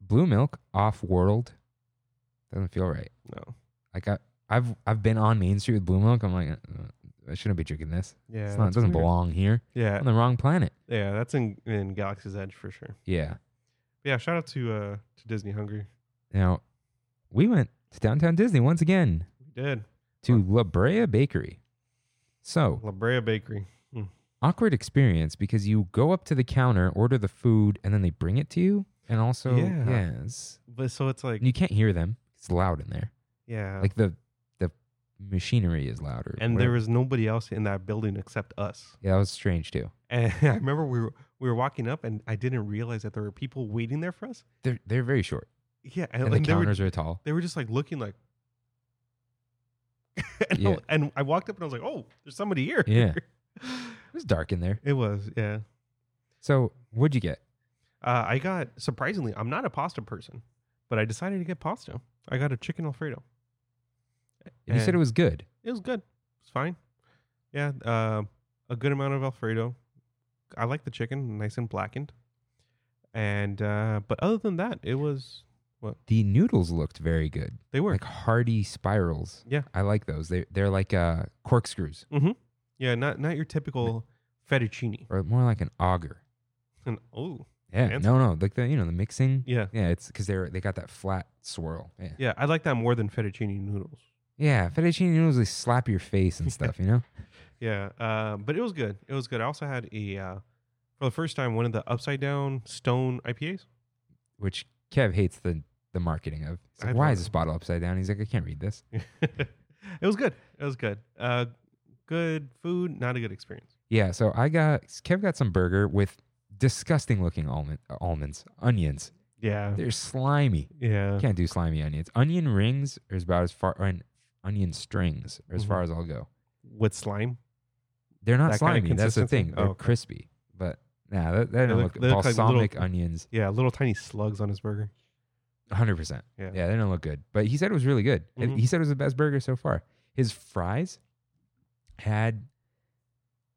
blue milk off world doesn't feel right. no, Like I, I've I've been on Main Street with blue milk. I'm like, uh, I shouldn't be drinking this. yeah, it's not, it that's doesn't weird. belong here. Yeah, On the wrong planet. yeah, that's in in Galaxy's Edge for sure. Yeah. Yeah, shout out to uh to Disney Hungry. Now, we went to downtown Disney once again We did. to La Brea Bakery. So La Brea Bakery. awkward experience because you go up to the counter, order the food, and then they bring it to you. And also, Yeah. yes, But so it's like, and you can't hear them. It's loud in there. yeah. Like the the machinery is louder. and there was nobody else in that building except us. (laughs) yeah, that was strange too. And I remember we were we were walking up, and I didn't realize that there were people waiting there for us. They're they're very short, Yeah, and, and, and the they were counters are (laughs) tall. they were just like looking like. and, I, Yeah. and I walked up and I was like, "Oh, there's somebody here." Yeah. It was dark in there. (laughs) it was. Yeah, So what'd you get? uh, I got surprisingly. I'm not a pasta person, but I decided to get pasta. I got a chicken alfredo. And you said And- it was good. It was good. It's fine. Yeah, uh, a good amount of alfredo. I like the chicken, nice and blackened. And uh, but other than that, it was The noodles looked very good, they were like hearty spirals. Yeah. I like those. They they're like uh, corkscrews, yeah, not not your typical fettuccine. or more like an auger. And oh Yeah, Fancy. no, no, like the you know the mixing. yeah, Yeah, it's because they're they got that flat swirl. Yeah, yeah, I like that more than fettuccine noodles. yeah. Fettuccine noodles they slap your face and stuff. You know. (laughs) Yeah, uh, but it was good. It was good. I also had a uh, for the first time one of the upside down stone IPAs. which Kev hates the the marketing of. He's I like, why don't is this bottle upside down? He's like, I can't read this. (laughs) it was good. It was good. Uh, good food, not a good experience. Yeah, so I got Kev got some burger with disgusting looking almond almonds, onions. Yeah, They're slimy. yeah. Can't do slimy onions. Onion rings are about as far and onion strings are as far as I'll go. with slime. They're not Mm-hmm. That kinda slimy. That's the consistency? thing. Oh, They're okay. crispy, but nah, that, that don't look- look, they look like little- balsamic onions. Yeah, little tiny slugs on his burger. Hundred percent. Yeah. Yeah, they don't look good. But he said it was really good. And Mhm. He said it was the best burger so far. His fries had,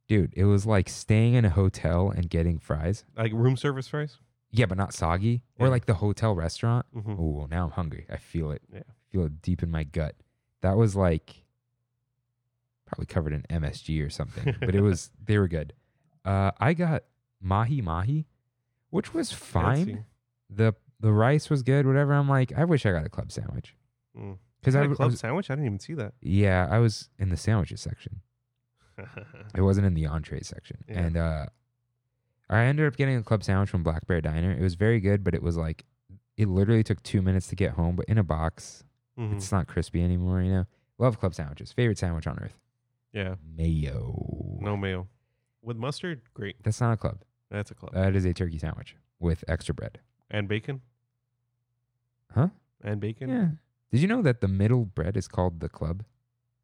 dude, it was like staying in a hotel and getting fries. Like room service fries. Yeah, but not soggy Yeah. or like the hotel restaurant. Mm-hmm. Oh, now I'm hungry. I feel it. Yeah. I feel it deep in my gut. That was like probably covered in MSG or (laughs) something, but it was, they were good. Uh, I got mahi mahi, which was fine the the rice was good, whatever. I'm like, I wish I got a club sandwich Mm. because Is I, that a club was, sandwich? I didn't even (laughs) see that. yeah, I was in the sandwiches section. It wasn't in the entree section, Yeah. and uh, I ended up getting a club sandwich from Black Bear Diner. It was very good, but it was like it literally took two minutes to get home, but in a box, Mhm. it's not crispy anymore. You know, love club sandwiches. Favorite sandwich on earth, Yeah, mayo. no mayo. With mustard, great. That's not a club. That's a club. That is a turkey sandwich with extra bread. and bacon. Huh? And bacon. Yeah. Did you know that the middle bread is called the club?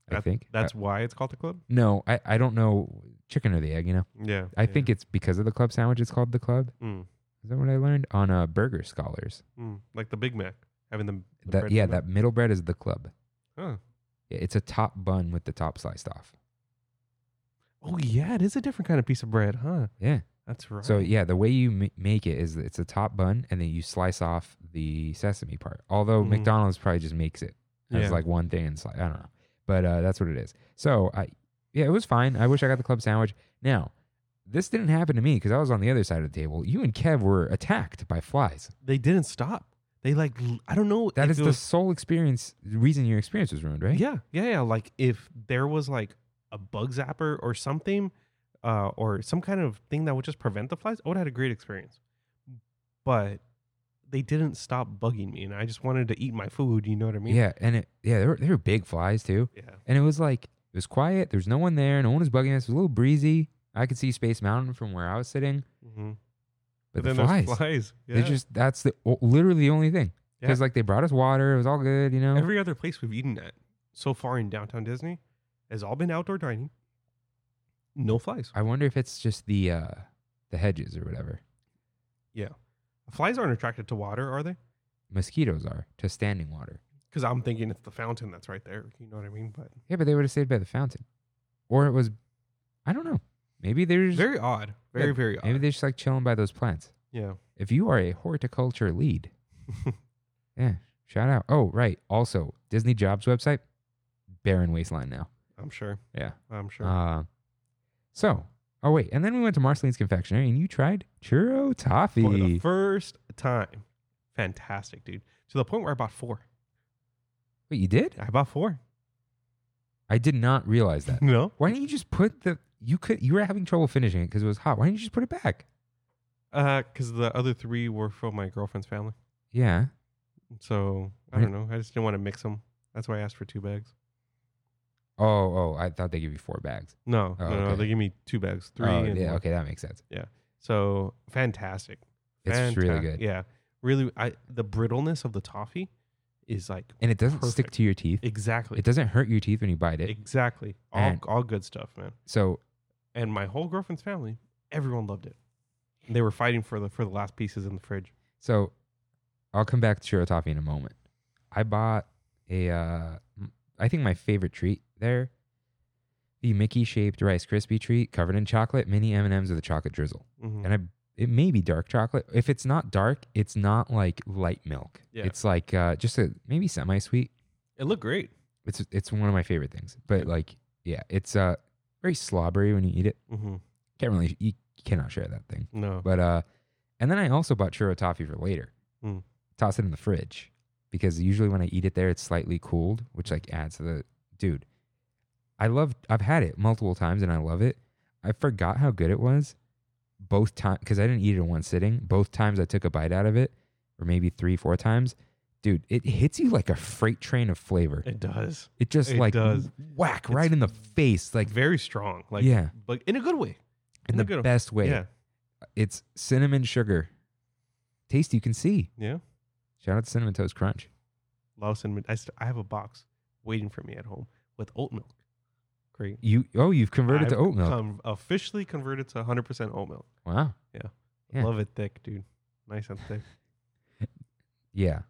I That- think Uh, That's why it's called the club. No, I, I don't know chicken or the egg, you know. Yeah, I think it's because of the club sandwich it's called the club. Mm, Is that what I learned? On uh, Burger Scholars. mm. like the Big Mac having the, the That bread yeah, from it. that middle bread is the club. Huh. Yeah, It's a top bun with the top sliced off. Oh yeah, it is a different kind of piece of bread, huh? Yeah. That's right. So yeah, the way you ma- make it is that it's a top bun and then you slice off the sesame part. Although Mhm. McDonald's probably just makes it as Yeah. like one thing and sli- I don't know, but uh, that's what it is. So I yeah, it was fine. I wish I got the club sandwich. Now this didn't happen to me because I was on the other side of the table. You and Kev were attacked by flies. they didn't stop. They like l- I don't know. That if is it the was- sole experience reason your experience was ruined, right? Yeah, yeah, yeah. Like if there was like a bug zapper or something, uh, or some kind of thing that would just prevent the flies, I would have had a great experience. But they didn't stop bugging me, and I just wanted to eat my food. You know what I mean? yeah, and it yeah, they were, they were big flies too, yeah. and it was like it was quiet. There's no one there. No one was bugging us. It was a little breezy. I could see Space Mountain from where I was sitting, Mhm. but, the then flies. there's flies. Yeah. They just that's the o- literally the only thing because Yeah. like they brought us water. It was all good, you know. every other place we've eaten at so far in downtown Disney has all been outdoor dining. No flies. I wonder if it's just the uh the hedges or whatever. Yeah, flies aren't attracted to water, are they? Mosquitoes are to standing water. Because I'm thinking it's the fountain that's right there. You know what I mean? But Yeah, but they would have stayed by the fountain, or it was, I don't know. Maybe they're just, very odd. Very Yeah, very odd. maybe they're just like chilling by those plants. yeah. if you are a horticulture lead, (laughs) yeah, shout out. Oh, right. Also, Disney Jobs website, barren wasteland now. I'm sure. Yeah. I'm sure. Uh, so, oh wait, and then we went to Marceline's Confectionery, and you tried churro toffee. For the first time. Fantastic, dude. To the point where I bought four. wait, you did? I bought four. (laughs) I did not realize that. No. (laughs) Why didn't you just put the you could you were having trouble finishing it because it was hot. Why didn't you just put it back? Because Uh, the other three were from my girlfriend's family. Yeah. So I Right. don't know. I just didn't want to mix them. That's why I asked for two bags. Oh, oh, I thought they give you four bags. No, Oh, no, no. okay. They gave me two bags, three. oh, and yeah, one. okay, that makes sense. So fantastic. It's really Fanta- good. Yeah, really. I the brittleness of the toffee is like And it doesn't stick Perfect. to your teeth. exactly, It doesn't hurt your teeth when you bite it. exactly all And- all good stuff, man. So And my whole girlfriend's family, everyone loved it. They were fighting for the for the last pieces in the fridge. so I'll come back to Shiro Toffee in a moment. I bought a uh m- I think my favorite treat there. The Mickey shaped Rice Krispie treat covered in chocolate, mini M&Ms with a chocolate drizzle. Mhm. and I it may be dark chocolate. If it's not dark, it's not like light milk. Yeah. It's like uh, just a maybe semi sweet. It looked great. It's it's one of my favorite things. But Yeah. like yeah, it's uh very slobbery when you eat it. hmm Can't really you cannot share that thing. No, But uh and then I also bought churro toffee for later. Mm. Toss it in the fridge because usually when I eat it there it's slightly cooled, which like adds to the dude. I love I've had it multiple times and I love it. I forgot how good it was both times because I didn't eat it in one sitting. Both times I took a bite out of it, or maybe three, four times. Dude, it hits you like a freight train of flavor. it does. It just it like does. whack It's right in the face, like Like very strong. Like Yeah. but in a good way. in the look at 'em. best way. Yeah, It's cinnamon sugar. Taste you can see. yeah. Shout out to Cinnamon Toast Crunch. Lawson, I, st- I have a box waiting for me at home with oat milk. Great. You oh, you've converted to I've oat milk. com- officially converted to 100% oat milk. Wow. Yeah. Love it thick, dude. Nice and thick. Yeah.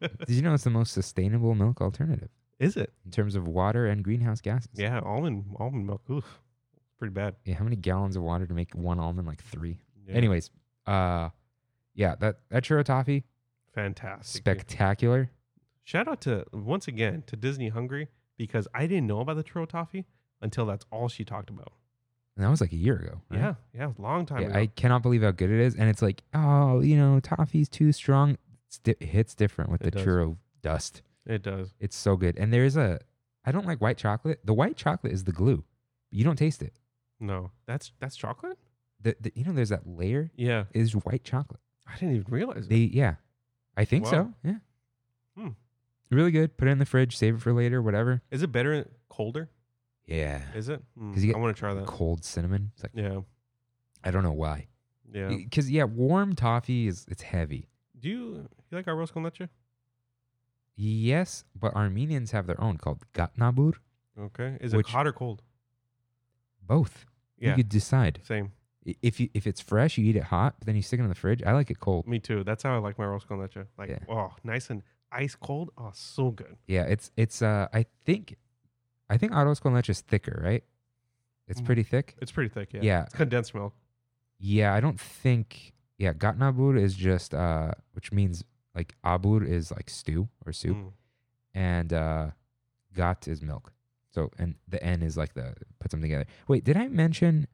Did you know it's the most sustainable milk alternative (laughs) Is it? in terms of water and greenhouse gases? Yeah, almond almond milk. Oof, pretty bad. Yeah, how many gallons of water to make one almond? Like three. Yeah. Anyways, uh, yeah, that that churro toffee fantastic. dude. spectacular. Shout out to once again to Disney Hungry because I didn't know about the churro toffee until that's all she talked about. And that was like a year ago. right? Yeah, yeah, long time Yeah, ago. I cannot believe how good it is. And it's like, oh, you know, toffee's too strong. It's di- it hits different with It the does. churro dust. it does. It's so good. And there is a, I don't like white chocolate. The white chocolate is the glue. You don't taste it. No, that's that's chocolate. The, the you know, there's that layer Yeah, is white chocolate. I didn't even realize. They it. yeah, I think so. Wow. Yeah. Hmm. Really good. Put it in the fridge. Save it for later. Whatever. Is it better colder? Yeah. Is it? Mm, 'Cause you I get want to try that. Cold cinnamon. It's like Yeah, I don't know why. yeah. Because yeah, warm toffee is it's heavy. Do you you like arroz con leche? Yes, but Armenians have their own called gatnabur. Okay. Is Which- it hot or cold? Both. You Yeah. could decide Same. I- if you if it's fresh, you eat it hot, but then you stick it in the fridge. I like it cold. Me too. That's how I like my arroz con leche. Like, Yeah. oh, nice and ice cold. Oh, so good. Yeah, it's it's uh I think I think arroz con leche is thicker, right? It's Mm. pretty thick. It's pretty thick. Yeah. Yeah. It's condensed milk. Yeah, I don't think. Yeah, gatnabur is just uh, which means like abur is like stew or soup, Mm. and uh, gat is milk. So and the n is like the put them together. Wait, did I mention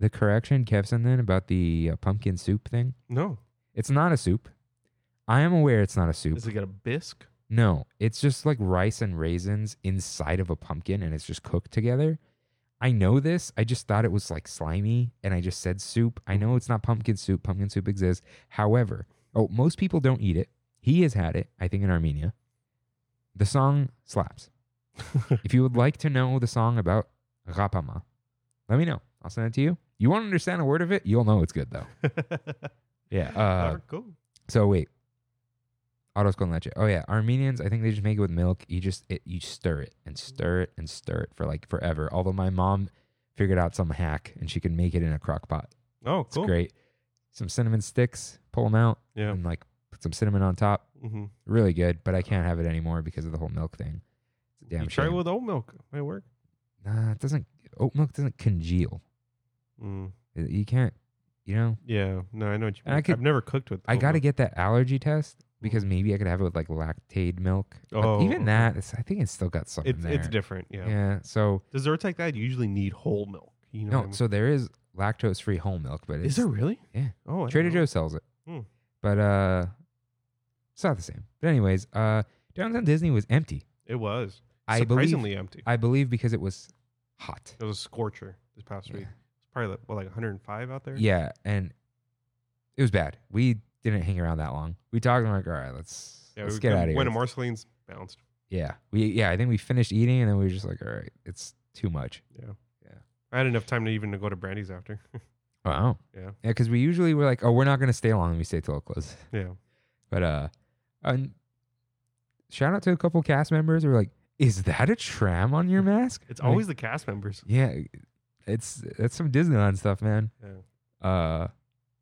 the correction Kev sent in about the uh, pumpkin soup thing? No. It's not a soup. I am aware it's not a soup. Is it got a bisque? (laughs) No, it's just like rice and raisins inside of a pumpkin and it's just cooked together. I know this. I just thought it was like slimy and I just said soup. I know it's not pumpkin soup. Pumpkin soup exists. However, oh, most people don't eat it. He has had it, I think, in Armenia. The song slaps. if you would like to know the song about Rapama, let me know. I'll send it to you. You won't understand a word of it. You'll know it's good though. Yeah. Uh, Oh, cool. so wait. Arroz con leche. Oh yeah, Armenians. I think they just make it with milk. You just it, you stir it and stir it and stir it for like forever. Although my mom figured out some hack and she can make it in a crock pot. Oh, It's cool. great. Some cinnamon sticks, pull them out Yeah. and like put some cinnamon on top. Mm-hmm. Really good, but I can't have it anymore because of the whole milk thing. It's a damn you try it shame. with oat milk. Might work. nah, it doesn't. Oat milk doesn't congeal. Mm. It- You can't. You know. Yeah. No, I know what you And I mean. could- I've never cooked with I oat got to milk. get that allergy test because maybe I could have it with like lactate milk. But Oh, even okay. that, it's, I think it's still got something It's, there. it's different. Yeah. Yeah. So Desserts like that usually need whole milk. You know what I no, mean? so there is lactose free whole milk, but it's, Is there really? Yeah. Oh, I didn't Trader know. Joe's sells it. Hmm. But uh, it's not the same. But anyways, uh, downtown Disney was empty. It was I believe. surprisingly empty. I believe because it was hot. It was a scorcher this past Yeah. week. It's probably like, what, like 105 out there. Yeah, and it was bad. We didn't hang around that long. We talked and we're like, all right, let's Yeah, let's we get went- out of here. Went to Marceline's bounced. yeah, we yeah, I think we finished eating and then we were just like, all right, it's too much. I had enough time to even go to Brandy's after. Wow. Yeah. Yeah, because we usually were like, oh, we're not gonna stay long. We stay till it closes. (laughs) yeah. But uh, and shout out to a couple cast members who were like, is that a tram on (laughs) your mask? It's I'm like, always the cast members. yeah, it's that's some Disneyland stuff, man. Yeah. Uh,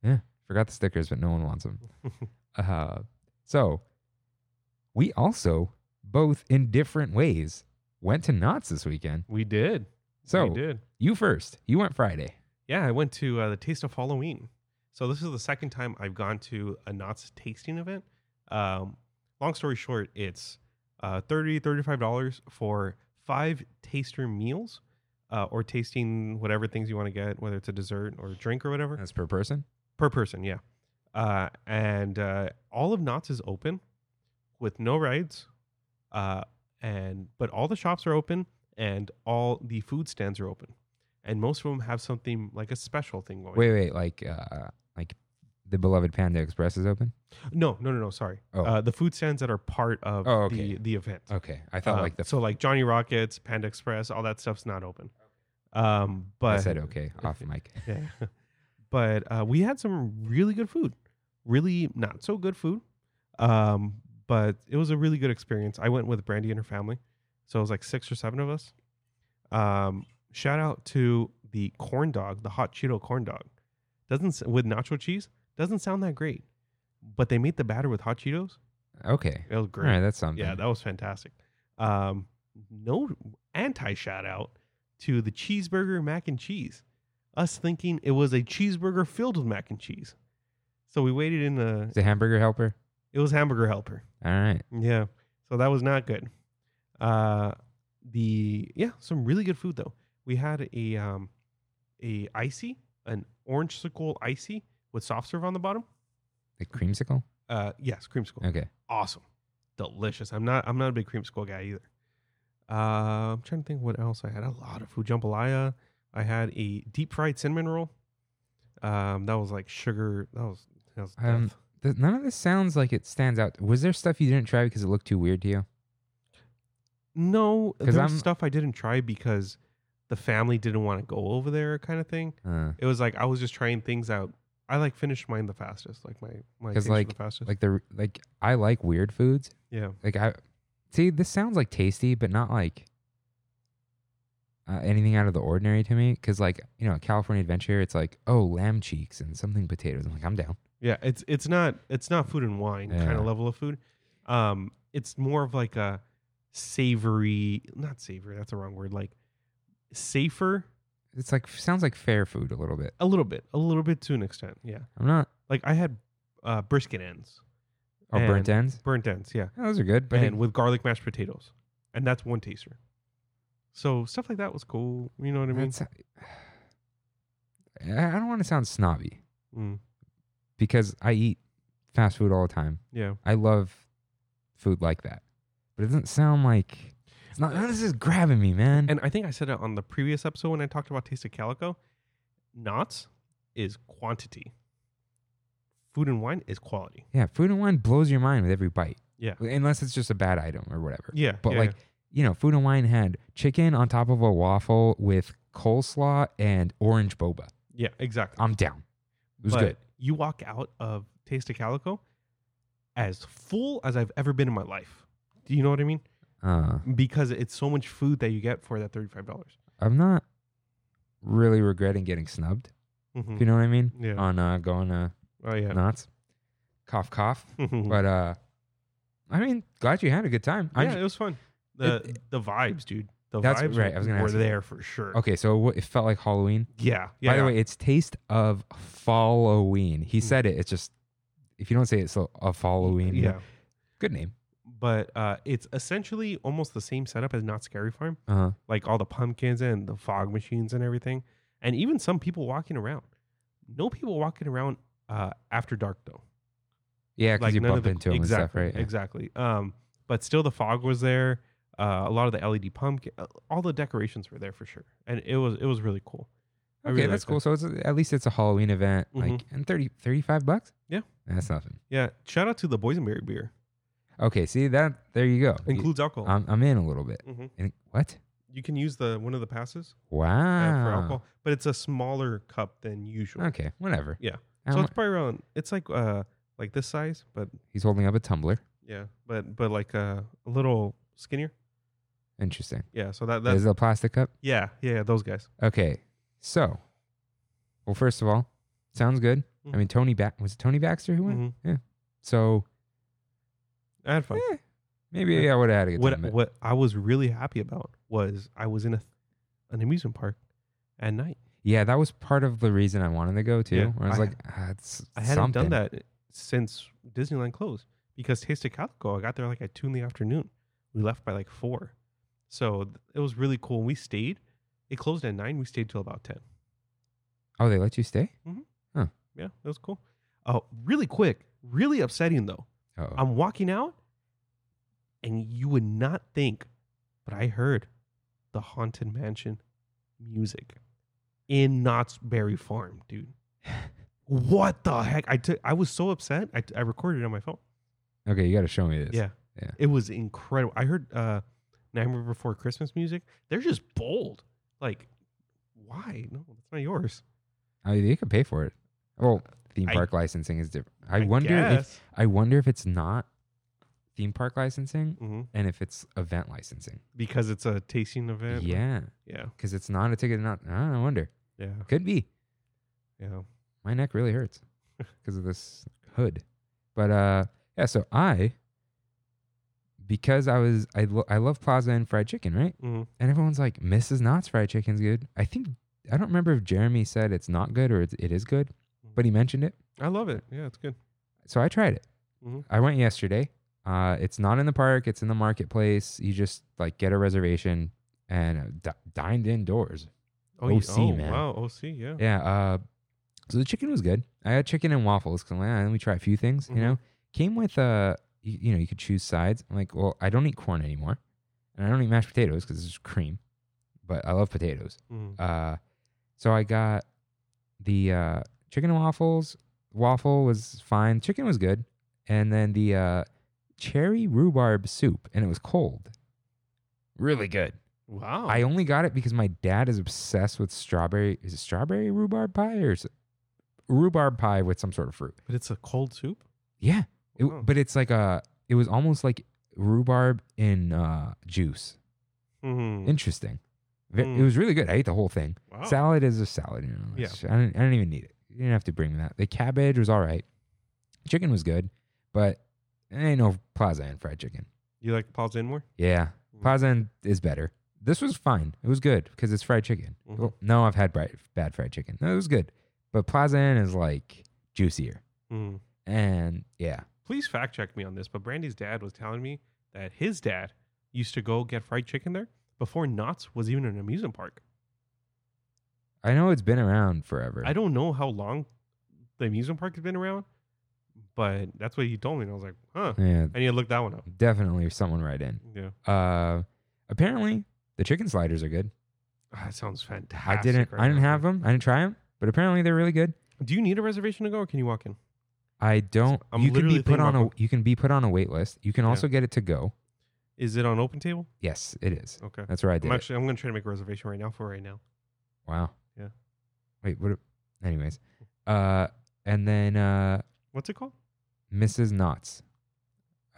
yeah, forgot the stickers, but no one wants (laughs) them. Uh, so we also both in different ways went to Knott's this weekend. we did. we So did. you first, you went Friday. Yeah, I went to uh, the Taste of Halloween. So this is the second time I've gone to a Knott's tasting event. Um, long story short, it's uh, $30, $35 for five taster meals uh, or tasting whatever things you want to get, whether it's a dessert or a drink or whatever. That's per person. per person yeah uh, and uh, all of knots is open with no rides uh, and but all the shops are open and all the food stands are open and most of them have something like a special thing going Wait, wait, like uh, like the beloved Panda Express is open. no no no no sorry Oh. uh, the food stands that are part of Oh, okay. the, the event Okay, I thought Um, like the so like johnny rockets panda express all that stuff's not open um but (laughs) I (laughs) said okay off mic. Yeah. but uh, we had some really good food, really not so good food. Um, but it was a really good experience. I went with Brandy and her family. So it was like six or seven of us. Um, shout out to the corn dog, the hot Cheeto corn dog. Doesn't s- with nacho cheese doesn't sound that great, but they made the batter with hot Cheetos. Okay, It was all great. right, that's something. Yeah, that was fantastic. Um, no anti shout out to the cheeseburger mac and cheese. Us thinking it was a cheeseburger filled with mac and cheese. So we waited in the Is it hamburger helper? it was hamburger helper. All right. Yeah. So that was not good. Uh the yeah, some really good food though. We had a um a icy, an orange sickle icy with soft serve on the bottom. The creamsicle? Uh yes, creamsicle Okay. awesome, delicious. I'm not I'm not a big cream squirrel guy either. Uh, I'm trying to think what else I had. A lot of food. Jambalaya. I had a deep fried cinnamon roll. Um, that was like sugar. That was that was death. Um, Th- none of this sounds like it stands out. Was there stuff you didn't try because it looked too weird to you? no. 'cause There's I'm- stuff I didn't try because the family didn't want to go over there, kind of thing. Uh, It was like I was just trying things out. I like finished mine the fastest, like my my 'Cause, taste were like- the fastest. like the like I like weird foods. yeah, Like I see this sounds like tasty, but not like uh, anything out of the ordinary to me. Because like you know, California Adventure, it's like oh lamb cheeks and something potatoes. I'm like I'm down. yeah. It's it's not it's not food and wine kind Yeah. of level of food. Um, it's more of like a savory, not savory. That's the wrong word. Like safer, It's like sounds like fair food a little bit. a little bit, a little bit to an extent. Yeah. I'm not Like I had uh, brisket ends, oh burnt And- ends. burnt ends. Yeah, Yeah, those are good, but it- and with garlic mashed potatoes, and that's one taster. So stuff like that was cool. You know what I mean? that's- uh, I I don't want to sound snobby Mm, because I eat fast food all the time. yeah. I love food like that, but it doesn't sound like it's not. None of this is grabbing me, man. And I think I said it on the previous episode when I talked about Taste of Calico. Knots is quantity. Food and wine is quality. yeah, food and wine blows your mind with every bite, Yeah. unless it's just a bad item or whatever. Yeah. But yeah, like, you know, food and wine had chicken on top of a waffle with coleslaw and orange boba. yeah, Yeah, exactly. I'm down. um, It was But good. You walk out of Taste of Calico as full as I've ever been in my life. Do you know what I mean? Uh, Because it's so much food that you get for that $35. dollars I'm not really regretting getting snubbed. If you know what I mean? Yeah. On uh, going to Mm-hmm. Oh, yeah. (laughs) Mm-hmm. knots. Cough, cough. But uh, I mean, glad you had a good time. I'm yeah, it was fun. The the vibes, dude. The That's vibes right, I was gonna were ask you. there for sure. Okay, so what, it felt like Halloween. Yeah. yeah By yeah. the way, it's taste of Halloween. He Hmm. said it. It's just if you don't say it, so of Halloween. Yeah. good name. but uh, it's essentially almost the same setup as Not Scary Farm, Uh huh. like all the pumpkins and the fog machines and everything, and even some people walking around. No people walking around uh, after dark though. Yeah, because you none of bump into him exactly, and stuff, right? Yeah. Exactly. Um, but still, the fog was there. uh, a lot of the LED pumpkin, uh, all the decorations were there for sure, and it was it was really cool. I Okay, really that's liked cool. So it's a, at least it's a Halloween event. Like and 30, 35 bucks. Yeah. that's nothing. it. Yeah, shout out to the boysenberry beer Okay, see that? There you go. You- Um, includes alcohol. I'm, I'm in a little bit. Mhm. And- what? You can use the one of the passes uh, for Wow. alcohol, but it's a smaller cup than usual. okay, whatever. Yeah. How So mu- it's probably around. It's like uh like this size, but he's holding up a tumbler. yeah, but but like uh, a little skinnier. Interesting. Yeah. So that that's Is it a plastic cup? yeah yeah, yeah those guys. Okay. So, well, first of all, sounds good. I Mhm. mean, Tony ba- was it Tony Baxter who went? Mhm. So I had fun. eh, maybe I would have had a good what time. but- what I was really happy about was I was in a an amusement park at night. yeah, that was part of the reason I wanted to go too. Yeah, where I was I- like, ah, it's I hadn't something. done that eh, since Disneyland closed because Taste of Calico. I got there like at two in the afternoon. We left by like four, so th- it was really cool. We stayed. It closed at nine. We stayed till about ten. Oh, they let you stay? Yeah, that was cool. Oh, really quick, really upsetting though. Oh, I'm walking out, and you would not think, but I heard the Haunted Mansion music in Knott's Berry Farm, (sighs) dude. what the heck? I took. I was so upset. I, I recorded it on my phone. okay. You got to show me this. Yeah, Yeah. It was incredible. I heard uh, Nightmare Before Christmas music. They're just bold. Like, why? No, that's not yours. I mean, Oh, you could pay for it. Well, theme I- park licensing is different. I, wonder if I wonder if it's not theme park licensing hmm and if it's event licensing. because it's a tasting Yeah. event. 'Cause yeah, yeah, because it's not a ticket. Not I don't wonder. yeah, Could be. yeah. my neck really (laughs) hurts because of this hood. But uh, yeah, so I because I was I lo- I love Plaza and fried chicken, right? hmm And everyone's like, Mrs. Knott's fried chicken's good. I think I don't remember if Jeremy said it's not good or it, it is good, but he mentioned it. I love it. Yeah, it's good. So I tried it. Mhm. I went yesterday. Uh, it's not in the park. It's in the marketplace. You just like get a reservation and uh, di- dined indoors. you- OC, man. Oh, Wow, OC, yeah. Yeah. Uh, so the chicken was good. I had chicken and waffles because I'm like, ah, let me try a few things. Mhm. You know, came with uh, you, you know, you could choose sides. I'm like, well, I don't eat corn anymore, and I don't eat mashed potatoes because it's just cream, but I love potatoes. Mm. Uh, so I got the uh, chicken and waffles. Waffle was fine. Chicken was good, and then the uh, cherry rhubarb soup, and it was cold. Really good. Wow. I only got it because my dad is obsessed with strawberry. Is it strawberry rhubarb pie or is it rhubarb pie with some sort of fruit? but it's a cold soup? Yeah, It- Wow. but it's like a. It was almost like rhubarb in uh, juice. Mm-hmm. Mm. Interesting. Ve- It Mm. was really good. I ate the whole thing. Wow. Salad is a salad. You know, Oh. Yeah. it's- I didn't, I didn't even need it. You didn't have to bring me that. The cabbage was all right. Chicken was good, but there ain't no plaza and fried chicken. you like Paul's Inmore? Yeah. Mm. Plaza and- is better. This was fine. It was good because it's fried chicken. Mhm. Well, no, I've had bright, bad fried chicken. No, it was good. But Plaza Inn is like juicier. Mm. And yeah. Please fact check me on this, but Brandy's dad was telling me that his dad used to go get fried chicken there before Knott's was even an amusement park. I know it's been around forever. I don't know how long the amusement park has been around, but that's what he told me. And I was like, huh. Yeah. I need to look that one up. Definitely someone right in. Yeah. Uh apparently the chicken sliders are good. Ah, That sounds fantastic. I didn't right I didn't now. have them. I didn't try them, but apparently they're really good. Do you need a reservation to go or can you walk in? I don't I'm you can literally be put thinking on a about- you can be put on a wait list. You can Yeah. also get it to go. Is it on open table? Yes, it is. Okay. That's where I did. I'm it. actually I'm gonna try to make a reservation right now for right now. Wow. Yeah. Wait, what? Anyways, uh, and then uh, What's it called? Mrs. Knott's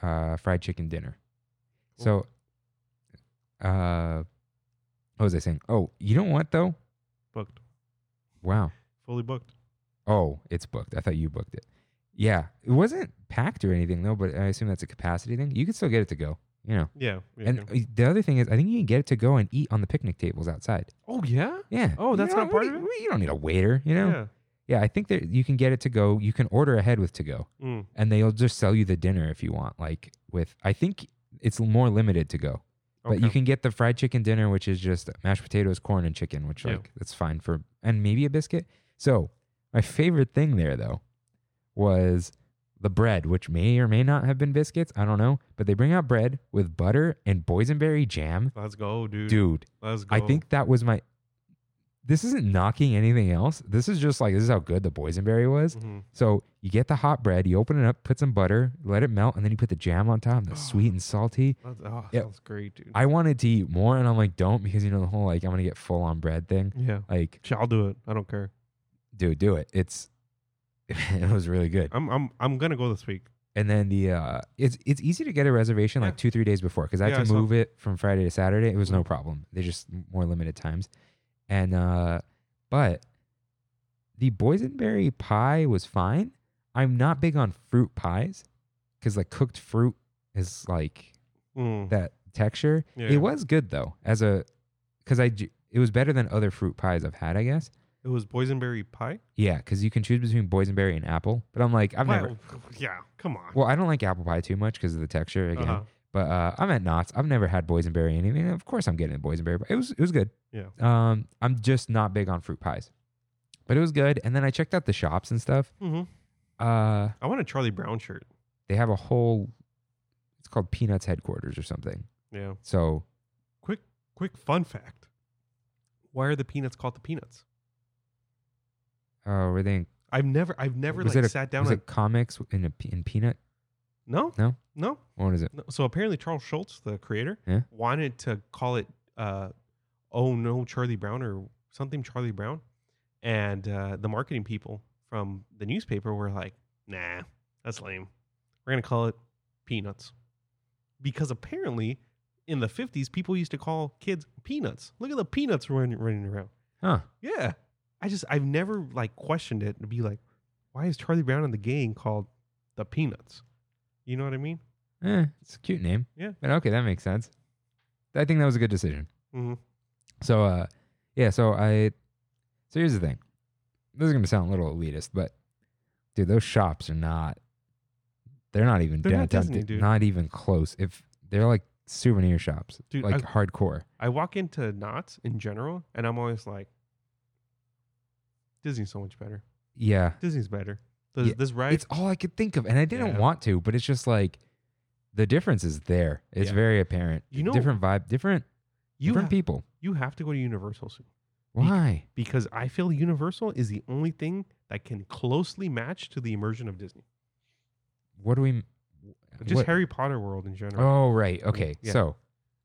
uh, fried chicken dinner. Cool. So, uh, what was I saying? Oh, you know what though? Booked. Wow. Fully booked. Oh, it's booked. I thought you booked it. Yeah, it wasn't packed or anything though, but I assume that's a capacity thing. You could still get it to go. You know. Yeah. yeah, And yeah. uh, the other thing is, I think you can get it to go and eat on the picnic tables outside. oh yeah? Yeah. Oh, You that's don't- not what part do of you, You don't need a waiter. You know. Yeah, I think that you can get it to go. You can order ahead with to go, Yeah. Mm. and they'll just sell you the dinner if you want. Like with, I think it's more limited to go, but you Okay. can get the fried chicken dinner, which is just mashed potatoes, corn, and chicken, which Yeah. like that's fine for, and maybe a biscuit. So my favorite thing there though was the bread, which may or may not have been biscuits. I don't know. But they bring out bread with butter and boysenberry jam. Let's go, dude. Dude, Let's go. I think that was my. This isn't knocking anything else. This is just like, this is how good the boysenberry was. Mhm. So you get the hot bread, you open it up, put some butter, let it melt, and then you put the jam on top. That's Ah. sweet and salty. That's, oh, Yeah. sounds great, dude. I wanted to eat more, and I'm like, don't, because you know the whole like I'm gonna get full on bread thing. yeah. Like, Sh- I'll do it. I don't care. dude, do it. It's (laughs) it was really good. I'm I'm I'm gonna go this week. And then the uh, it's it's easy to get a reservation Yeah. like two three days before because I Yeah, had I to saw. Mm-hmm. move it from Friday to Saturday. It was no problem. They just more limited times, and uh, but the boysenberry pie was fine. I'm not big on fruit pies because like cooked fruit is like Mm. that texture. Yeah. It was good though as a because I j- it was better than other fruit pies I've had I guess. It was boysenberry pie. Yeah, because you can choose between boysenberry and apple. But I'm like I've never. Wow. (laughs) Yeah. Come on. Well, I don't like apple pie too much because of the texture again. Uh-huh. But uh, I'm at Knott's. I've never had boysenberry anything. Of course, I'm getting a boysenberry. But it was it was good. Yeah. Um, I'm just not big on fruit pies, but it was good. And then I checked out the shops and stuff. hmm Uh, I want a Charlie Brown shirt. they have a whole. It's called Peanuts Headquarters or something. Yeah. So Quick quick fun fact. Why are the peanuts called the peanuts? uh, were they? In, I've never I've never was like it a, sat down Was and it comics in a pe- in peanut? no No? no What is it? No. So apparently, Charles Schultz, the creator, Yeah. wanted to call it uh, "Oh No, Charlie Brown" or something Charlie Brown, and uh, the marketing people from the newspaper were like, "Nah, that's lame. We're gonna call it Peanuts," because apparently, in the fifties, people used to call kids peanuts. Look at the peanuts running running around. Huh? Yeah, I just I've never like questioned it and be like, "Why is Charlie Brown and the gang called the Peanuts?" You know what I mean? Eh, it's a cute name. Yeah. But okay, that makes sense. I think that was a good decision. Mm-hmm. So uh yeah, so I so here's the thing. This is gonna sound a little elitist, but dude, those shops are not they're not even They're not downtown, Disney, dude. not even close. If they're like souvenir shops. Dude, like I- hardcore. I walk into Knott's in general, and I'm always like, Disney's so much better. Yeah. Disney's better. This, Yeah, this ride, It's all I could think of. And I didn't Yeah. want to, but it's just like the difference is there. It's Yeah. very apparent. You know- different vibe, different you different ha- people. you have to go to Universal soon Why? because I feel Universal is the only thing that can closely match to the immersion of Disney. What do we Just what- Harry Potter world in general, Oh right. Okay. Yeah. So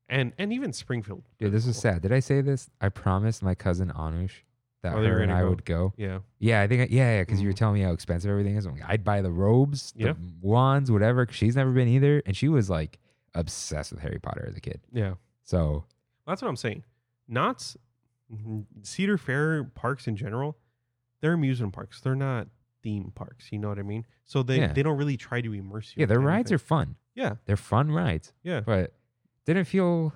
and and even Springfield. Dude, this is sad. Did I say this? I promised my cousin Anush that Oh, they were her and gonna I go. would go. Yeah, Yeah, I think. I, yeah, yeah, because you were telling me how expensive everything is. I'm like, I'd buy the robes, the Yeah. wands, whatever. 'cause she's never been either, and she was like obsessed with Harry Potter as a kid. yeah. So That's what I'm saying. Knott's, mhm, Cedar Fair parks in general, they're amusement parks. They're not theme parks. You know what I mean? So they, Yeah. they don't really try to immerse you. yeah, their rides are fun. Yeah, They're fun rides, yeah. but didn't feel.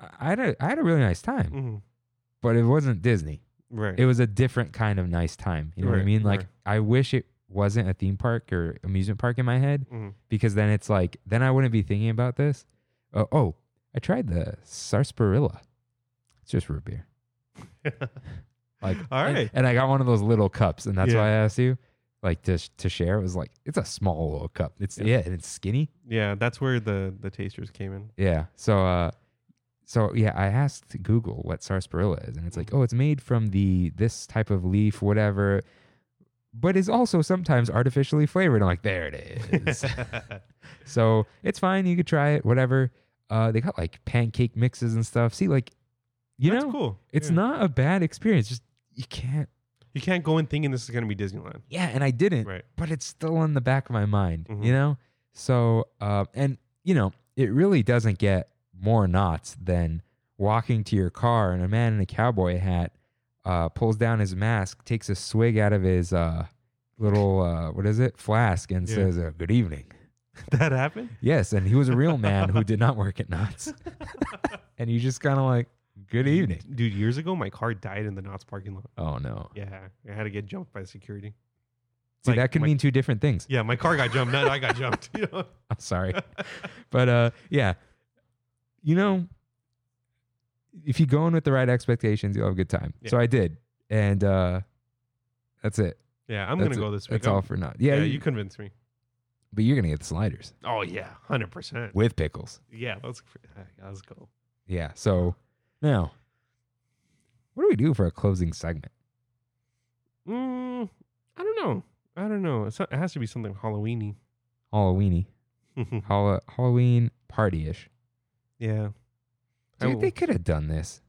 I I had a I had a really nice time, hmm but it wasn't Disney. Right. It was a different kind of nice time. You know what I Right, mean? Like right. I wish it wasn't a theme park or amusement park in my head. Mhm. because then it's like then I wouldn't be thinking about this. Oh, oh I tried the sarsaparilla. It's just root beer. (laughs) Like (laughs) All and- right. and, I got one of those little cups, and that's Yeah. why I asked you like to sh- to share. It was like it's a small little cup. It's Yeah. yeah, and it's skinny. yeah, that's where the the tasters came in. Yeah. So uh, so yeah, I asked Google what sarsaparilla is, and it's Mm-hmm. like oh, it's made from the this type of leaf, whatever. But is also sometimes artificially flavored. I'm like, there it (laughs) is. So it's fine. You could try it, whatever. Uh, they got like pancake mixes and stuff. See, like, you that's know, cool. it's Yeah. not a bad experience. Just you can't. You can't go in thinking this is gonna be Disneyland. Yeah, and I didn't, Right. (laughs) but it's still in the back of my mind, Mhm. you know. So, uh, and you know, it really doesn't get more knots than walking to your car and a man in a cowboy hat uh, pulls down his mask, takes a swig out of his uh, little uh, what is it flask, and Yeah. says, uh, "Good evening." that happened. Yes, and he was a real man who did not work at Knott's. (laughs) and you just kind of like, good evening. dude. Years ago, my car died in the Knott's parking lot. Oh no. Yeah, I had to get jumped by security. See, Like- that can like- mean two different things. Yeah, my car got jumped. Not I got jumped. (laughs) You know. I'm sorry. but uh yeah. You know, if you go in with the right expectations, you'll have a good time. Yeah. So I did. And uh that's it. Yeah, I'm That's gonna it. go this week. That's I'm- all for not. Yeah, yeah, you- you convinced me. but you're gonna get the sliders Oh yeah, hundred percent. with pickles. Yeah, let's let's go. Yeah. So now, what do we do for a closing segment? Mm, I don't know. I don't know. It's not, it has to be something Halloweeny. (laughs) Halloweeny, Hall- Halloween party ish. yeah. I Dude, will- they could have done this.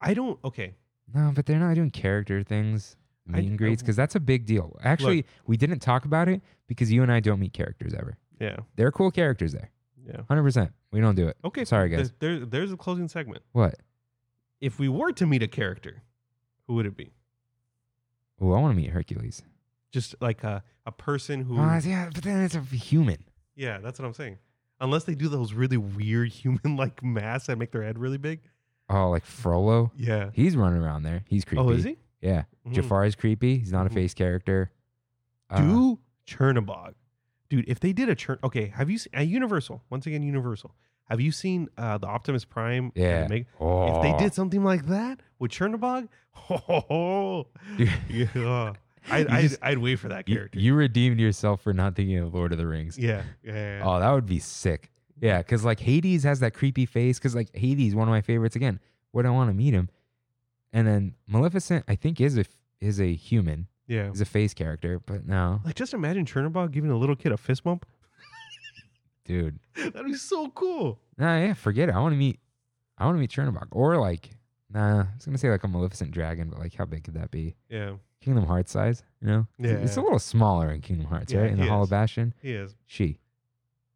I don't. Okay. No, but they're not doing character things, I- uh, meet I- and greets, because that's a big deal. Actually, we didn't talk about it because you and I don't meet characters ever. Yeah. They're cool characters there, Yeah. hundred percent. We don't do it. Okay. Sorry, guys. There, there- there's a closing segment. What? If we were to meet a character, who would it be? Oh, I want to meet Hercules. Just like a, a person who. Oh, yeah, but then it's a human. yeah, that's what I'm saying. Unless they do those really weird (laughs) human like masks that make their head really big. Oh, like Frollo. Yeah. He's running around there. He's creepy. Oh, is he? Yeah. Mhm. Jafar is creepy. He's not a Mhm. face character. Uh, do Chernobog, dude. If they did a Chern, okay. Have you seen at Universal? Once again, Universal. Have you seen uh, the Optimus Prime? kind of Yeah. Make, Oh. If they (laughs) did something like that with Chernobog, (laughs) ho, ho, ho. (laughs) Dude. yeah, I'd, You I'd, just- I'd wait for that you, character. you redeemed yourself for not thinking of Lord of the Rings. yeah, yeah, yeah, yeah. Oh, that would be sick. Yeah, because like Hades has that creepy face. Because like Hades, one of my favorites. Again, would I want to meet him? And then Maleficent, I think is a f- is a human, yeah. is a face character, but no, Like just imagine Chernobog giving a little kid a fist bump. (laughs) dude, That'd be so cool. nah, yeah, forget it. I want to meet, I want to meet Chernobog, or like, nah, I was gonna say like a Maleficent dragon, but like, how big could that be? Yeah, Kingdom Hearts size, you know? It's- It's a Yeah. little smaller in Kingdom Hearts, Yeah, right? In the it Hall is. of Bastion, he is. she.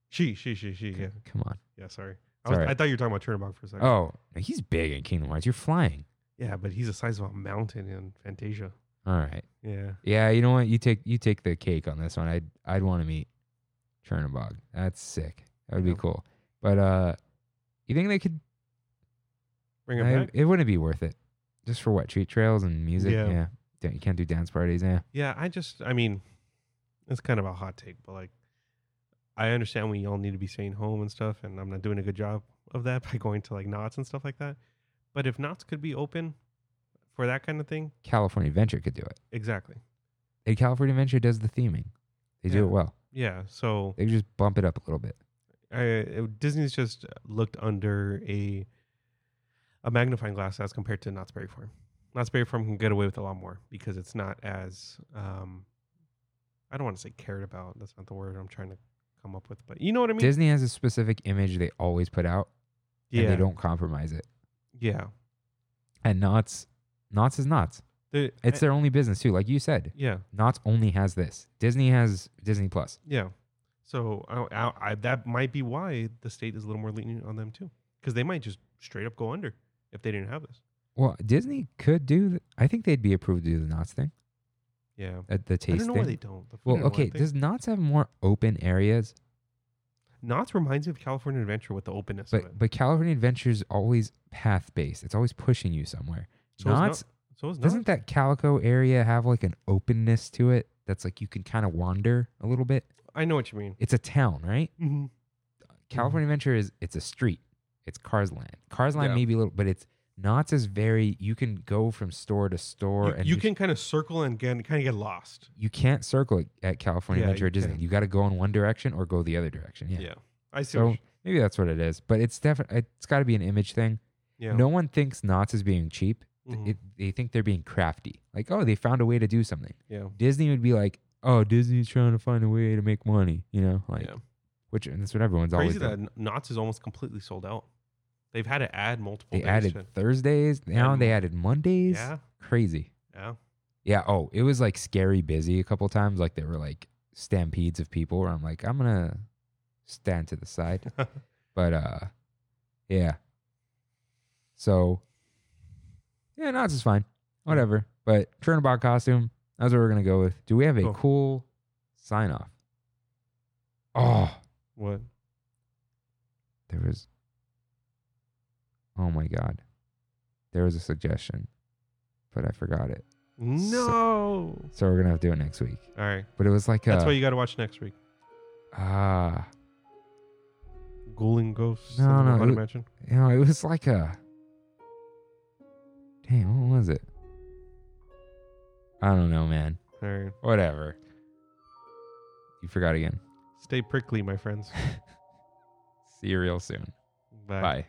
She, she, she, she. C- Yeah, Come on. yeah. Sorry, I, was, alright. I thought you were talking about Chernobog for a second. Oh, he's big in Kingdom Hearts. You're flying. yeah, but he's the size of a mountain in Fantasia. All right. Yeah. Yeah, you know what? You take you take the cake on this one. I'd I'd want to meet Chernobog. That's sick. That would be Yeah. cool. But uh you think they could Bring it I- back. it wouldn't be worth it. Just for what? Treat trails and music. Yeah. Yeah. Don't- You can't do dance parties, yeah. Yeah, I just, I mean, it's kind of a hot take, but like, I understand we all need to be staying home and stuff, and I'm not doing a good job of that (laughs) by going to like knots and stuff like that. But if knots could be open for that kind of thing, California Adventure could do it. exactly. And California Adventure does the theming. They do Yeah. it well. Yeah. So They just bump it up a little bit. I, it- Disney's just looked under a a magnifying glass as compared to Knott's Berry Farm. Knott's Berry Farm can get away with a lot more because it's not as um, I don't want to say cared about. That's not the word I'm trying to come up with, but you know what I mean. Disney has a specific image they always put out and they don't compromise it. Yeah. And Knott's Knott's is Knott's. The- It's I- their only business too, like you said. yeah, Knott's only has this. Disney has Disney Plus. yeah. So I, I, I, that might be why the state is a little more lenient on them too, because they might just straight up go under if they didn't have this. Well, Disney could do. th- I think they'd be approved to do the Knots thing Yeah, at the taste I don't know thing. why they don't. The food well, and wine okay. thing. Does Knots have more open areas? Knott's reminds me of California Adventure with the openness of it. But but California Adventure's always path based. It's always pushing you somewhere. So is Knots Knot- so is Knott's. doesn't that Calico area have like an openness to it that's like you can kind of wander a little bit. I know what you mean. It's a town, right? Mhm. California Adventure is it's a street. It's Cars Land. Cars Land Yeah. may be a little, but it's Knots is very. You can go from store to store You, and you just can kind of circle and get, kind of get lost. you can't circle it at California Yeah, Adventure you at Disney. can't. You got to go in one direction or go the other direction. Yeah. Yeah, I see. what So you- maybe that's what it is, but it's definitely it's got to be an image thing. yeah, No one thinks Knott's is being cheap. Th- Mhm. It, they think they're being crafty. Like, oh, they found a way to do something. yeah, Disney would be like, oh, Disney's trying to find a way to make money. You know, like yeah. which and that's what everyone's Crazy always. that done. Kn- Knott's is almost completely sold out. They've had to add multiple. They days added to it. Thursdays. Now And- they added Mondays. Yeah, Crazy. yeah. (laughs) Yeah. Oh, it was like scary busy a couple times. Like there were like stampedes of people where I'm like, I'm gonna stand to the side. but uh yeah. So yeah, Knots is fine. Whatever. But Chernobog costume, that's what we're gonna go with. Do we have a Cool. cool, sign off? Oh, What? there was Oh my god. There was a suggestion, but I forgot it. No. So we're gonna have to do it next week. All right. But it was like uh, That's a, why you got to watch next week. Ah, Ghouling ghosts. No, in the no, Haunted it- Mansion. you know, it was like a. Damn, what was it? I don't know, man. All right. Whatever. You forgot again. (laughs) Stay prickly, my friends. See you real soon. Bye.